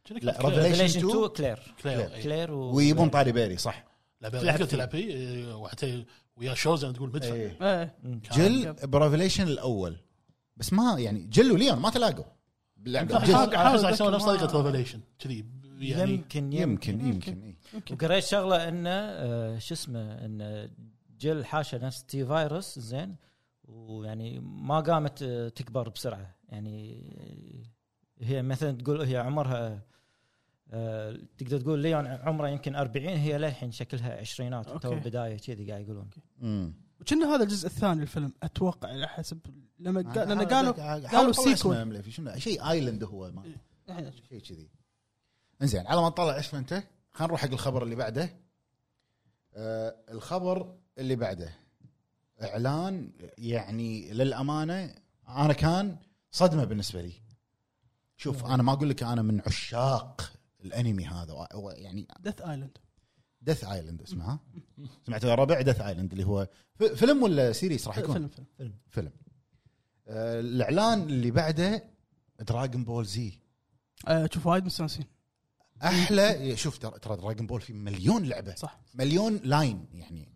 [SPEAKER 4] كنا
[SPEAKER 1] لا،
[SPEAKER 4] كلير.
[SPEAKER 1] Revelation
[SPEAKER 3] Revelation
[SPEAKER 1] 2
[SPEAKER 3] 2 كلير
[SPEAKER 4] كلير إي.
[SPEAKER 3] كلير و...
[SPEAKER 1] ويبون طاري بيري صح
[SPEAKER 4] لا بلا تقدر تلعب فيه وحتى ويا شوزن تقول مدفع
[SPEAKER 1] إيه.
[SPEAKER 2] إيه.
[SPEAKER 1] جل بريفليشن الاول بس ما يعني جل وليون ما تلاقوا باللعبه
[SPEAKER 4] حافظ
[SPEAKER 1] جل.
[SPEAKER 2] حاول- حاول
[SPEAKER 4] حافظ على يسوي
[SPEAKER 2] أتذكر
[SPEAKER 4] نفس
[SPEAKER 2] ما-
[SPEAKER 4] طريقه ريفليشن كذي يعني
[SPEAKER 3] يمكن
[SPEAKER 1] يمكن يمكن إيه.
[SPEAKER 3] وقريت شغله انه آه، شو اسمه انه جل حاشا نفس تي فايروس زين ويعني ما قامت آه، تكبر بسرعه يعني آه، هي مثلا تقول هي عمرها آه، تقدر تقول ليون عمره يمكن 40 هي للحين شكلها عشرينات
[SPEAKER 2] أوكي.
[SPEAKER 3] تو بدايه كذي قاعد يقولون
[SPEAKER 1] أمم.
[SPEAKER 2] وكنا هذا الجزء الثاني الفيلم اتوقع على حسب
[SPEAKER 1] آه،
[SPEAKER 2] لما قا- لما
[SPEAKER 1] أنا
[SPEAKER 2] قالوا
[SPEAKER 1] أحاول أتذكر-
[SPEAKER 2] قالوا
[SPEAKER 1] أحاول أطلع
[SPEAKER 2] sequel.
[SPEAKER 1] اسمه أملي في شنو شيء ايلاند هو ما شيء كذي انزين على ما نطلع اسمه انت خلينا نروح حق الخبر اللي بعده آه الخبر اللي بعده اعلان يعني للامانه انا كان صدمه بالنسبه لي شوف انا ما اقول لك انا من عشاق الانمي هذا و- و- يعني
[SPEAKER 2] ديث ايلاند
[SPEAKER 1] دث ايلاند اسمها سمعت يا ربع دث ايلاند اللي هو ف- فيلم ولا سيريس راح يكون
[SPEAKER 2] فيلم فيلم
[SPEAKER 1] فيلم آه، الاعلان اللي بعده دراجون بول زي
[SPEAKER 2] آه، شوف وايد مستانسين
[SPEAKER 1] احلى شوف ترى ترى دراجون بول في مليون لعبه
[SPEAKER 2] صح
[SPEAKER 1] مليون لاين يعني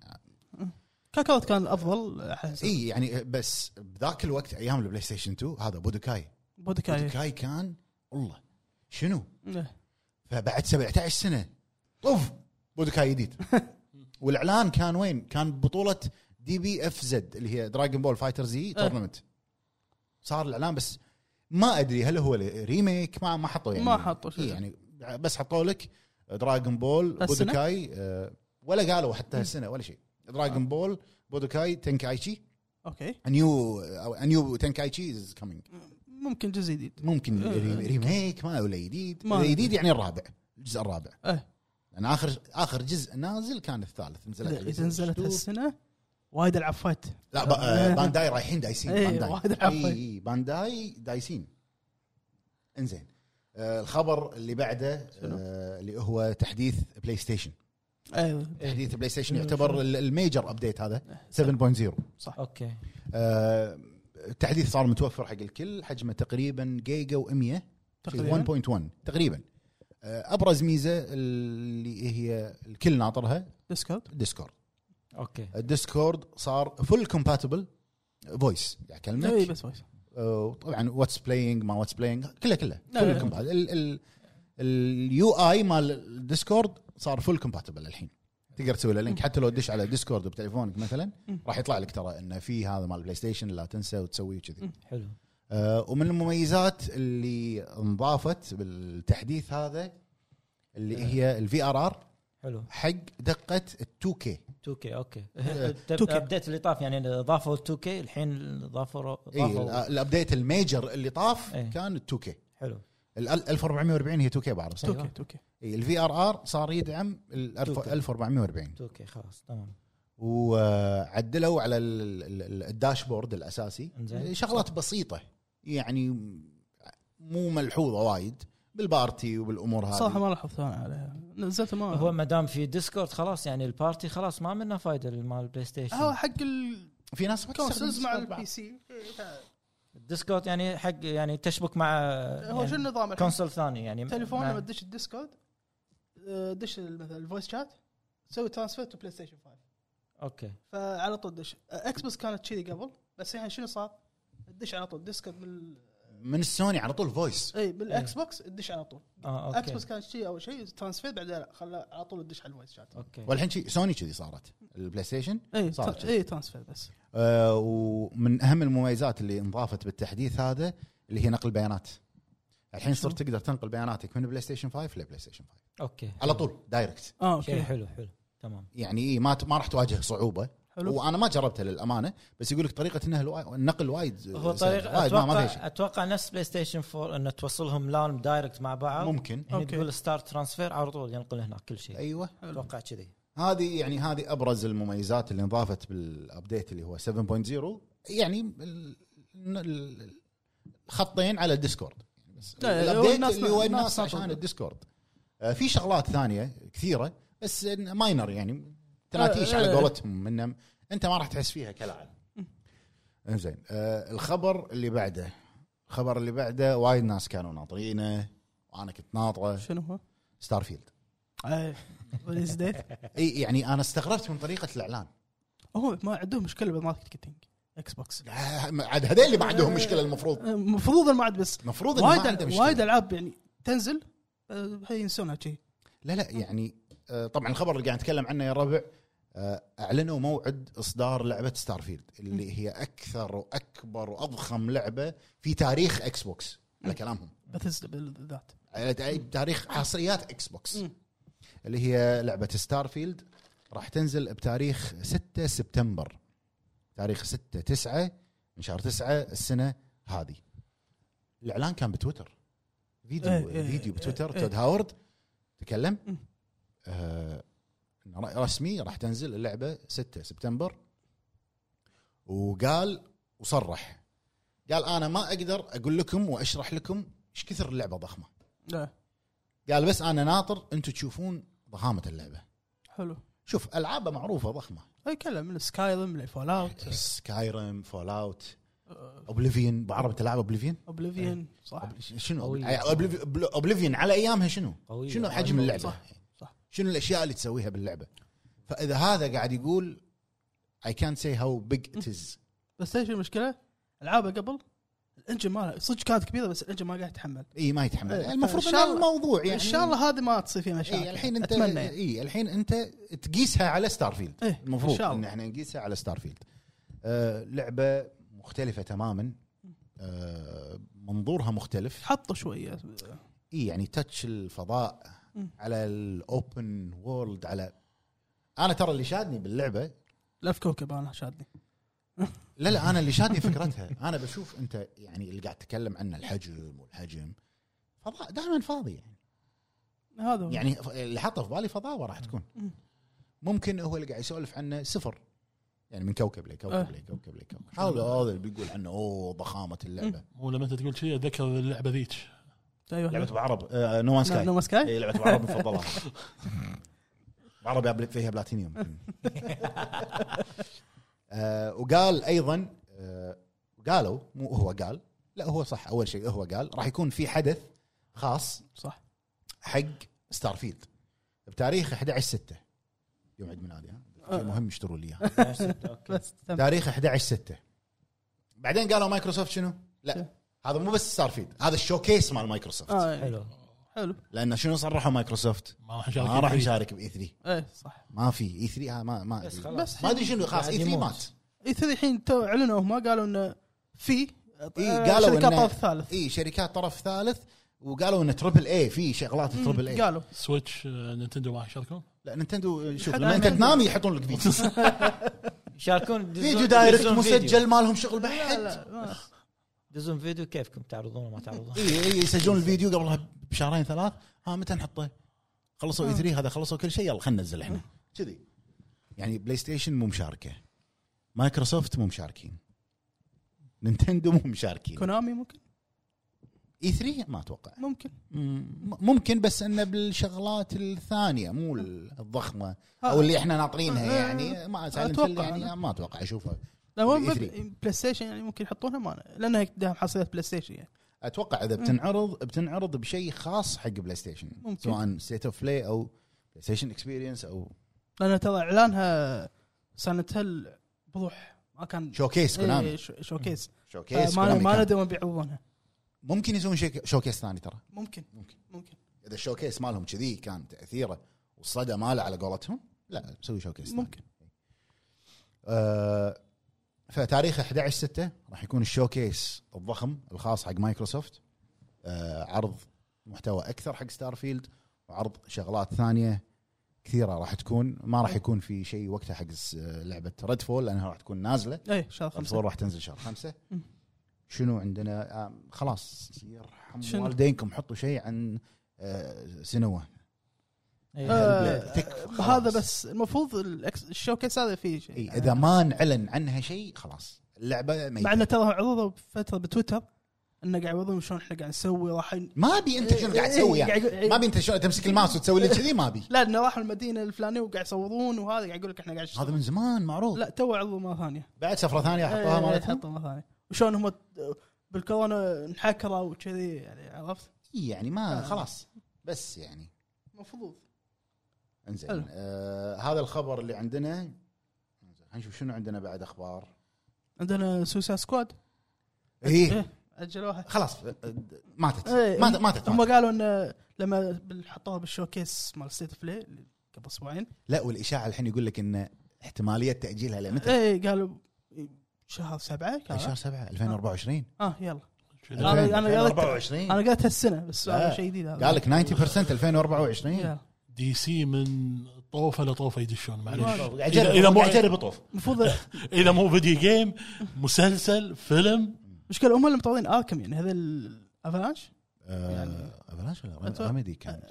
[SPEAKER 2] كاكاوت كان افضل احس
[SPEAKER 1] اي يعني بس بذاك الوقت ايام البلاي ستيشن 2 هذا بودوكاي
[SPEAKER 2] بودكاي
[SPEAKER 1] بودوكاي كان والله شنو
[SPEAKER 2] إيه.
[SPEAKER 1] فبعد 17 سنه اوف بودوكاي جديد والاعلان كان وين؟ كان بطوله دي بي اف زد اللي هي دراجون بول فايتر
[SPEAKER 2] إيه.
[SPEAKER 1] زي تورنمنت E صار الاعلان بس ما ادري هل هو ريميك ما ما حطوا يعني
[SPEAKER 2] ما حطوا شيء.
[SPEAKER 1] إيه يعني بس حطوا لك دراجون بول
[SPEAKER 2] هالسنة؟
[SPEAKER 1] بودوكاي آه، ولا قالوا حتى هالسنه ولا شيء
[SPEAKER 2] آه.
[SPEAKER 1] دراجون بول بودوكاي تنكايتشي
[SPEAKER 2] اوكي
[SPEAKER 1] نيو نيو تنكايتشي از كامينج
[SPEAKER 2] ممكن جزء جديد
[SPEAKER 1] ممكن
[SPEAKER 2] آه.
[SPEAKER 1] ري- ريميك ما ولا جديد
[SPEAKER 2] ما
[SPEAKER 1] إذا
[SPEAKER 2] أدري.
[SPEAKER 1] جديد يعني الرابع الجزء الرابع
[SPEAKER 2] إيه.
[SPEAKER 1] لان اخر اخر جزء نازل كان الثالث نزلت عليه
[SPEAKER 2] اذا نزلت
[SPEAKER 1] شوف.
[SPEAKER 2] هالسنه وايد العب فايت
[SPEAKER 1] لا ب- آه، بانداي رايحين دايسين
[SPEAKER 2] إيه،
[SPEAKER 1] بانداي
[SPEAKER 2] واحد عفوا.
[SPEAKER 1] إي، إي، بانداي دايسين انزين آه، الخبر اللي بعده آه، اللي هو تحديث بلاي ستيشن
[SPEAKER 2] ايوه
[SPEAKER 1] تحديث بلاي ستيشن يعتبر ال- الميجر ابديت هذا
[SPEAKER 2] إيه،
[SPEAKER 1] 7.0
[SPEAKER 3] اوكي
[SPEAKER 1] آه، التحديث صار متوفر حق الكل حجمه تقريبا جيجا و100
[SPEAKER 2] تقريبا
[SPEAKER 1] 1.1 تقريبا آه، ابرز ميزه اللي هي الكل ناطرها
[SPEAKER 2] ديسكورد
[SPEAKER 1] الديسكورد
[SPEAKER 3] اوكي
[SPEAKER 1] الديسكورد صار فل كومباتبل فويس يعني آه،
[SPEAKER 2] اي
[SPEAKER 1] كلمك
[SPEAKER 2] إيه، بس وايد
[SPEAKER 1] طبعا واتس بلاينج ما واتس بلاينج كله كله
[SPEAKER 2] لا، لا،
[SPEAKER 1] فل
[SPEAKER 2] لا.
[SPEAKER 1] كومباتبل اليو اي مال الديسكورد صار فل كومباتبل الحين تقدر تسوي له لينك حتى لو تدش على ديسكورد بتليفونك مثلا
[SPEAKER 2] مم.
[SPEAKER 1] راح يطلع لك ترى انه في هذا مال بلاي ستيشن لا تنسى وتسوي كذي
[SPEAKER 2] مم.
[SPEAKER 3] حلو
[SPEAKER 1] آه، ومن المميزات اللي انضافت بالتحديث هذا اللي هي الفي ار ار
[SPEAKER 3] حلو
[SPEAKER 1] حق دقه ال إيه، 2 كي
[SPEAKER 3] 2 كي اوكي
[SPEAKER 2] 2K.
[SPEAKER 3] ابديت اللي طاف يعني ضافوا 2 كي الحين ضافوا
[SPEAKER 1] إيه،
[SPEAKER 3] ضافوا
[SPEAKER 1] الابديت الميجر اللي طاف
[SPEAKER 3] إيه.
[SPEAKER 1] كان ال 2 كي
[SPEAKER 3] حلو
[SPEAKER 1] ال 1440 هي 2 كي بعرف صح؟ إيه،
[SPEAKER 3] أيوة.
[SPEAKER 2] توكي توكي
[SPEAKER 1] الفي ار ار صار يدعم ال
[SPEAKER 3] 2K.
[SPEAKER 1] 1440
[SPEAKER 3] 2 كي خلاص تمام
[SPEAKER 1] وعدلوا على ال- ال- ال- الداشبورد الاساسي
[SPEAKER 3] إنزين.
[SPEAKER 1] شغلات بسيطه يعني مو ملحوظه وايد بالبارتي وبالامور هذه
[SPEAKER 2] صراحه ما لاحظت انا عليها نزلته ما
[SPEAKER 3] هو ما دام في ديسكورد خلاص يعني البارتي خلاص ما منه فايده مال البلاي
[SPEAKER 2] هو
[SPEAKER 3] ستيشن
[SPEAKER 2] آه، حق الكونسلز
[SPEAKER 1] في ناس ما تستخدم
[SPEAKER 2] مع
[SPEAKER 1] Discord بعد.
[SPEAKER 2] البي سي
[SPEAKER 3] الديسكورد يعني حق يعني تشبك مع
[SPEAKER 2] هو شو
[SPEAKER 3] يعني
[SPEAKER 2] النظام الحين؟
[SPEAKER 3] كونسول ثاني يعني
[SPEAKER 2] تليفون
[SPEAKER 3] مع-
[SPEAKER 2] لما تدش الديسكورد آه، دش مثلا الفويس شات تسوي ترانسفير تو بلاي ستيشن 5
[SPEAKER 3] اوكي
[SPEAKER 2] فعلى طول دش آه، اكس بوكس كانت كذي قبل بس الحين شنو صار؟ تدش على طول ديسكورد من
[SPEAKER 1] من السوني على طول فويس
[SPEAKER 3] إيه.
[SPEAKER 2] اي بالاكس بوكس تدش على طول
[SPEAKER 3] اه
[SPEAKER 2] اكس
[SPEAKER 3] اوكي
[SPEAKER 2] بوكس كانت شيء اول شيء ترانسفير بعدين لا خلاه على طول تدش على الفويس شات
[SPEAKER 3] اوكي
[SPEAKER 1] والحين شي سوني كذي صارت البلاي ستيشن
[SPEAKER 2] اي
[SPEAKER 1] صار
[SPEAKER 2] تر-
[SPEAKER 1] شيء.
[SPEAKER 2] اي إيه، ترانسفير بس
[SPEAKER 1] آه ومن اهم المميزات اللي انضافت بالتحديث هذا اللي هي نقل بيانات الحين صرت تقدر تنقل بياناتك من بلاي ستيشن 5 لبلاي ستيشن 5
[SPEAKER 3] اوكي
[SPEAKER 1] على طول دايركت
[SPEAKER 2] اه
[SPEAKER 3] شيء
[SPEAKER 2] اوكي
[SPEAKER 3] حلو حلو تمام
[SPEAKER 1] يعني إيه ما ت- ما راح تواجه صعوبه
[SPEAKER 2] حلو.
[SPEAKER 1] وانا ما جربتها للامانه بس يقول لك طريقه انها الوا- النقل وايد
[SPEAKER 3] هو
[SPEAKER 1] سهل.
[SPEAKER 3] طريقه
[SPEAKER 1] إيه، وايد ما- ما فيها شيء.
[SPEAKER 3] اتوقع اتوقع نفس بلاي ستيشن 4 انه توصلهم لان دايركت مع بعض
[SPEAKER 1] ممكن
[SPEAKER 3] هني
[SPEAKER 2] أوكي.
[SPEAKER 3] تقول ستار ترانسفير على طول ينقل هناك كل شيء
[SPEAKER 1] ايوه
[SPEAKER 3] اتوقع كذي
[SPEAKER 1] هذه يعني هذه ابرز المميزات اللي انضافت بالابديت اللي هو 7.0 يعني ال- ال- الخطين على الديسكورد بس
[SPEAKER 2] لا، هو
[SPEAKER 1] الابديت
[SPEAKER 2] الناس-
[SPEAKER 1] اللي هو
[SPEAKER 2] الناس
[SPEAKER 1] الناس
[SPEAKER 2] ناطرة.
[SPEAKER 1] عشان الديسكورد آه، في شغلات ثانيه كثيره بس إن- ماينر يعني تناتيش
[SPEAKER 2] آه،
[SPEAKER 1] على
[SPEAKER 2] آه.
[SPEAKER 1] قولتهم انهم انت ما راح تحس فيها كلاعب انزين آه، الخبر اللي بعده الخبر اللي بعده وايد ناس كانوا ناطرينه وانا كنت ناطره
[SPEAKER 2] شنو هو؟ إيه.
[SPEAKER 1] ستار فيلد
[SPEAKER 2] اي ريليز ديت
[SPEAKER 1] اي يعني انا استغربت من طريقه الاعلان
[SPEAKER 2] هم ما عندهم مشكله بالماركتنج اكس بوكس
[SPEAKER 1] عاد هذول اللي ما عندهم مشكله المفروض
[SPEAKER 2] المفروض ما عاد بس
[SPEAKER 1] المفروض انه ما عنده
[SPEAKER 2] وايد
[SPEAKER 1] مشكله
[SPEAKER 2] وايد العاب يعني تنزل آه، هي ينسونها شي
[SPEAKER 1] لا لا يعني آه، طبعا الخبر اللي قاعد نتكلم عنه يا ربع آه، اعلنوا موعد اصدار لعبه ستار فيلد اللي هي اكثر واكبر واضخم لعبه في تاريخ اكس بوكس على كلامهم
[SPEAKER 2] بثزدا بالذات
[SPEAKER 1] على تع- تاريخ يعني حصريات اكس بوكس
[SPEAKER 2] مم.
[SPEAKER 1] اللي هي لعبه ستار فيلد راح تنزل بتاريخ 6 سبتمبر تاريخ 6 9 من شهر 9 السنه هذه الاعلان كان بتويتر فيديو
[SPEAKER 2] إيه، إيه،
[SPEAKER 1] فيديو
[SPEAKER 2] إيه،
[SPEAKER 1] بتويتر
[SPEAKER 2] إيه.
[SPEAKER 1] تود هاورد تكلم
[SPEAKER 2] مم.
[SPEAKER 1] آه إنه ر- رسمي راح تنزل اللعبه 6 سبتمبر وقال وصرح قال انا ما اقدر اقول لكم واشرح لكم ايش كثر اللعبه ضخمه
[SPEAKER 2] لا
[SPEAKER 1] قال بس انا ناطر انتم تشوفون ضخامه اللعبه
[SPEAKER 2] حلو
[SPEAKER 1] شوف العابه معروفه ضخمه
[SPEAKER 2] اي كلام من سكاي ريم لفول اوت
[SPEAKER 1] إيه. سكايرم فول اوت اوبليفيون بعربي تلعب اوبليفيون
[SPEAKER 2] اوبليفيون
[SPEAKER 1] إيه.
[SPEAKER 2] صح
[SPEAKER 1] شنو
[SPEAKER 3] قوية.
[SPEAKER 1] اوبليفيون على ايامها شنو
[SPEAKER 3] قوية.
[SPEAKER 1] شنو حجم اللعبه
[SPEAKER 2] صح صح
[SPEAKER 1] شنو الاشياء اللي تسويها باللعبه فاذا هذا قاعد يقول اي كان سي هاو بيج ات از
[SPEAKER 2] بس ايش المشكله؟ العابه قبل الانجن مالها صدق كانت كبيره بس الانجن ما قاعد يتحمل
[SPEAKER 1] اي ما يتحمل
[SPEAKER 2] إيه،
[SPEAKER 1] المفروض
[SPEAKER 2] فإن
[SPEAKER 1] ان
[SPEAKER 2] شاء الله-
[SPEAKER 1] الموضوع يعني
[SPEAKER 2] يعني ان شاء الله هذه ما تصير فيها مشاكل
[SPEAKER 1] اي إيه، الحين انت
[SPEAKER 2] اتمنى يعني.
[SPEAKER 1] اي الحين انت تقيسها على ستارفيلد
[SPEAKER 2] إيه، إن
[SPEAKER 1] المفروض
[SPEAKER 2] شاء الله.
[SPEAKER 1] ان احنا نقيسها على ستارفيلد آه لعبه مختلفه تماما آه منظورها مختلف
[SPEAKER 2] حطوا شويه
[SPEAKER 1] اي يعني تاتش الفضاء
[SPEAKER 2] مم.
[SPEAKER 1] على الاوبن وورلد على انا ترى اللي شادني باللعبه
[SPEAKER 2] لف كوكب انا شادني
[SPEAKER 1] لا لا انا اللي شادني فكرتها انا بشوف انت يعني اللي قاعد تتكلم عنه الحجم والحجم فضاء دائما فاضي يعني
[SPEAKER 2] هذا هو
[SPEAKER 1] يعني اللي حاطه في بالي فضاوه راح تكون
[SPEAKER 2] مم.
[SPEAKER 1] ممكن هو اللي قاعد يسولف عنه صفر يعني من كوكب
[SPEAKER 2] أه.
[SPEAKER 1] لكوكب لكوكب لكوكب هذا هذا اللي بيقول عنه اوه ضخامه اللعبه
[SPEAKER 4] مو لما انت تقول شيء اتذكر اللعبه ذيك
[SPEAKER 2] ايوه
[SPEAKER 1] لعبه بعرب نومان سكاي
[SPEAKER 2] نو سكاي
[SPEAKER 1] إيه، لعبه بعرب مفضله بعرب يا بل- فيها بلاتينيوم آه، وقال ايضا آه، قالوا مو هو قال لا هو صح اول شيء هو قال راح يكون في حدث خاص
[SPEAKER 2] صح
[SPEAKER 1] حق ستارفيلد بتاريخ 11 6 يوم عيد ميلادي ها
[SPEAKER 2] آه.
[SPEAKER 1] شيء مهم يشتروا لي اياه
[SPEAKER 3] اوكي
[SPEAKER 2] بس تم.
[SPEAKER 1] تاريخ 11 6 بعدين قالوا مايكروسوفت شنو؟
[SPEAKER 2] شو؟
[SPEAKER 1] لا هذا مو بس ستارفيلد هذا الشوكيس مال مايكروسوفت
[SPEAKER 2] آه،
[SPEAKER 3] حلو
[SPEAKER 2] حلو
[SPEAKER 1] لان شنو صرحوا مايكروسوفت؟
[SPEAKER 4] ما راح نشارك
[SPEAKER 1] ما راح
[SPEAKER 4] فيه.
[SPEAKER 1] يشارك باي 3
[SPEAKER 2] اي إيه، صح
[SPEAKER 1] ما في اي 3 ها ما ما
[SPEAKER 3] بس
[SPEAKER 1] أدري.
[SPEAKER 3] خلاص
[SPEAKER 1] ما ادري شنو خلاص اي
[SPEAKER 3] قاعد
[SPEAKER 1] 3
[SPEAKER 3] يموت.
[SPEAKER 1] مات
[SPEAKER 2] اي 3 إيه، الحين تو اعلنوا هم قالوا انه في
[SPEAKER 1] اي
[SPEAKER 2] آه،
[SPEAKER 1] إيه، قالوا
[SPEAKER 2] شركات
[SPEAKER 1] إنه-
[SPEAKER 2] طرف ثالث
[SPEAKER 1] اي شركات طرف ثالث وقالوا ان تربل اي في شغلات تربل اي
[SPEAKER 2] قالوا
[SPEAKER 4] سويتش آه، نينتندو ما راح يشاركون
[SPEAKER 1] لا نينتندو شوف
[SPEAKER 2] حتى
[SPEAKER 1] لما انت
[SPEAKER 2] نينتندو.
[SPEAKER 1] تنام يحطون لك فيديو
[SPEAKER 3] يشاركون
[SPEAKER 1] فيديو
[SPEAKER 3] يدزون-
[SPEAKER 1] دايركت
[SPEAKER 3] يدزون
[SPEAKER 1] مسجل
[SPEAKER 3] فيديو.
[SPEAKER 1] ما لهم شغل
[SPEAKER 2] لا
[SPEAKER 1] بحد
[SPEAKER 2] لا ما-
[SPEAKER 3] يدزون فيديو كيفكم تعرضون وما تعرضون
[SPEAKER 1] اي اي يسجلون الفيديو قبلها بشهرين ثلاث ها متى نحطه؟ خلصوا
[SPEAKER 2] آه.
[SPEAKER 1] اي 3 هذا خلصوا كل شيء يلا خلينا ننزل احنا كذي يعني بلاي ستيشن مو مشاركه مايكروسوفت مو مشاركين نينتندو مو مشاركين
[SPEAKER 2] كونامي ممكن
[SPEAKER 1] اي 3 ما اتوقع
[SPEAKER 2] ممكن
[SPEAKER 1] مم، ممكن بس انه بالشغلات الثانيه مو الضخمه او اللي احنا ناطرينها يعني ما
[SPEAKER 2] آه. أتوقع
[SPEAKER 1] اتوقع
[SPEAKER 2] أنا.
[SPEAKER 1] يعني ما اتوقع اشوفها
[SPEAKER 2] لا هو
[SPEAKER 1] بال E3.
[SPEAKER 2] بد- بلاي ستيشن يعني ممكن يحطونها ما لانها دام حصريات بلاي ستيشن يعني
[SPEAKER 1] اتوقع اذا بتنعرض بتنعرض بشيء خاص حق بلاي ستيشن
[SPEAKER 2] ممكن.
[SPEAKER 1] سواء ستيت اوف بلاي او بلاي ستيشن اكسبيرينس او
[SPEAKER 2] لان ترى اعلانها سانت هل بروح ما كان
[SPEAKER 1] شوكيس كونامي
[SPEAKER 2] إيه، شو- شوكيس
[SPEAKER 1] شوكيس
[SPEAKER 2] ما
[SPEAKER 1] كونامي
[SPEAKER 2] ما
[SPEAKER 1] كان.
[SPEAKER 2] ندوا بيعوضونها
[SPEAKER 1] ممكن يسوون شيء شوكيس ثاني ترى
[SPEAKER 2] ممكن
[SPEAKER 1] ممكن.
[SPEAKER 2] ممكن
[SPEAKER 1] اذا الشوكيس مالهم كذي كان تاثيره والصدى ماله على قولتهم لا سوي شوكيس ثاني.
[SPEAKER 2] ممكن
[SPEAKER 1] آه، فتاريخ 11 6 راح يكون الشوكيس الضخم الخاص حق مايكروسوفت آه، عرض محتوى اكثر حق ستارفيلد وعرض شغلات ثانيه كثيره راح تكون ما راح يكون في شيء وقتها حق س- آه، لعبه ريد فول لانها راح تكون نازله
[SPEAKER 2] اي شهر
[SPEAKER 1] ريد فول
[SPEAKER 2] خمسه
[SPEAKER 1] راح تنزل شهر خمسة
[SPEAKER 2] م.
[SPEAKER 1] شنو عندنا آه، خلاص يرحم
[SPEAKER 2] شنو؟
[SPEAKER 1] والدينكم حطوا شيء عن آه، سنوة
[SPEAKER 3] إيه.
[SPEAKER 2] آه،
[SPEAKER 1] تكفى، خلاص.
[SPEAKER 2] هذا بس المفروض الأكس- الشوكيس هذا فيه شيء
[SPEAKER 1] إي، اذا إيه، ما انعلن عنها شيء خلاص اللعبه
[SPEAKER 2] مع
[SPEAKER 1] ميتة
[SPEAKER 2] انه ترى عرضوا بفتره بتويتر انه قاعد يعرضون شلون احنا قاعد نسوي راح ي-
[SPEAKER 1] ما ابي انت شنو قاعد تسوي يعني
[SPEAKER 2] قاعد-
[SPEAKER 1] ما ابي انت شلون تمسك الماوس وتسوي لي كذي ما ابي
[SPEAKER 2] لا انه راحوا المدينه الفلانيه وقاعد يصورون وهذا قاعد يقول لك احنا قاعد نشتغل.
[SPEAKER 1] هذا من زمان معروض
[SPEAKER 2] لا تو عرضوا مره ثانيه
[SPEAKER 1] بعد سفره ثانيه حطوها
[SPEAKER 2] إيه،
[SPEAKER 1] مالتهم
[SPEAKER 2] حطوا مره ثانيه وشلون هم بالكورونا انحكروا وكذي يعني عرفت
[SPEAKER 1] إي يعني ما
[SPEAKER 2] آه.
[SPEAKER 1] خلاص بس يعني
[SPEAKER 2] المفروض حلو.
[SPEAKER 1] انزين آه هذا الخبر اللي عندنا إنزين، هنشوف شنو عندنا بعد اخبار
[SPEAKER 2] عندنا سوسا سكواد
[SPEAKER 1] ايه
[SPEAKER 2] إيه، اجلوها
[SPEAKER 1] خلاص آه، ماتت
[SPEAKER 2] إيه،
[SPEAKER 1] ماتت ماتت,
[SPEAKER 2] هم
[SPEAKER 1] ماتت.
[SPEAKER 2] قالوا انه لما بال- حطوها بالشوكيس مال ستيت بلاي اللي قبل اسبوعين
[SPEAKER 1] لا والاشاعه الحين يقول لك ان احتماليه تاجيلها لمتى؟
[SPEAKER 2] اي إيه، قالوا شهر سبعه
[SPEAKER 1] إيه. شهر
[SPEAKER 2] كان
[SPEAKER 1] 7 2024
[SPEAKER 2] اه يلا
[SPEAKER 4] شو
[SPEAKER 2] أنا-
[SPEAKER 4] ذا؟
[SPEAKER 2] أنا قريت-
[SPEAKER 1] 2024
[SPEAKER 2] انا قلت هالسنه بس
[SPEAKER 1] لا.
[SPEAKER 2] هذا شيء جديد هذا إيه.
[SPEAKER 1] قال لك 90% 2024
[SPEAKER 2] يلا.
[SPEAKER 4] دي سي من طوفه لطوفه يدشون معلش
[SPEAKER 1] قاعد
[SPEAKER 4] إذا-
[SPEAKER 1] اجرب
[SPEAKER 4] إذا مو-
[SPEAKER 1] قاعد اجرب طوف
[SPEAKER 2] المفروض
[SPEAKER 4] اذا مو فيديو جيم مسلسل فيلم
[SPEAKER 2] مشكلة هم اللي مطورين اركم يعني هذا الافلانش يعني-
[SPEAKER 1] يعني بلاش
[SPEAKER 2] أتوقع-
[SPEAKER 1] رمدي كان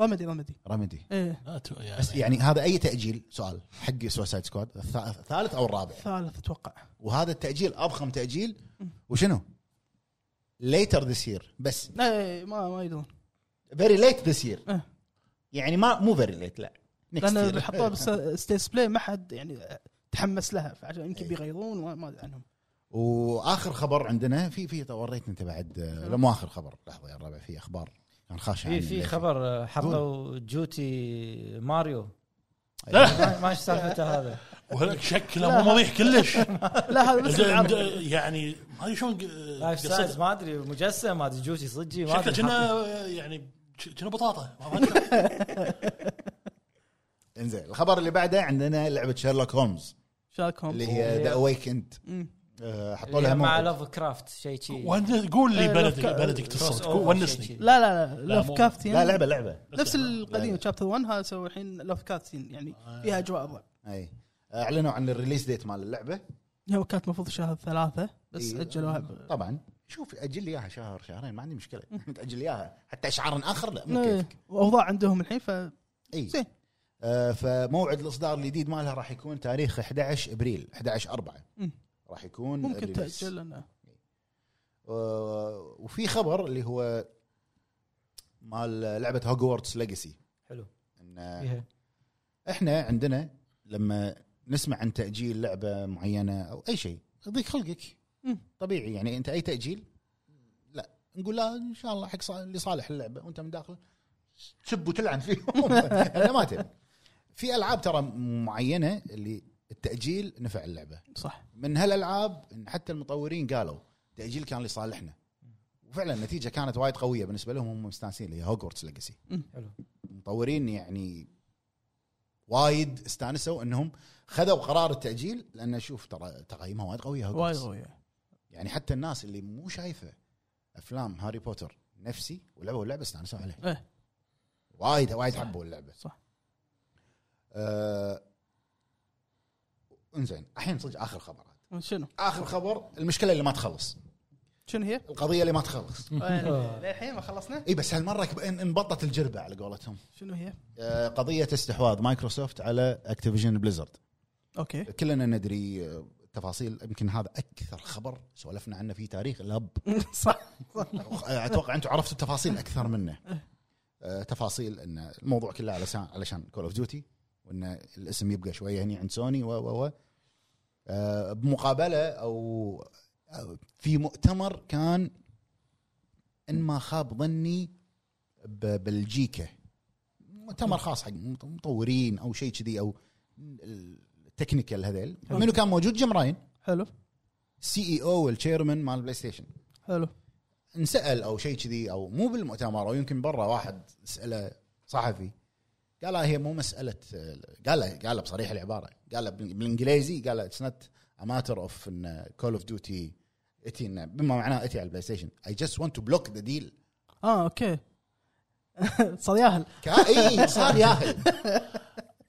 [SPEAKER 2] رمدي رمدي
[SPEAKER 1] رمدي
[SPEAKER 2] ايه
[SPEAKER 4] لا تو- يعني
[SPEAKER 1] بس يعني هذا اي تاجيل سؤال حق سوسايد سكواد الثالث او الرابع
[SPEAKER 2] ثالث اتوقع
[SPEAKER 1] وهذا التاجيل اضخم تاجيل وشنو؟ ليتر ذس يير بس
[SPEAKER 2] لا إيه، ما ما يدرون
[SPEAKER 1] فيري ليت ذس يير
[SPEAKER 2] إيه.
[SPEAKER 1] يعني ما مو فيري ليت لا
[SPEAKER 2] لان حطوها بالستيس بلاي ما حد يعني تحمس لها فعشان
[SPEAKER 1] إيه.
[SPEAKER 2] يمكن بيغيرون وما ادري عنهم
[SPEAKER 1] واخر خبر عندنا في في وريت انت بعد آه، لا مو اخر خبر لحظه يا الربع في اخبار كان خاش
[SPEAKER 3] في في خبر حطوا جوتي ماريو ما ما ايش سالفته هذا
[SPEAKER 4] وهذاك شكله مو مريح كلش
[SPEAKER 2] لا هذا بس العرض.
[SPEAKER 4] يعني ما ادري شلون
[SPEAKER 3] لايف سايز
[SPEAKER 4] قصته
[SPEAKER 3] ما ادري مجسم ما ادري جوتي صجي ما
[SPEAKER 4] شكله
[SPEAKER 3] ادري حاطين.
[SPEAKER 4] كنا يعني كنا بطاطا ما أدري.
[SPEAKER 1] انزين الخبر اللي بعده عندنا لعبه شيرلوك هولمز
[SPEAKER 2] شارك هوم
[SPEAKER 1] اللي هي ذا اويكند
[SPEAKER 2] مم.
[SPEAKER 1] حطوا لها
[SPEAKER 3] إيه، مع
[SPEAKER 1] موعد.
[SPEAKER 3] لوف كرافت شيء شي
[SPEAKER 4] وانت قول لي
[SPEAKER 2] آه،
[SPEAKER 4] بلدك
[SPEAKER 2] لوف-
[SPEAKER 4] بلدك
[SPEAKER 3] كروس
[SPEAKER 4] الصوت
[SPEAKER 3] أوفر، إيه، شيء
[SPEAKER 4] ونسني
[SPEAKER 3] شي.
[SPEAKER 2] لا لا لا
[SPEAKER 4] لا،
[SPEAKER 2] لوف
[SPEAKER 4] مو-
[SPEAKER 2] كافتين
[SPEAKER 1] لا لعبه لعبه
[SPEAKER 2] نفس
[SPEAKER 1] لا،
[SPEAKER 2] القديم
[SPEAKER 1] لا. آه.
[SPEAKER 2] شابتر 1 هذا سووا الحين لوف كافتين يعني فيها اجواء الرعب
[SPEAKER 1] اي اعلنوا عن الريليس ديت مال اللعبه
[SPEAKER 2] هو كانت المفروض شهر ثلاثة بس
[SPEAKER 1] إيه.
[SPEAKER 2] اجلوها ب-
[SPEAKER 1] طبعا شوف اجل لي اياها شهر شهرين ما عندي مشكله تاجل لي اياها حتى اشعار اخر لا مو
[SPEAKER 2] إيه.
[SPEAKER 1] كيفك
[SPEAKER 2] واوضاع عندهم الحين ف
[SPEAKER 1] اي
[SPEAKER 2] زين.
[SPEAKER 1] آه فموعد الاصدار الجديد مالها راح يكون تاريخ 11 ابريل 11 4
[SPEAKER 2] مم.
[SPEAKER 1] راح يكون
[SPEAKER 2] ممكن
[SPEAKER 1] الريليس.
[SPEAKER 2] تاجل لنا
[SPEAKER 1] آه، وفي خبر اللي هو مال لعبه هوجورتس ليجاسي
[SPEAKER 3] حلو
[SPEAKER 2] آه.
[SPEAKER 1] ان
[SPEAKER 3] إيه، فيها
[SPEAKER 1] احنا عندنا لما نسمع عن تاجيل لعبه معينه او اي شيء يضيق خلقك
[SPEAKER 2] مم.
[SPEAKER 1] طبيعي يعني انت اي تاجيل لا نقول لا ان شاء الله حق صا- لصالح اللعبه وانت من داخل تسب وتلعن فيهم انا ما تبي في العاب ترى معينه اللي التاجيل نفع اللعبه
[SPEAKER 2] صح
[SPEAKER 1] من هالالعاب إن حتى المطورين قالوا تاجيل كان لصالحنا وفعلا النتيجه كانت وايد قويه بالنسبه لهم هم مستانسين اللي هي هوجورتس ليجاسي
[SPEAKER 3] حلو
[SPEAKER 1] المطورين يعني وايد استانسوا انهم خذوا قرار التاجيل لان شوف ترى تقييمها وايد قويه
[SPEAKER 2] وايد
[SPEAKER 1] هوجورتس
[SPEAKER 2] قوية
[SPEAKER 1] يعني حتى الناس اللي مو شايفه افلام هاري بوتر نفسي ولعبوا اللعبه استانسوا عليه
[SPEAKER 2] إيه.
[SPEAKER 1] وايد وايد حبوا اللعبه
[SPEAKER 2] صح.
[SPEAKER 1] آه انزين الحين صدق اخر خبر
[SPEAKER 2] شنو
[SPEAKER 1] اخر خبر المشكله اللي ما تخلص
[SPEAKER 2] شنو هي؟
[SPEAKER 1] القضيه اللي ما تخلص
[SPEAKER 2] آه، للحين ما خلصنا
[SPEAKER 1] اي بس هالمره كب- ان- انبطت الجربه على قولتهم
[SPEAKER 2] شنو هي؟
[SPEAKER 1] آه، قضيه استحواذ مايكروسوفت على اكتيفيجن بليزرد
[SPEAKER 2] اوكي
[SPEAKER 1] كلنا ندري آه، تفاصيل يمكن هذا اكثر خبر سولفنا عنه في تاريخ الهب
[SPEAKER 2] صح
[SPEAKER 1] أخ- اتوقع انتم عرفتوا التفاصيل اكثر منه آه، تفاصيل ان الموضوع كله علشان علشان كول اوف ديوتي وان الاسم يبقى شويه هني عند سوني و و و آه، بمقابله او أو في مؤتمر كان ان ما خاب ظني ببلجيكا مؤتمر خاص حق مطورين او شيء كذي او التكنيكال هذيل منو كان موجود جيم راين
[SPEAKER 2] حلو
[SPEAKER 1] سي اي او والتشيرمان مال بلاي ستيشن
[SPEAKER 2] حلو
[SPEAKER 1] انسال او شيء كذي او مو بالمؤتمر او يمكن برا واحد ساله صحفي قال له هي مو مساله قال له قال له بصريح العباره قال له بال- بالانجليزي قال له اتس نوت ماتر اوف ان كول اوف ديوتي اتي إن- بما معناه اتي على البلاي ستيشن اي جاست ونت تو بلوك ذا ديل
[SPEAKER 2] اه اوكي صار ياهل
[SPEAKER 1] اي آه، إي، صار ياهل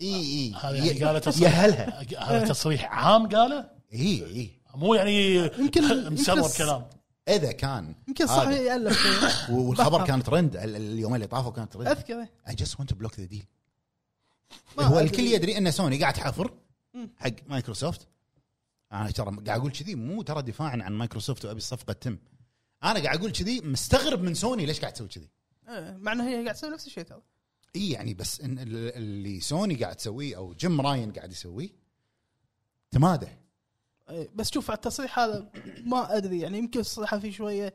[SPEAKER 1] اي اي
[SPEAKER 4] هذا قال تصريح
[SPEAKER 1] يهلها
[SPEAKER 4] هذا تصريح عام قاله
[SPEAKER 1] اي اي
[SPEAKER 4] مو يعني
[SPEAKER 2] يمكن-
[SPEAKER 4] مسمر
[SPEAKER 2] يمكن-
[SPEAKER 4] كلام
[SPEAKER 1] اذا كان
[SPEAKER 2] يمكن صح
[SPEAKER 1] هذا.
[SPEAKER 2] يالف شوية.
[SPEAKER 1] والخبر كان ترند ال- اليومين اللي طافوا كان ترند
[SPEAKER 2] اذكر إيه.
[SPEAKER 1] اي جاست ونت تو بلوك ذا ديل
[SPEAKER 2] ما
[SPEAKER 1] إيه، هو
[SPEAKER 2] آه، أدري.
[SPEAKER 1] الكل يدري ان سوني قاعد تحفر
[SPEAKER 2] مم.
[SPEAKER 1] حق مايكروسوفت انا ترى قاعد اقول كذي مو ترى دفاعا عن مايكروسوفت وابي الصفقه تتم انا قاعد اقول كذي مستغرب من سوني ليش قاعد تسوي كذي
[SPEAKER 2] إيه، مع انها هي قاعد تسوي نفس الشيء ترى
[SPEAKER 1] اي يعني بس ان ال- اللي سوني قاعد تسويه او جيم راين قاعد يسويه تمادى
[SPEAKER 2] إيه، بس شوف على التصريح هذا ما ادري يعني يمكن الصحفي شويه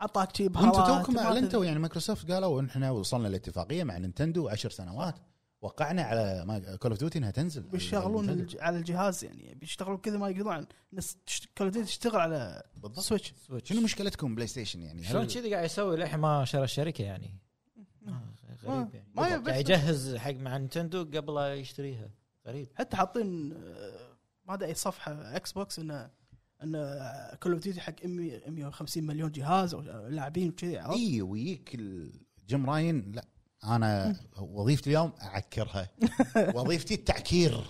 [SPEAKER 2] عطاك شيء بهارات
[SPEAKER 1] وانتم توكم
[SPEAKER 2] ما
[SPEAKER 1] اعلنتوا يعني مايكروسوفت قالوا احنا وصلنا لاتفاقيه مع نينتندو عشر سنوات وقعنا على كول اوف ديوتي انها تنزل على
[SPEAKER 2] بيشتغلون
[SPEAKER 1] نينتندو.
[SPEAKER 2] الج- على الجهاز يعني بيشتغلون كذا ما يقدرون عن الناس تشت- كول أوف ديوتي تشتغل على
[SPEAKER 1] بالضبط
[SPEAKER 2] سويتش
[SPEAKER 3] سويتش
[SPEAKER 1] شنو مشكلتكم بلاي ستيشن يعني
[SPEAKER 3] شلون
[SPEAKER 1] هل-
[SPEAKER 3] كذي قاعد يسوي للحين ما شرى الشركه يعني آه، غريب يعني
[SPEAKER 2] ما
[SPEAKER 3] بالضبط. قاعد
[SPEAKER 2] يبي-
[SPEAKER 3] يجهز حق مع نتندو قبل لا يشتريها غريب
[SPEAKER 2] حتى حاطين آه، ما ادري اي صفحه اكس بوكس انه ان كول اوف ديوتي حق 100 150 مليون جهاز او لاعبين وكذي عرفت؟
[SPEAKER 1] اي إيه، ويك ال- جيم راين لا انا وظيفتي اليوم اعكرها وظيفتي التعكير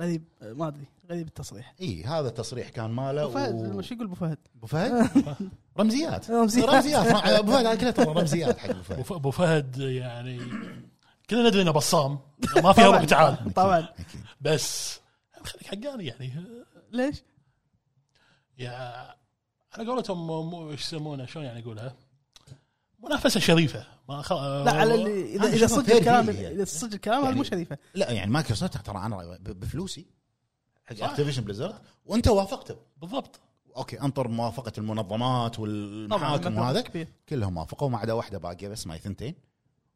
[SPEAKER 2] غريب آه، ما ادري غريب التصريح
[SPEAKER 1] اي إيه، هذا التصريح كان ماله
[SPEAKER 2] ابو فهد
[SPEAKER 1] و-
[SPEAKER 2] وش يقول ابو فهد؟
[SPEAKER 1] ابو فهد رمزيات
[SPEAKER 2] رمزيات.
[SPEAKER 1] رمزيات مع- ابو فهد هذا كله ترى رمزيات حق ابو
[SPEAKER 2] طيب.
[SPEAKER 1] فهد
[SPEAKER 4] أبو- ابو فهد يعني كلنا ندري انه بصام ما فيها روح تعال
[SPEAKER 2] طبعا
[SPEAKER 1] أكيد.
[SPEAKER 4] بس خليك حقاني يعني
[SPEAKER 2] ليش؟
[SPEAKER 4] يا على قولتهم مو- ايش يسمونه شلون يعني اقولها منافسه شريفه ما خ...
[SPEAKER 2] لا على اللي اذا
[SPEAKER 1] أنا
[SPEAKER 2] اذا
[SPEAKER 1] أشوفها
[SPEAKER 2] صدق الكلام
[SPEAKER 1] fair deal يعني.
[SPEAKER 2] اذا صدق الكلام هذا
[SPEAKER 1] يعني-
[SPEAKER 2] مو شريفه
[SPEAKER 1] لا يعني مايكروسوفت ترى انا رأيي ب- بفلوسي حق
[SPEAKER 4] صح.
[SPEAKER 1] اكتيفيشن بليزرد وانت وافقت
[SPEAKER 4] بالضبط
[SPEAKER 1] اوكي انطر موافقه المنظمات والمحاكم
[SPEAKER 2] مبلغ
[SPEAKER 1] وهذا
[SPEAKER 2] كبير
[SPEAKER 1] كلهم وافقوا ما عدا واحده باقيه بس ما هي ثنتين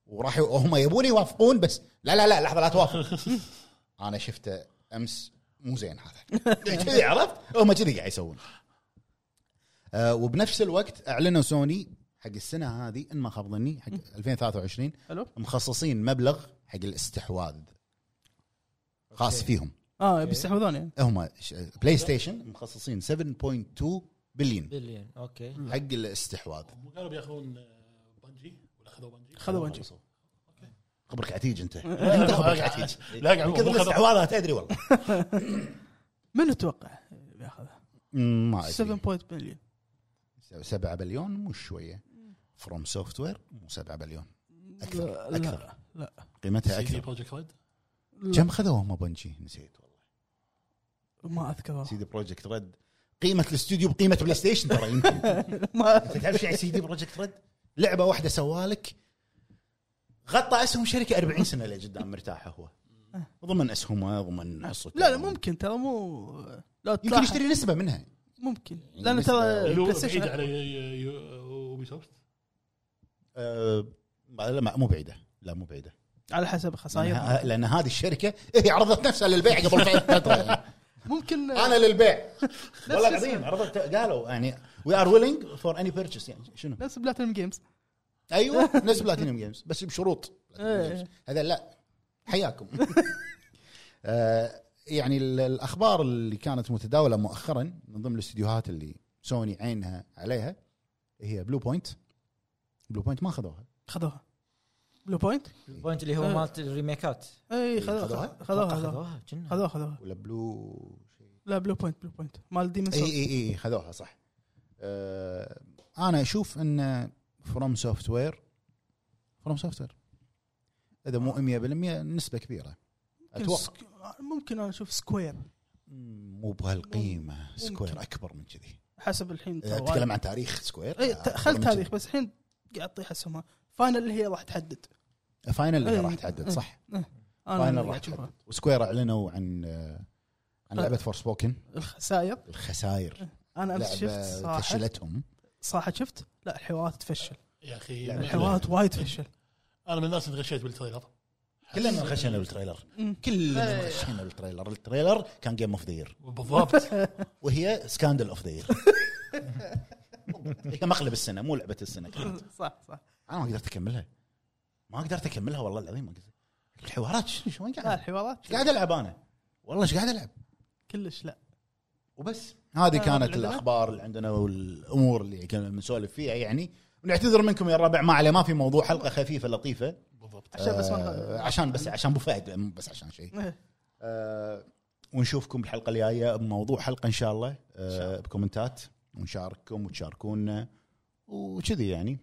[SPEAKER 1] وراح ي- وهم يبون يوافقون بس لا لا لا لحظه لا توافق انا شفته امس مو زين هذا كذي عرفت هم كذي قاعد يسوون آه وبنفس الوقت اعلنوا سوني حق السنه هذه ان ما خاب ظني حق 2023
[SPEAKER 2] حلو
[SPEAKER 1] مخصصين مبلغ حق الاستحواذ خاص فيهم
[SPEAKER 2] اه بيستحوذون يعني
[SPEAKER 1] هم ش- بلاي ستيشن مخصصين 7.2 بليون
[SPEAKER 3] بليون اوكي
[SPEAKER 1] حق الاستحواذ
[SPEAKER 4] مو كانوا بياخذون آه، بنجي ولا اخذوا بنجي؟
[SPEAKER 2] خذوا وجه
[SPEAKER 1] خبرك عتيج انت
[SPEAKER 4] لا،
[SPEAKER 1] انت خبرك عتيج
[SPEAKER 4] لا قاعد
[SPEAKER 1] يمكن الاستحواذ تدري والله
[SPEAKER 2] من تتوقع بياخذها؟
[SPEAKER 1] مم، ما
[SPEAKER 2] 7
[SPEAKER 1] ادري
[SPEAKER 2] بوينت مليون
[SPEAKER 1] 7 بليون مو شويه فروم سوفت وير مو 7 بليون أكثر،
[SPEAKER 2] لا،
[SPEAKER 1] أكثر.
[SPEAKER 2] لا
[SPEAKER 1] قيمتها
[SPEAKER 4] سي دي
[SPEAKER 1] اكثر
[SPEAKER 4] بروجكت ريد
[SPEAKER 2] لا،
[SPEAKER 1] كم خذوا هم بنجي نسيت والله
[SPEAKER 2] ما اذكر والله.
[SPEAKER 1] سيدي بروجكت ريد قيمه الاستوديو بقيمه بلاي ستيشن ترى يمكن
[SPEAKER 2] ما
[SPEAKER 1] انت تعرف ايش يعني سيدي بروجكت ريد لعبه واحده سوالك غطى اسهم شركه 40 سنه لقدام مرتاح هو
[SPEAKER 4] أه.
[SPEAKER 1] ضمن اسهمه ضمن حصته
[SPEAKER 2] لا لا ممكن ترى مو لو
[SPEAKER 1] يمكن
[SPEAKER 2] تلاحظ-
[SPEAKER 1] يشتري نسبه منها
[SPEAKER 2] ممكن
[SPEAKER 1] يعني
[SPEAKER 2] لان ترى
[SPEAKER 1] بالنسبة-
[SPEAKER 2] بلاي
[SPEAKER 4] بعيد
[SPEAKER 2] ستيشن
[SPEAKER 4] على اوبي سوفت
[SPEAKER 1] أه لا ما- مو بعيده لا مو بعيده
[SPEAKER 2] على حسب خسائر
[SPEAKER 1] لأنها- لان هذه الشركه هي عرضت نفسها للبيع قبل فتره يعني.
[SPEAKER 2] ممكن
[SPEAKER 1] انا للبيع والله
[SPEAKER 2] نفس-
[SPEAKER 1] العظيم عرضت قالوا يعني وي ار ويلينج فور اني بيرتشس يعني شنو
[SPEAKER 2] نفس بلاتينم جيمز
[SPEAKER 1] ايوه نفس بلاتينيوم جيمز بس بشروط
[SPEAKER 2] إيه.
[SPEAKER 1] Platinum Games. هذا لا حياكم آه، يعني ال- الاخبار اللي كانت متداوله مؤخرا من ضمن الاستديوهات اللي سوني عينها عليها هي بلو بوينت بلو بوينت ما خذوها
[SPEAKER 2] خذوها بلو بوينت
[SPEAKER 3] البوينت اللي هو
[SPEAKER 2] آه.
[SPEAKER 3] مالت الريميكات
[SPEAKER 2] اي
[SPEAKER 1] خذوها؟
[SPEAKER 2] خذوها خذوها خذوها
[SPEAKER 3] كنا.
[SPEAKER 2] خذوها خذوها
[SPEAKER 1] ولا بلو
[SPEAKER 2] لا بلو بوينت بلو بوينت مال ديمن
[SPEAKER 1] اي اي اي إيه، خذوها صح آه انا اشوف ان فروم سوفت وير فروم سوفت وير اذا مو 100% نسبه كبيره اتوقع
[SPEAKER 2] ممكن انا اشوف سكوير
[SPEAKER 1] مم، مو بهالقيمه
[SPEAKER 2] ممكن.
[SPEAKER 1] سكوير اكبر من كذي
[SPEAKER 2] حسب الحين
[SPEAKER 1] إذا
[SPEAKER 2] ترى
[SPEAKER 1] اتكلم عن تاريخ آه، سكوير
[SPEAKER 2] اي إيه، ت- خل تاريخ بس الحين قاعد تطيح اسهمها فاينل اللي هي راح تحدد
[SPEAKER 1] فاينل اللي
[SPEAKER 2] إيه.
[SPEAKER 1] راح تحدد صح
[SPEAKER 2] انا
[SPEAKER 1] فاينل
[SPEAKER 2] اللي
[SPEAKER 1] راح
[SPEAKER 2] قاعد أشوفها.
[SPEAKER 1] تحدد وسكوير اعلنوا عن آه، عن
[SPEAKER 2] طيب.
[SPEAKER 1] لعبه فور سبوكن
[SPEAKER 2] الخسائر
[SPEAKER 1] الخساير
[SPEAKER 2] انا امس شفت
[SPEAKER 1] لعبه
[SPEAKER 2] صراحه
[SPEAKER 1] فشلتهم
[SPEAKER 2] صراحه شفت لا الحوارات تفشل
[SPEAKER 4] يا اخي
[SPEAKER 1] لا،
[SPEAKER 2] الحوارات وايد تفشل
[SPEAKER 4] انا من الناس اللي غشيت بالتريلر
[SPEAKER 1] كلنا خشينا بالتريلر
[SPEAKER 2] مم. إيه.
[SPEAKER 1] كلنا خشينا بالتريلر التريلر كان جيم اوف ذا يير
[SPEAKER 4] بالضبط
[SPEAKER 1] وهي سكاندل اوف ذا يير هي مقلب السنه مو لعبه السنه كانت
[SPEAKER 2] صح صح
[SPEAKER 1] انا ما قدرت اكملها ما قدرت اكملها والله العظيم ما قدرت الحوارات شنو شو وين
[SPEAKER 2] لا
[SPEAKER 1] قاعد
[SPEAKER 2] الحوارات
[SPEAKER 1] إيش قاعد العب انا والله ايش قاعد العب
[SPEAKER 2] كلش لا
[SPEAKER 1] وبس هذه
[SPEAKER 2] آه، اللي
[SPEAKER 1] كانت
[SPEAKER 2] عندنا؟
[SPEAKER 1] الاخبار اللي عندنا والامور اللي كنا بنسولف فيها يعني ونعتذر منكم يا الربع ما عليه ما في موضوع حلقه خفيفه لطيفه
[SPEAKER 4] بالضبط
[SPEAKER 2] عشان بس
[SPEAKER 1] آه،
[SPEAKER 2] ما
[SPEAKER 1] عشان بس عشان ابو فهد مو بس عشان شيء
[SPEAKER 2] إيه.
[SPEAKER 1] آه، ونشوفكم بالحلقه الجايه بموضوع حلقه ان شاء الله آه، بكومنتات ونشارككم وتشاركونا وكذي يعني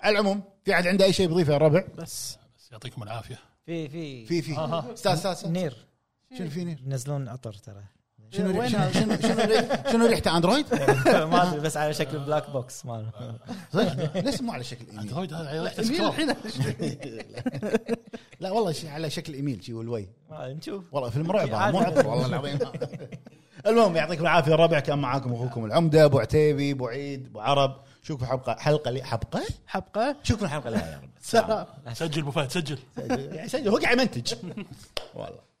[SPEAKER 1] على العموم في احد عنده اي شيء بيضيفه يا الربع
[SPEAKER 2] بس
[SPEAKER 4] بس يعطيكم العافيه
[SPEAKER 3] في في
[SPEAKER 1] في في
[SPEAKER 4] آها.
[SPEAKER 1] استاذ استاذ استاذ
[SPEAKER 3] نير
[SPEAKER 1] شنو في نير
[SPEAKER 3] ينزلون عطر ترى
[SPEAKER 1] شنو ريح-
[SPEAKER 2] وين
[SPEAKER 1] شنو
[SPEAKER 2] هذا؟
[SPEAKER 1] شنو شنو ريح- شنو ريحته اندرويد؟
[SPEAKER 3] ما ادري بس على شكل بلاك بوكس ماله
[SPEAKER 1] صح؟ ليش مو على شكل إيميل؟
[SPEAKER 4] اندرويد هذا عيال
[SPEAKER 2] مين
[SPEAKER 4] سكرول.
[SPEAKER 2] الحين
[SPEAKER 1] لا والله شي على شكل ايميل شي والوي
[SPEAKER 3] ما آه، نشوف
[SPEAKER 1] والله فيلم رعب هذا،
[SPEAKER 3] عادي.
[SPEAKER 1] مو عطر والله العظيم المهم يعطيكم العافيه الربع كان معاكم اخوكم العمده ابو عتيبي ابو عيد ابو عرب شوفوا حلقه حلقه لي حبقه
[SPEAKER 2] حبقه
[SPEAKER 1] شوفوا الحلقه لها يا رب
[SPEAKER 2] سلام
[SPEAKER 4] سجل ابو فهد سجل
[SPEAKER 1] يعني سجل، هو قاعد يمنتج والله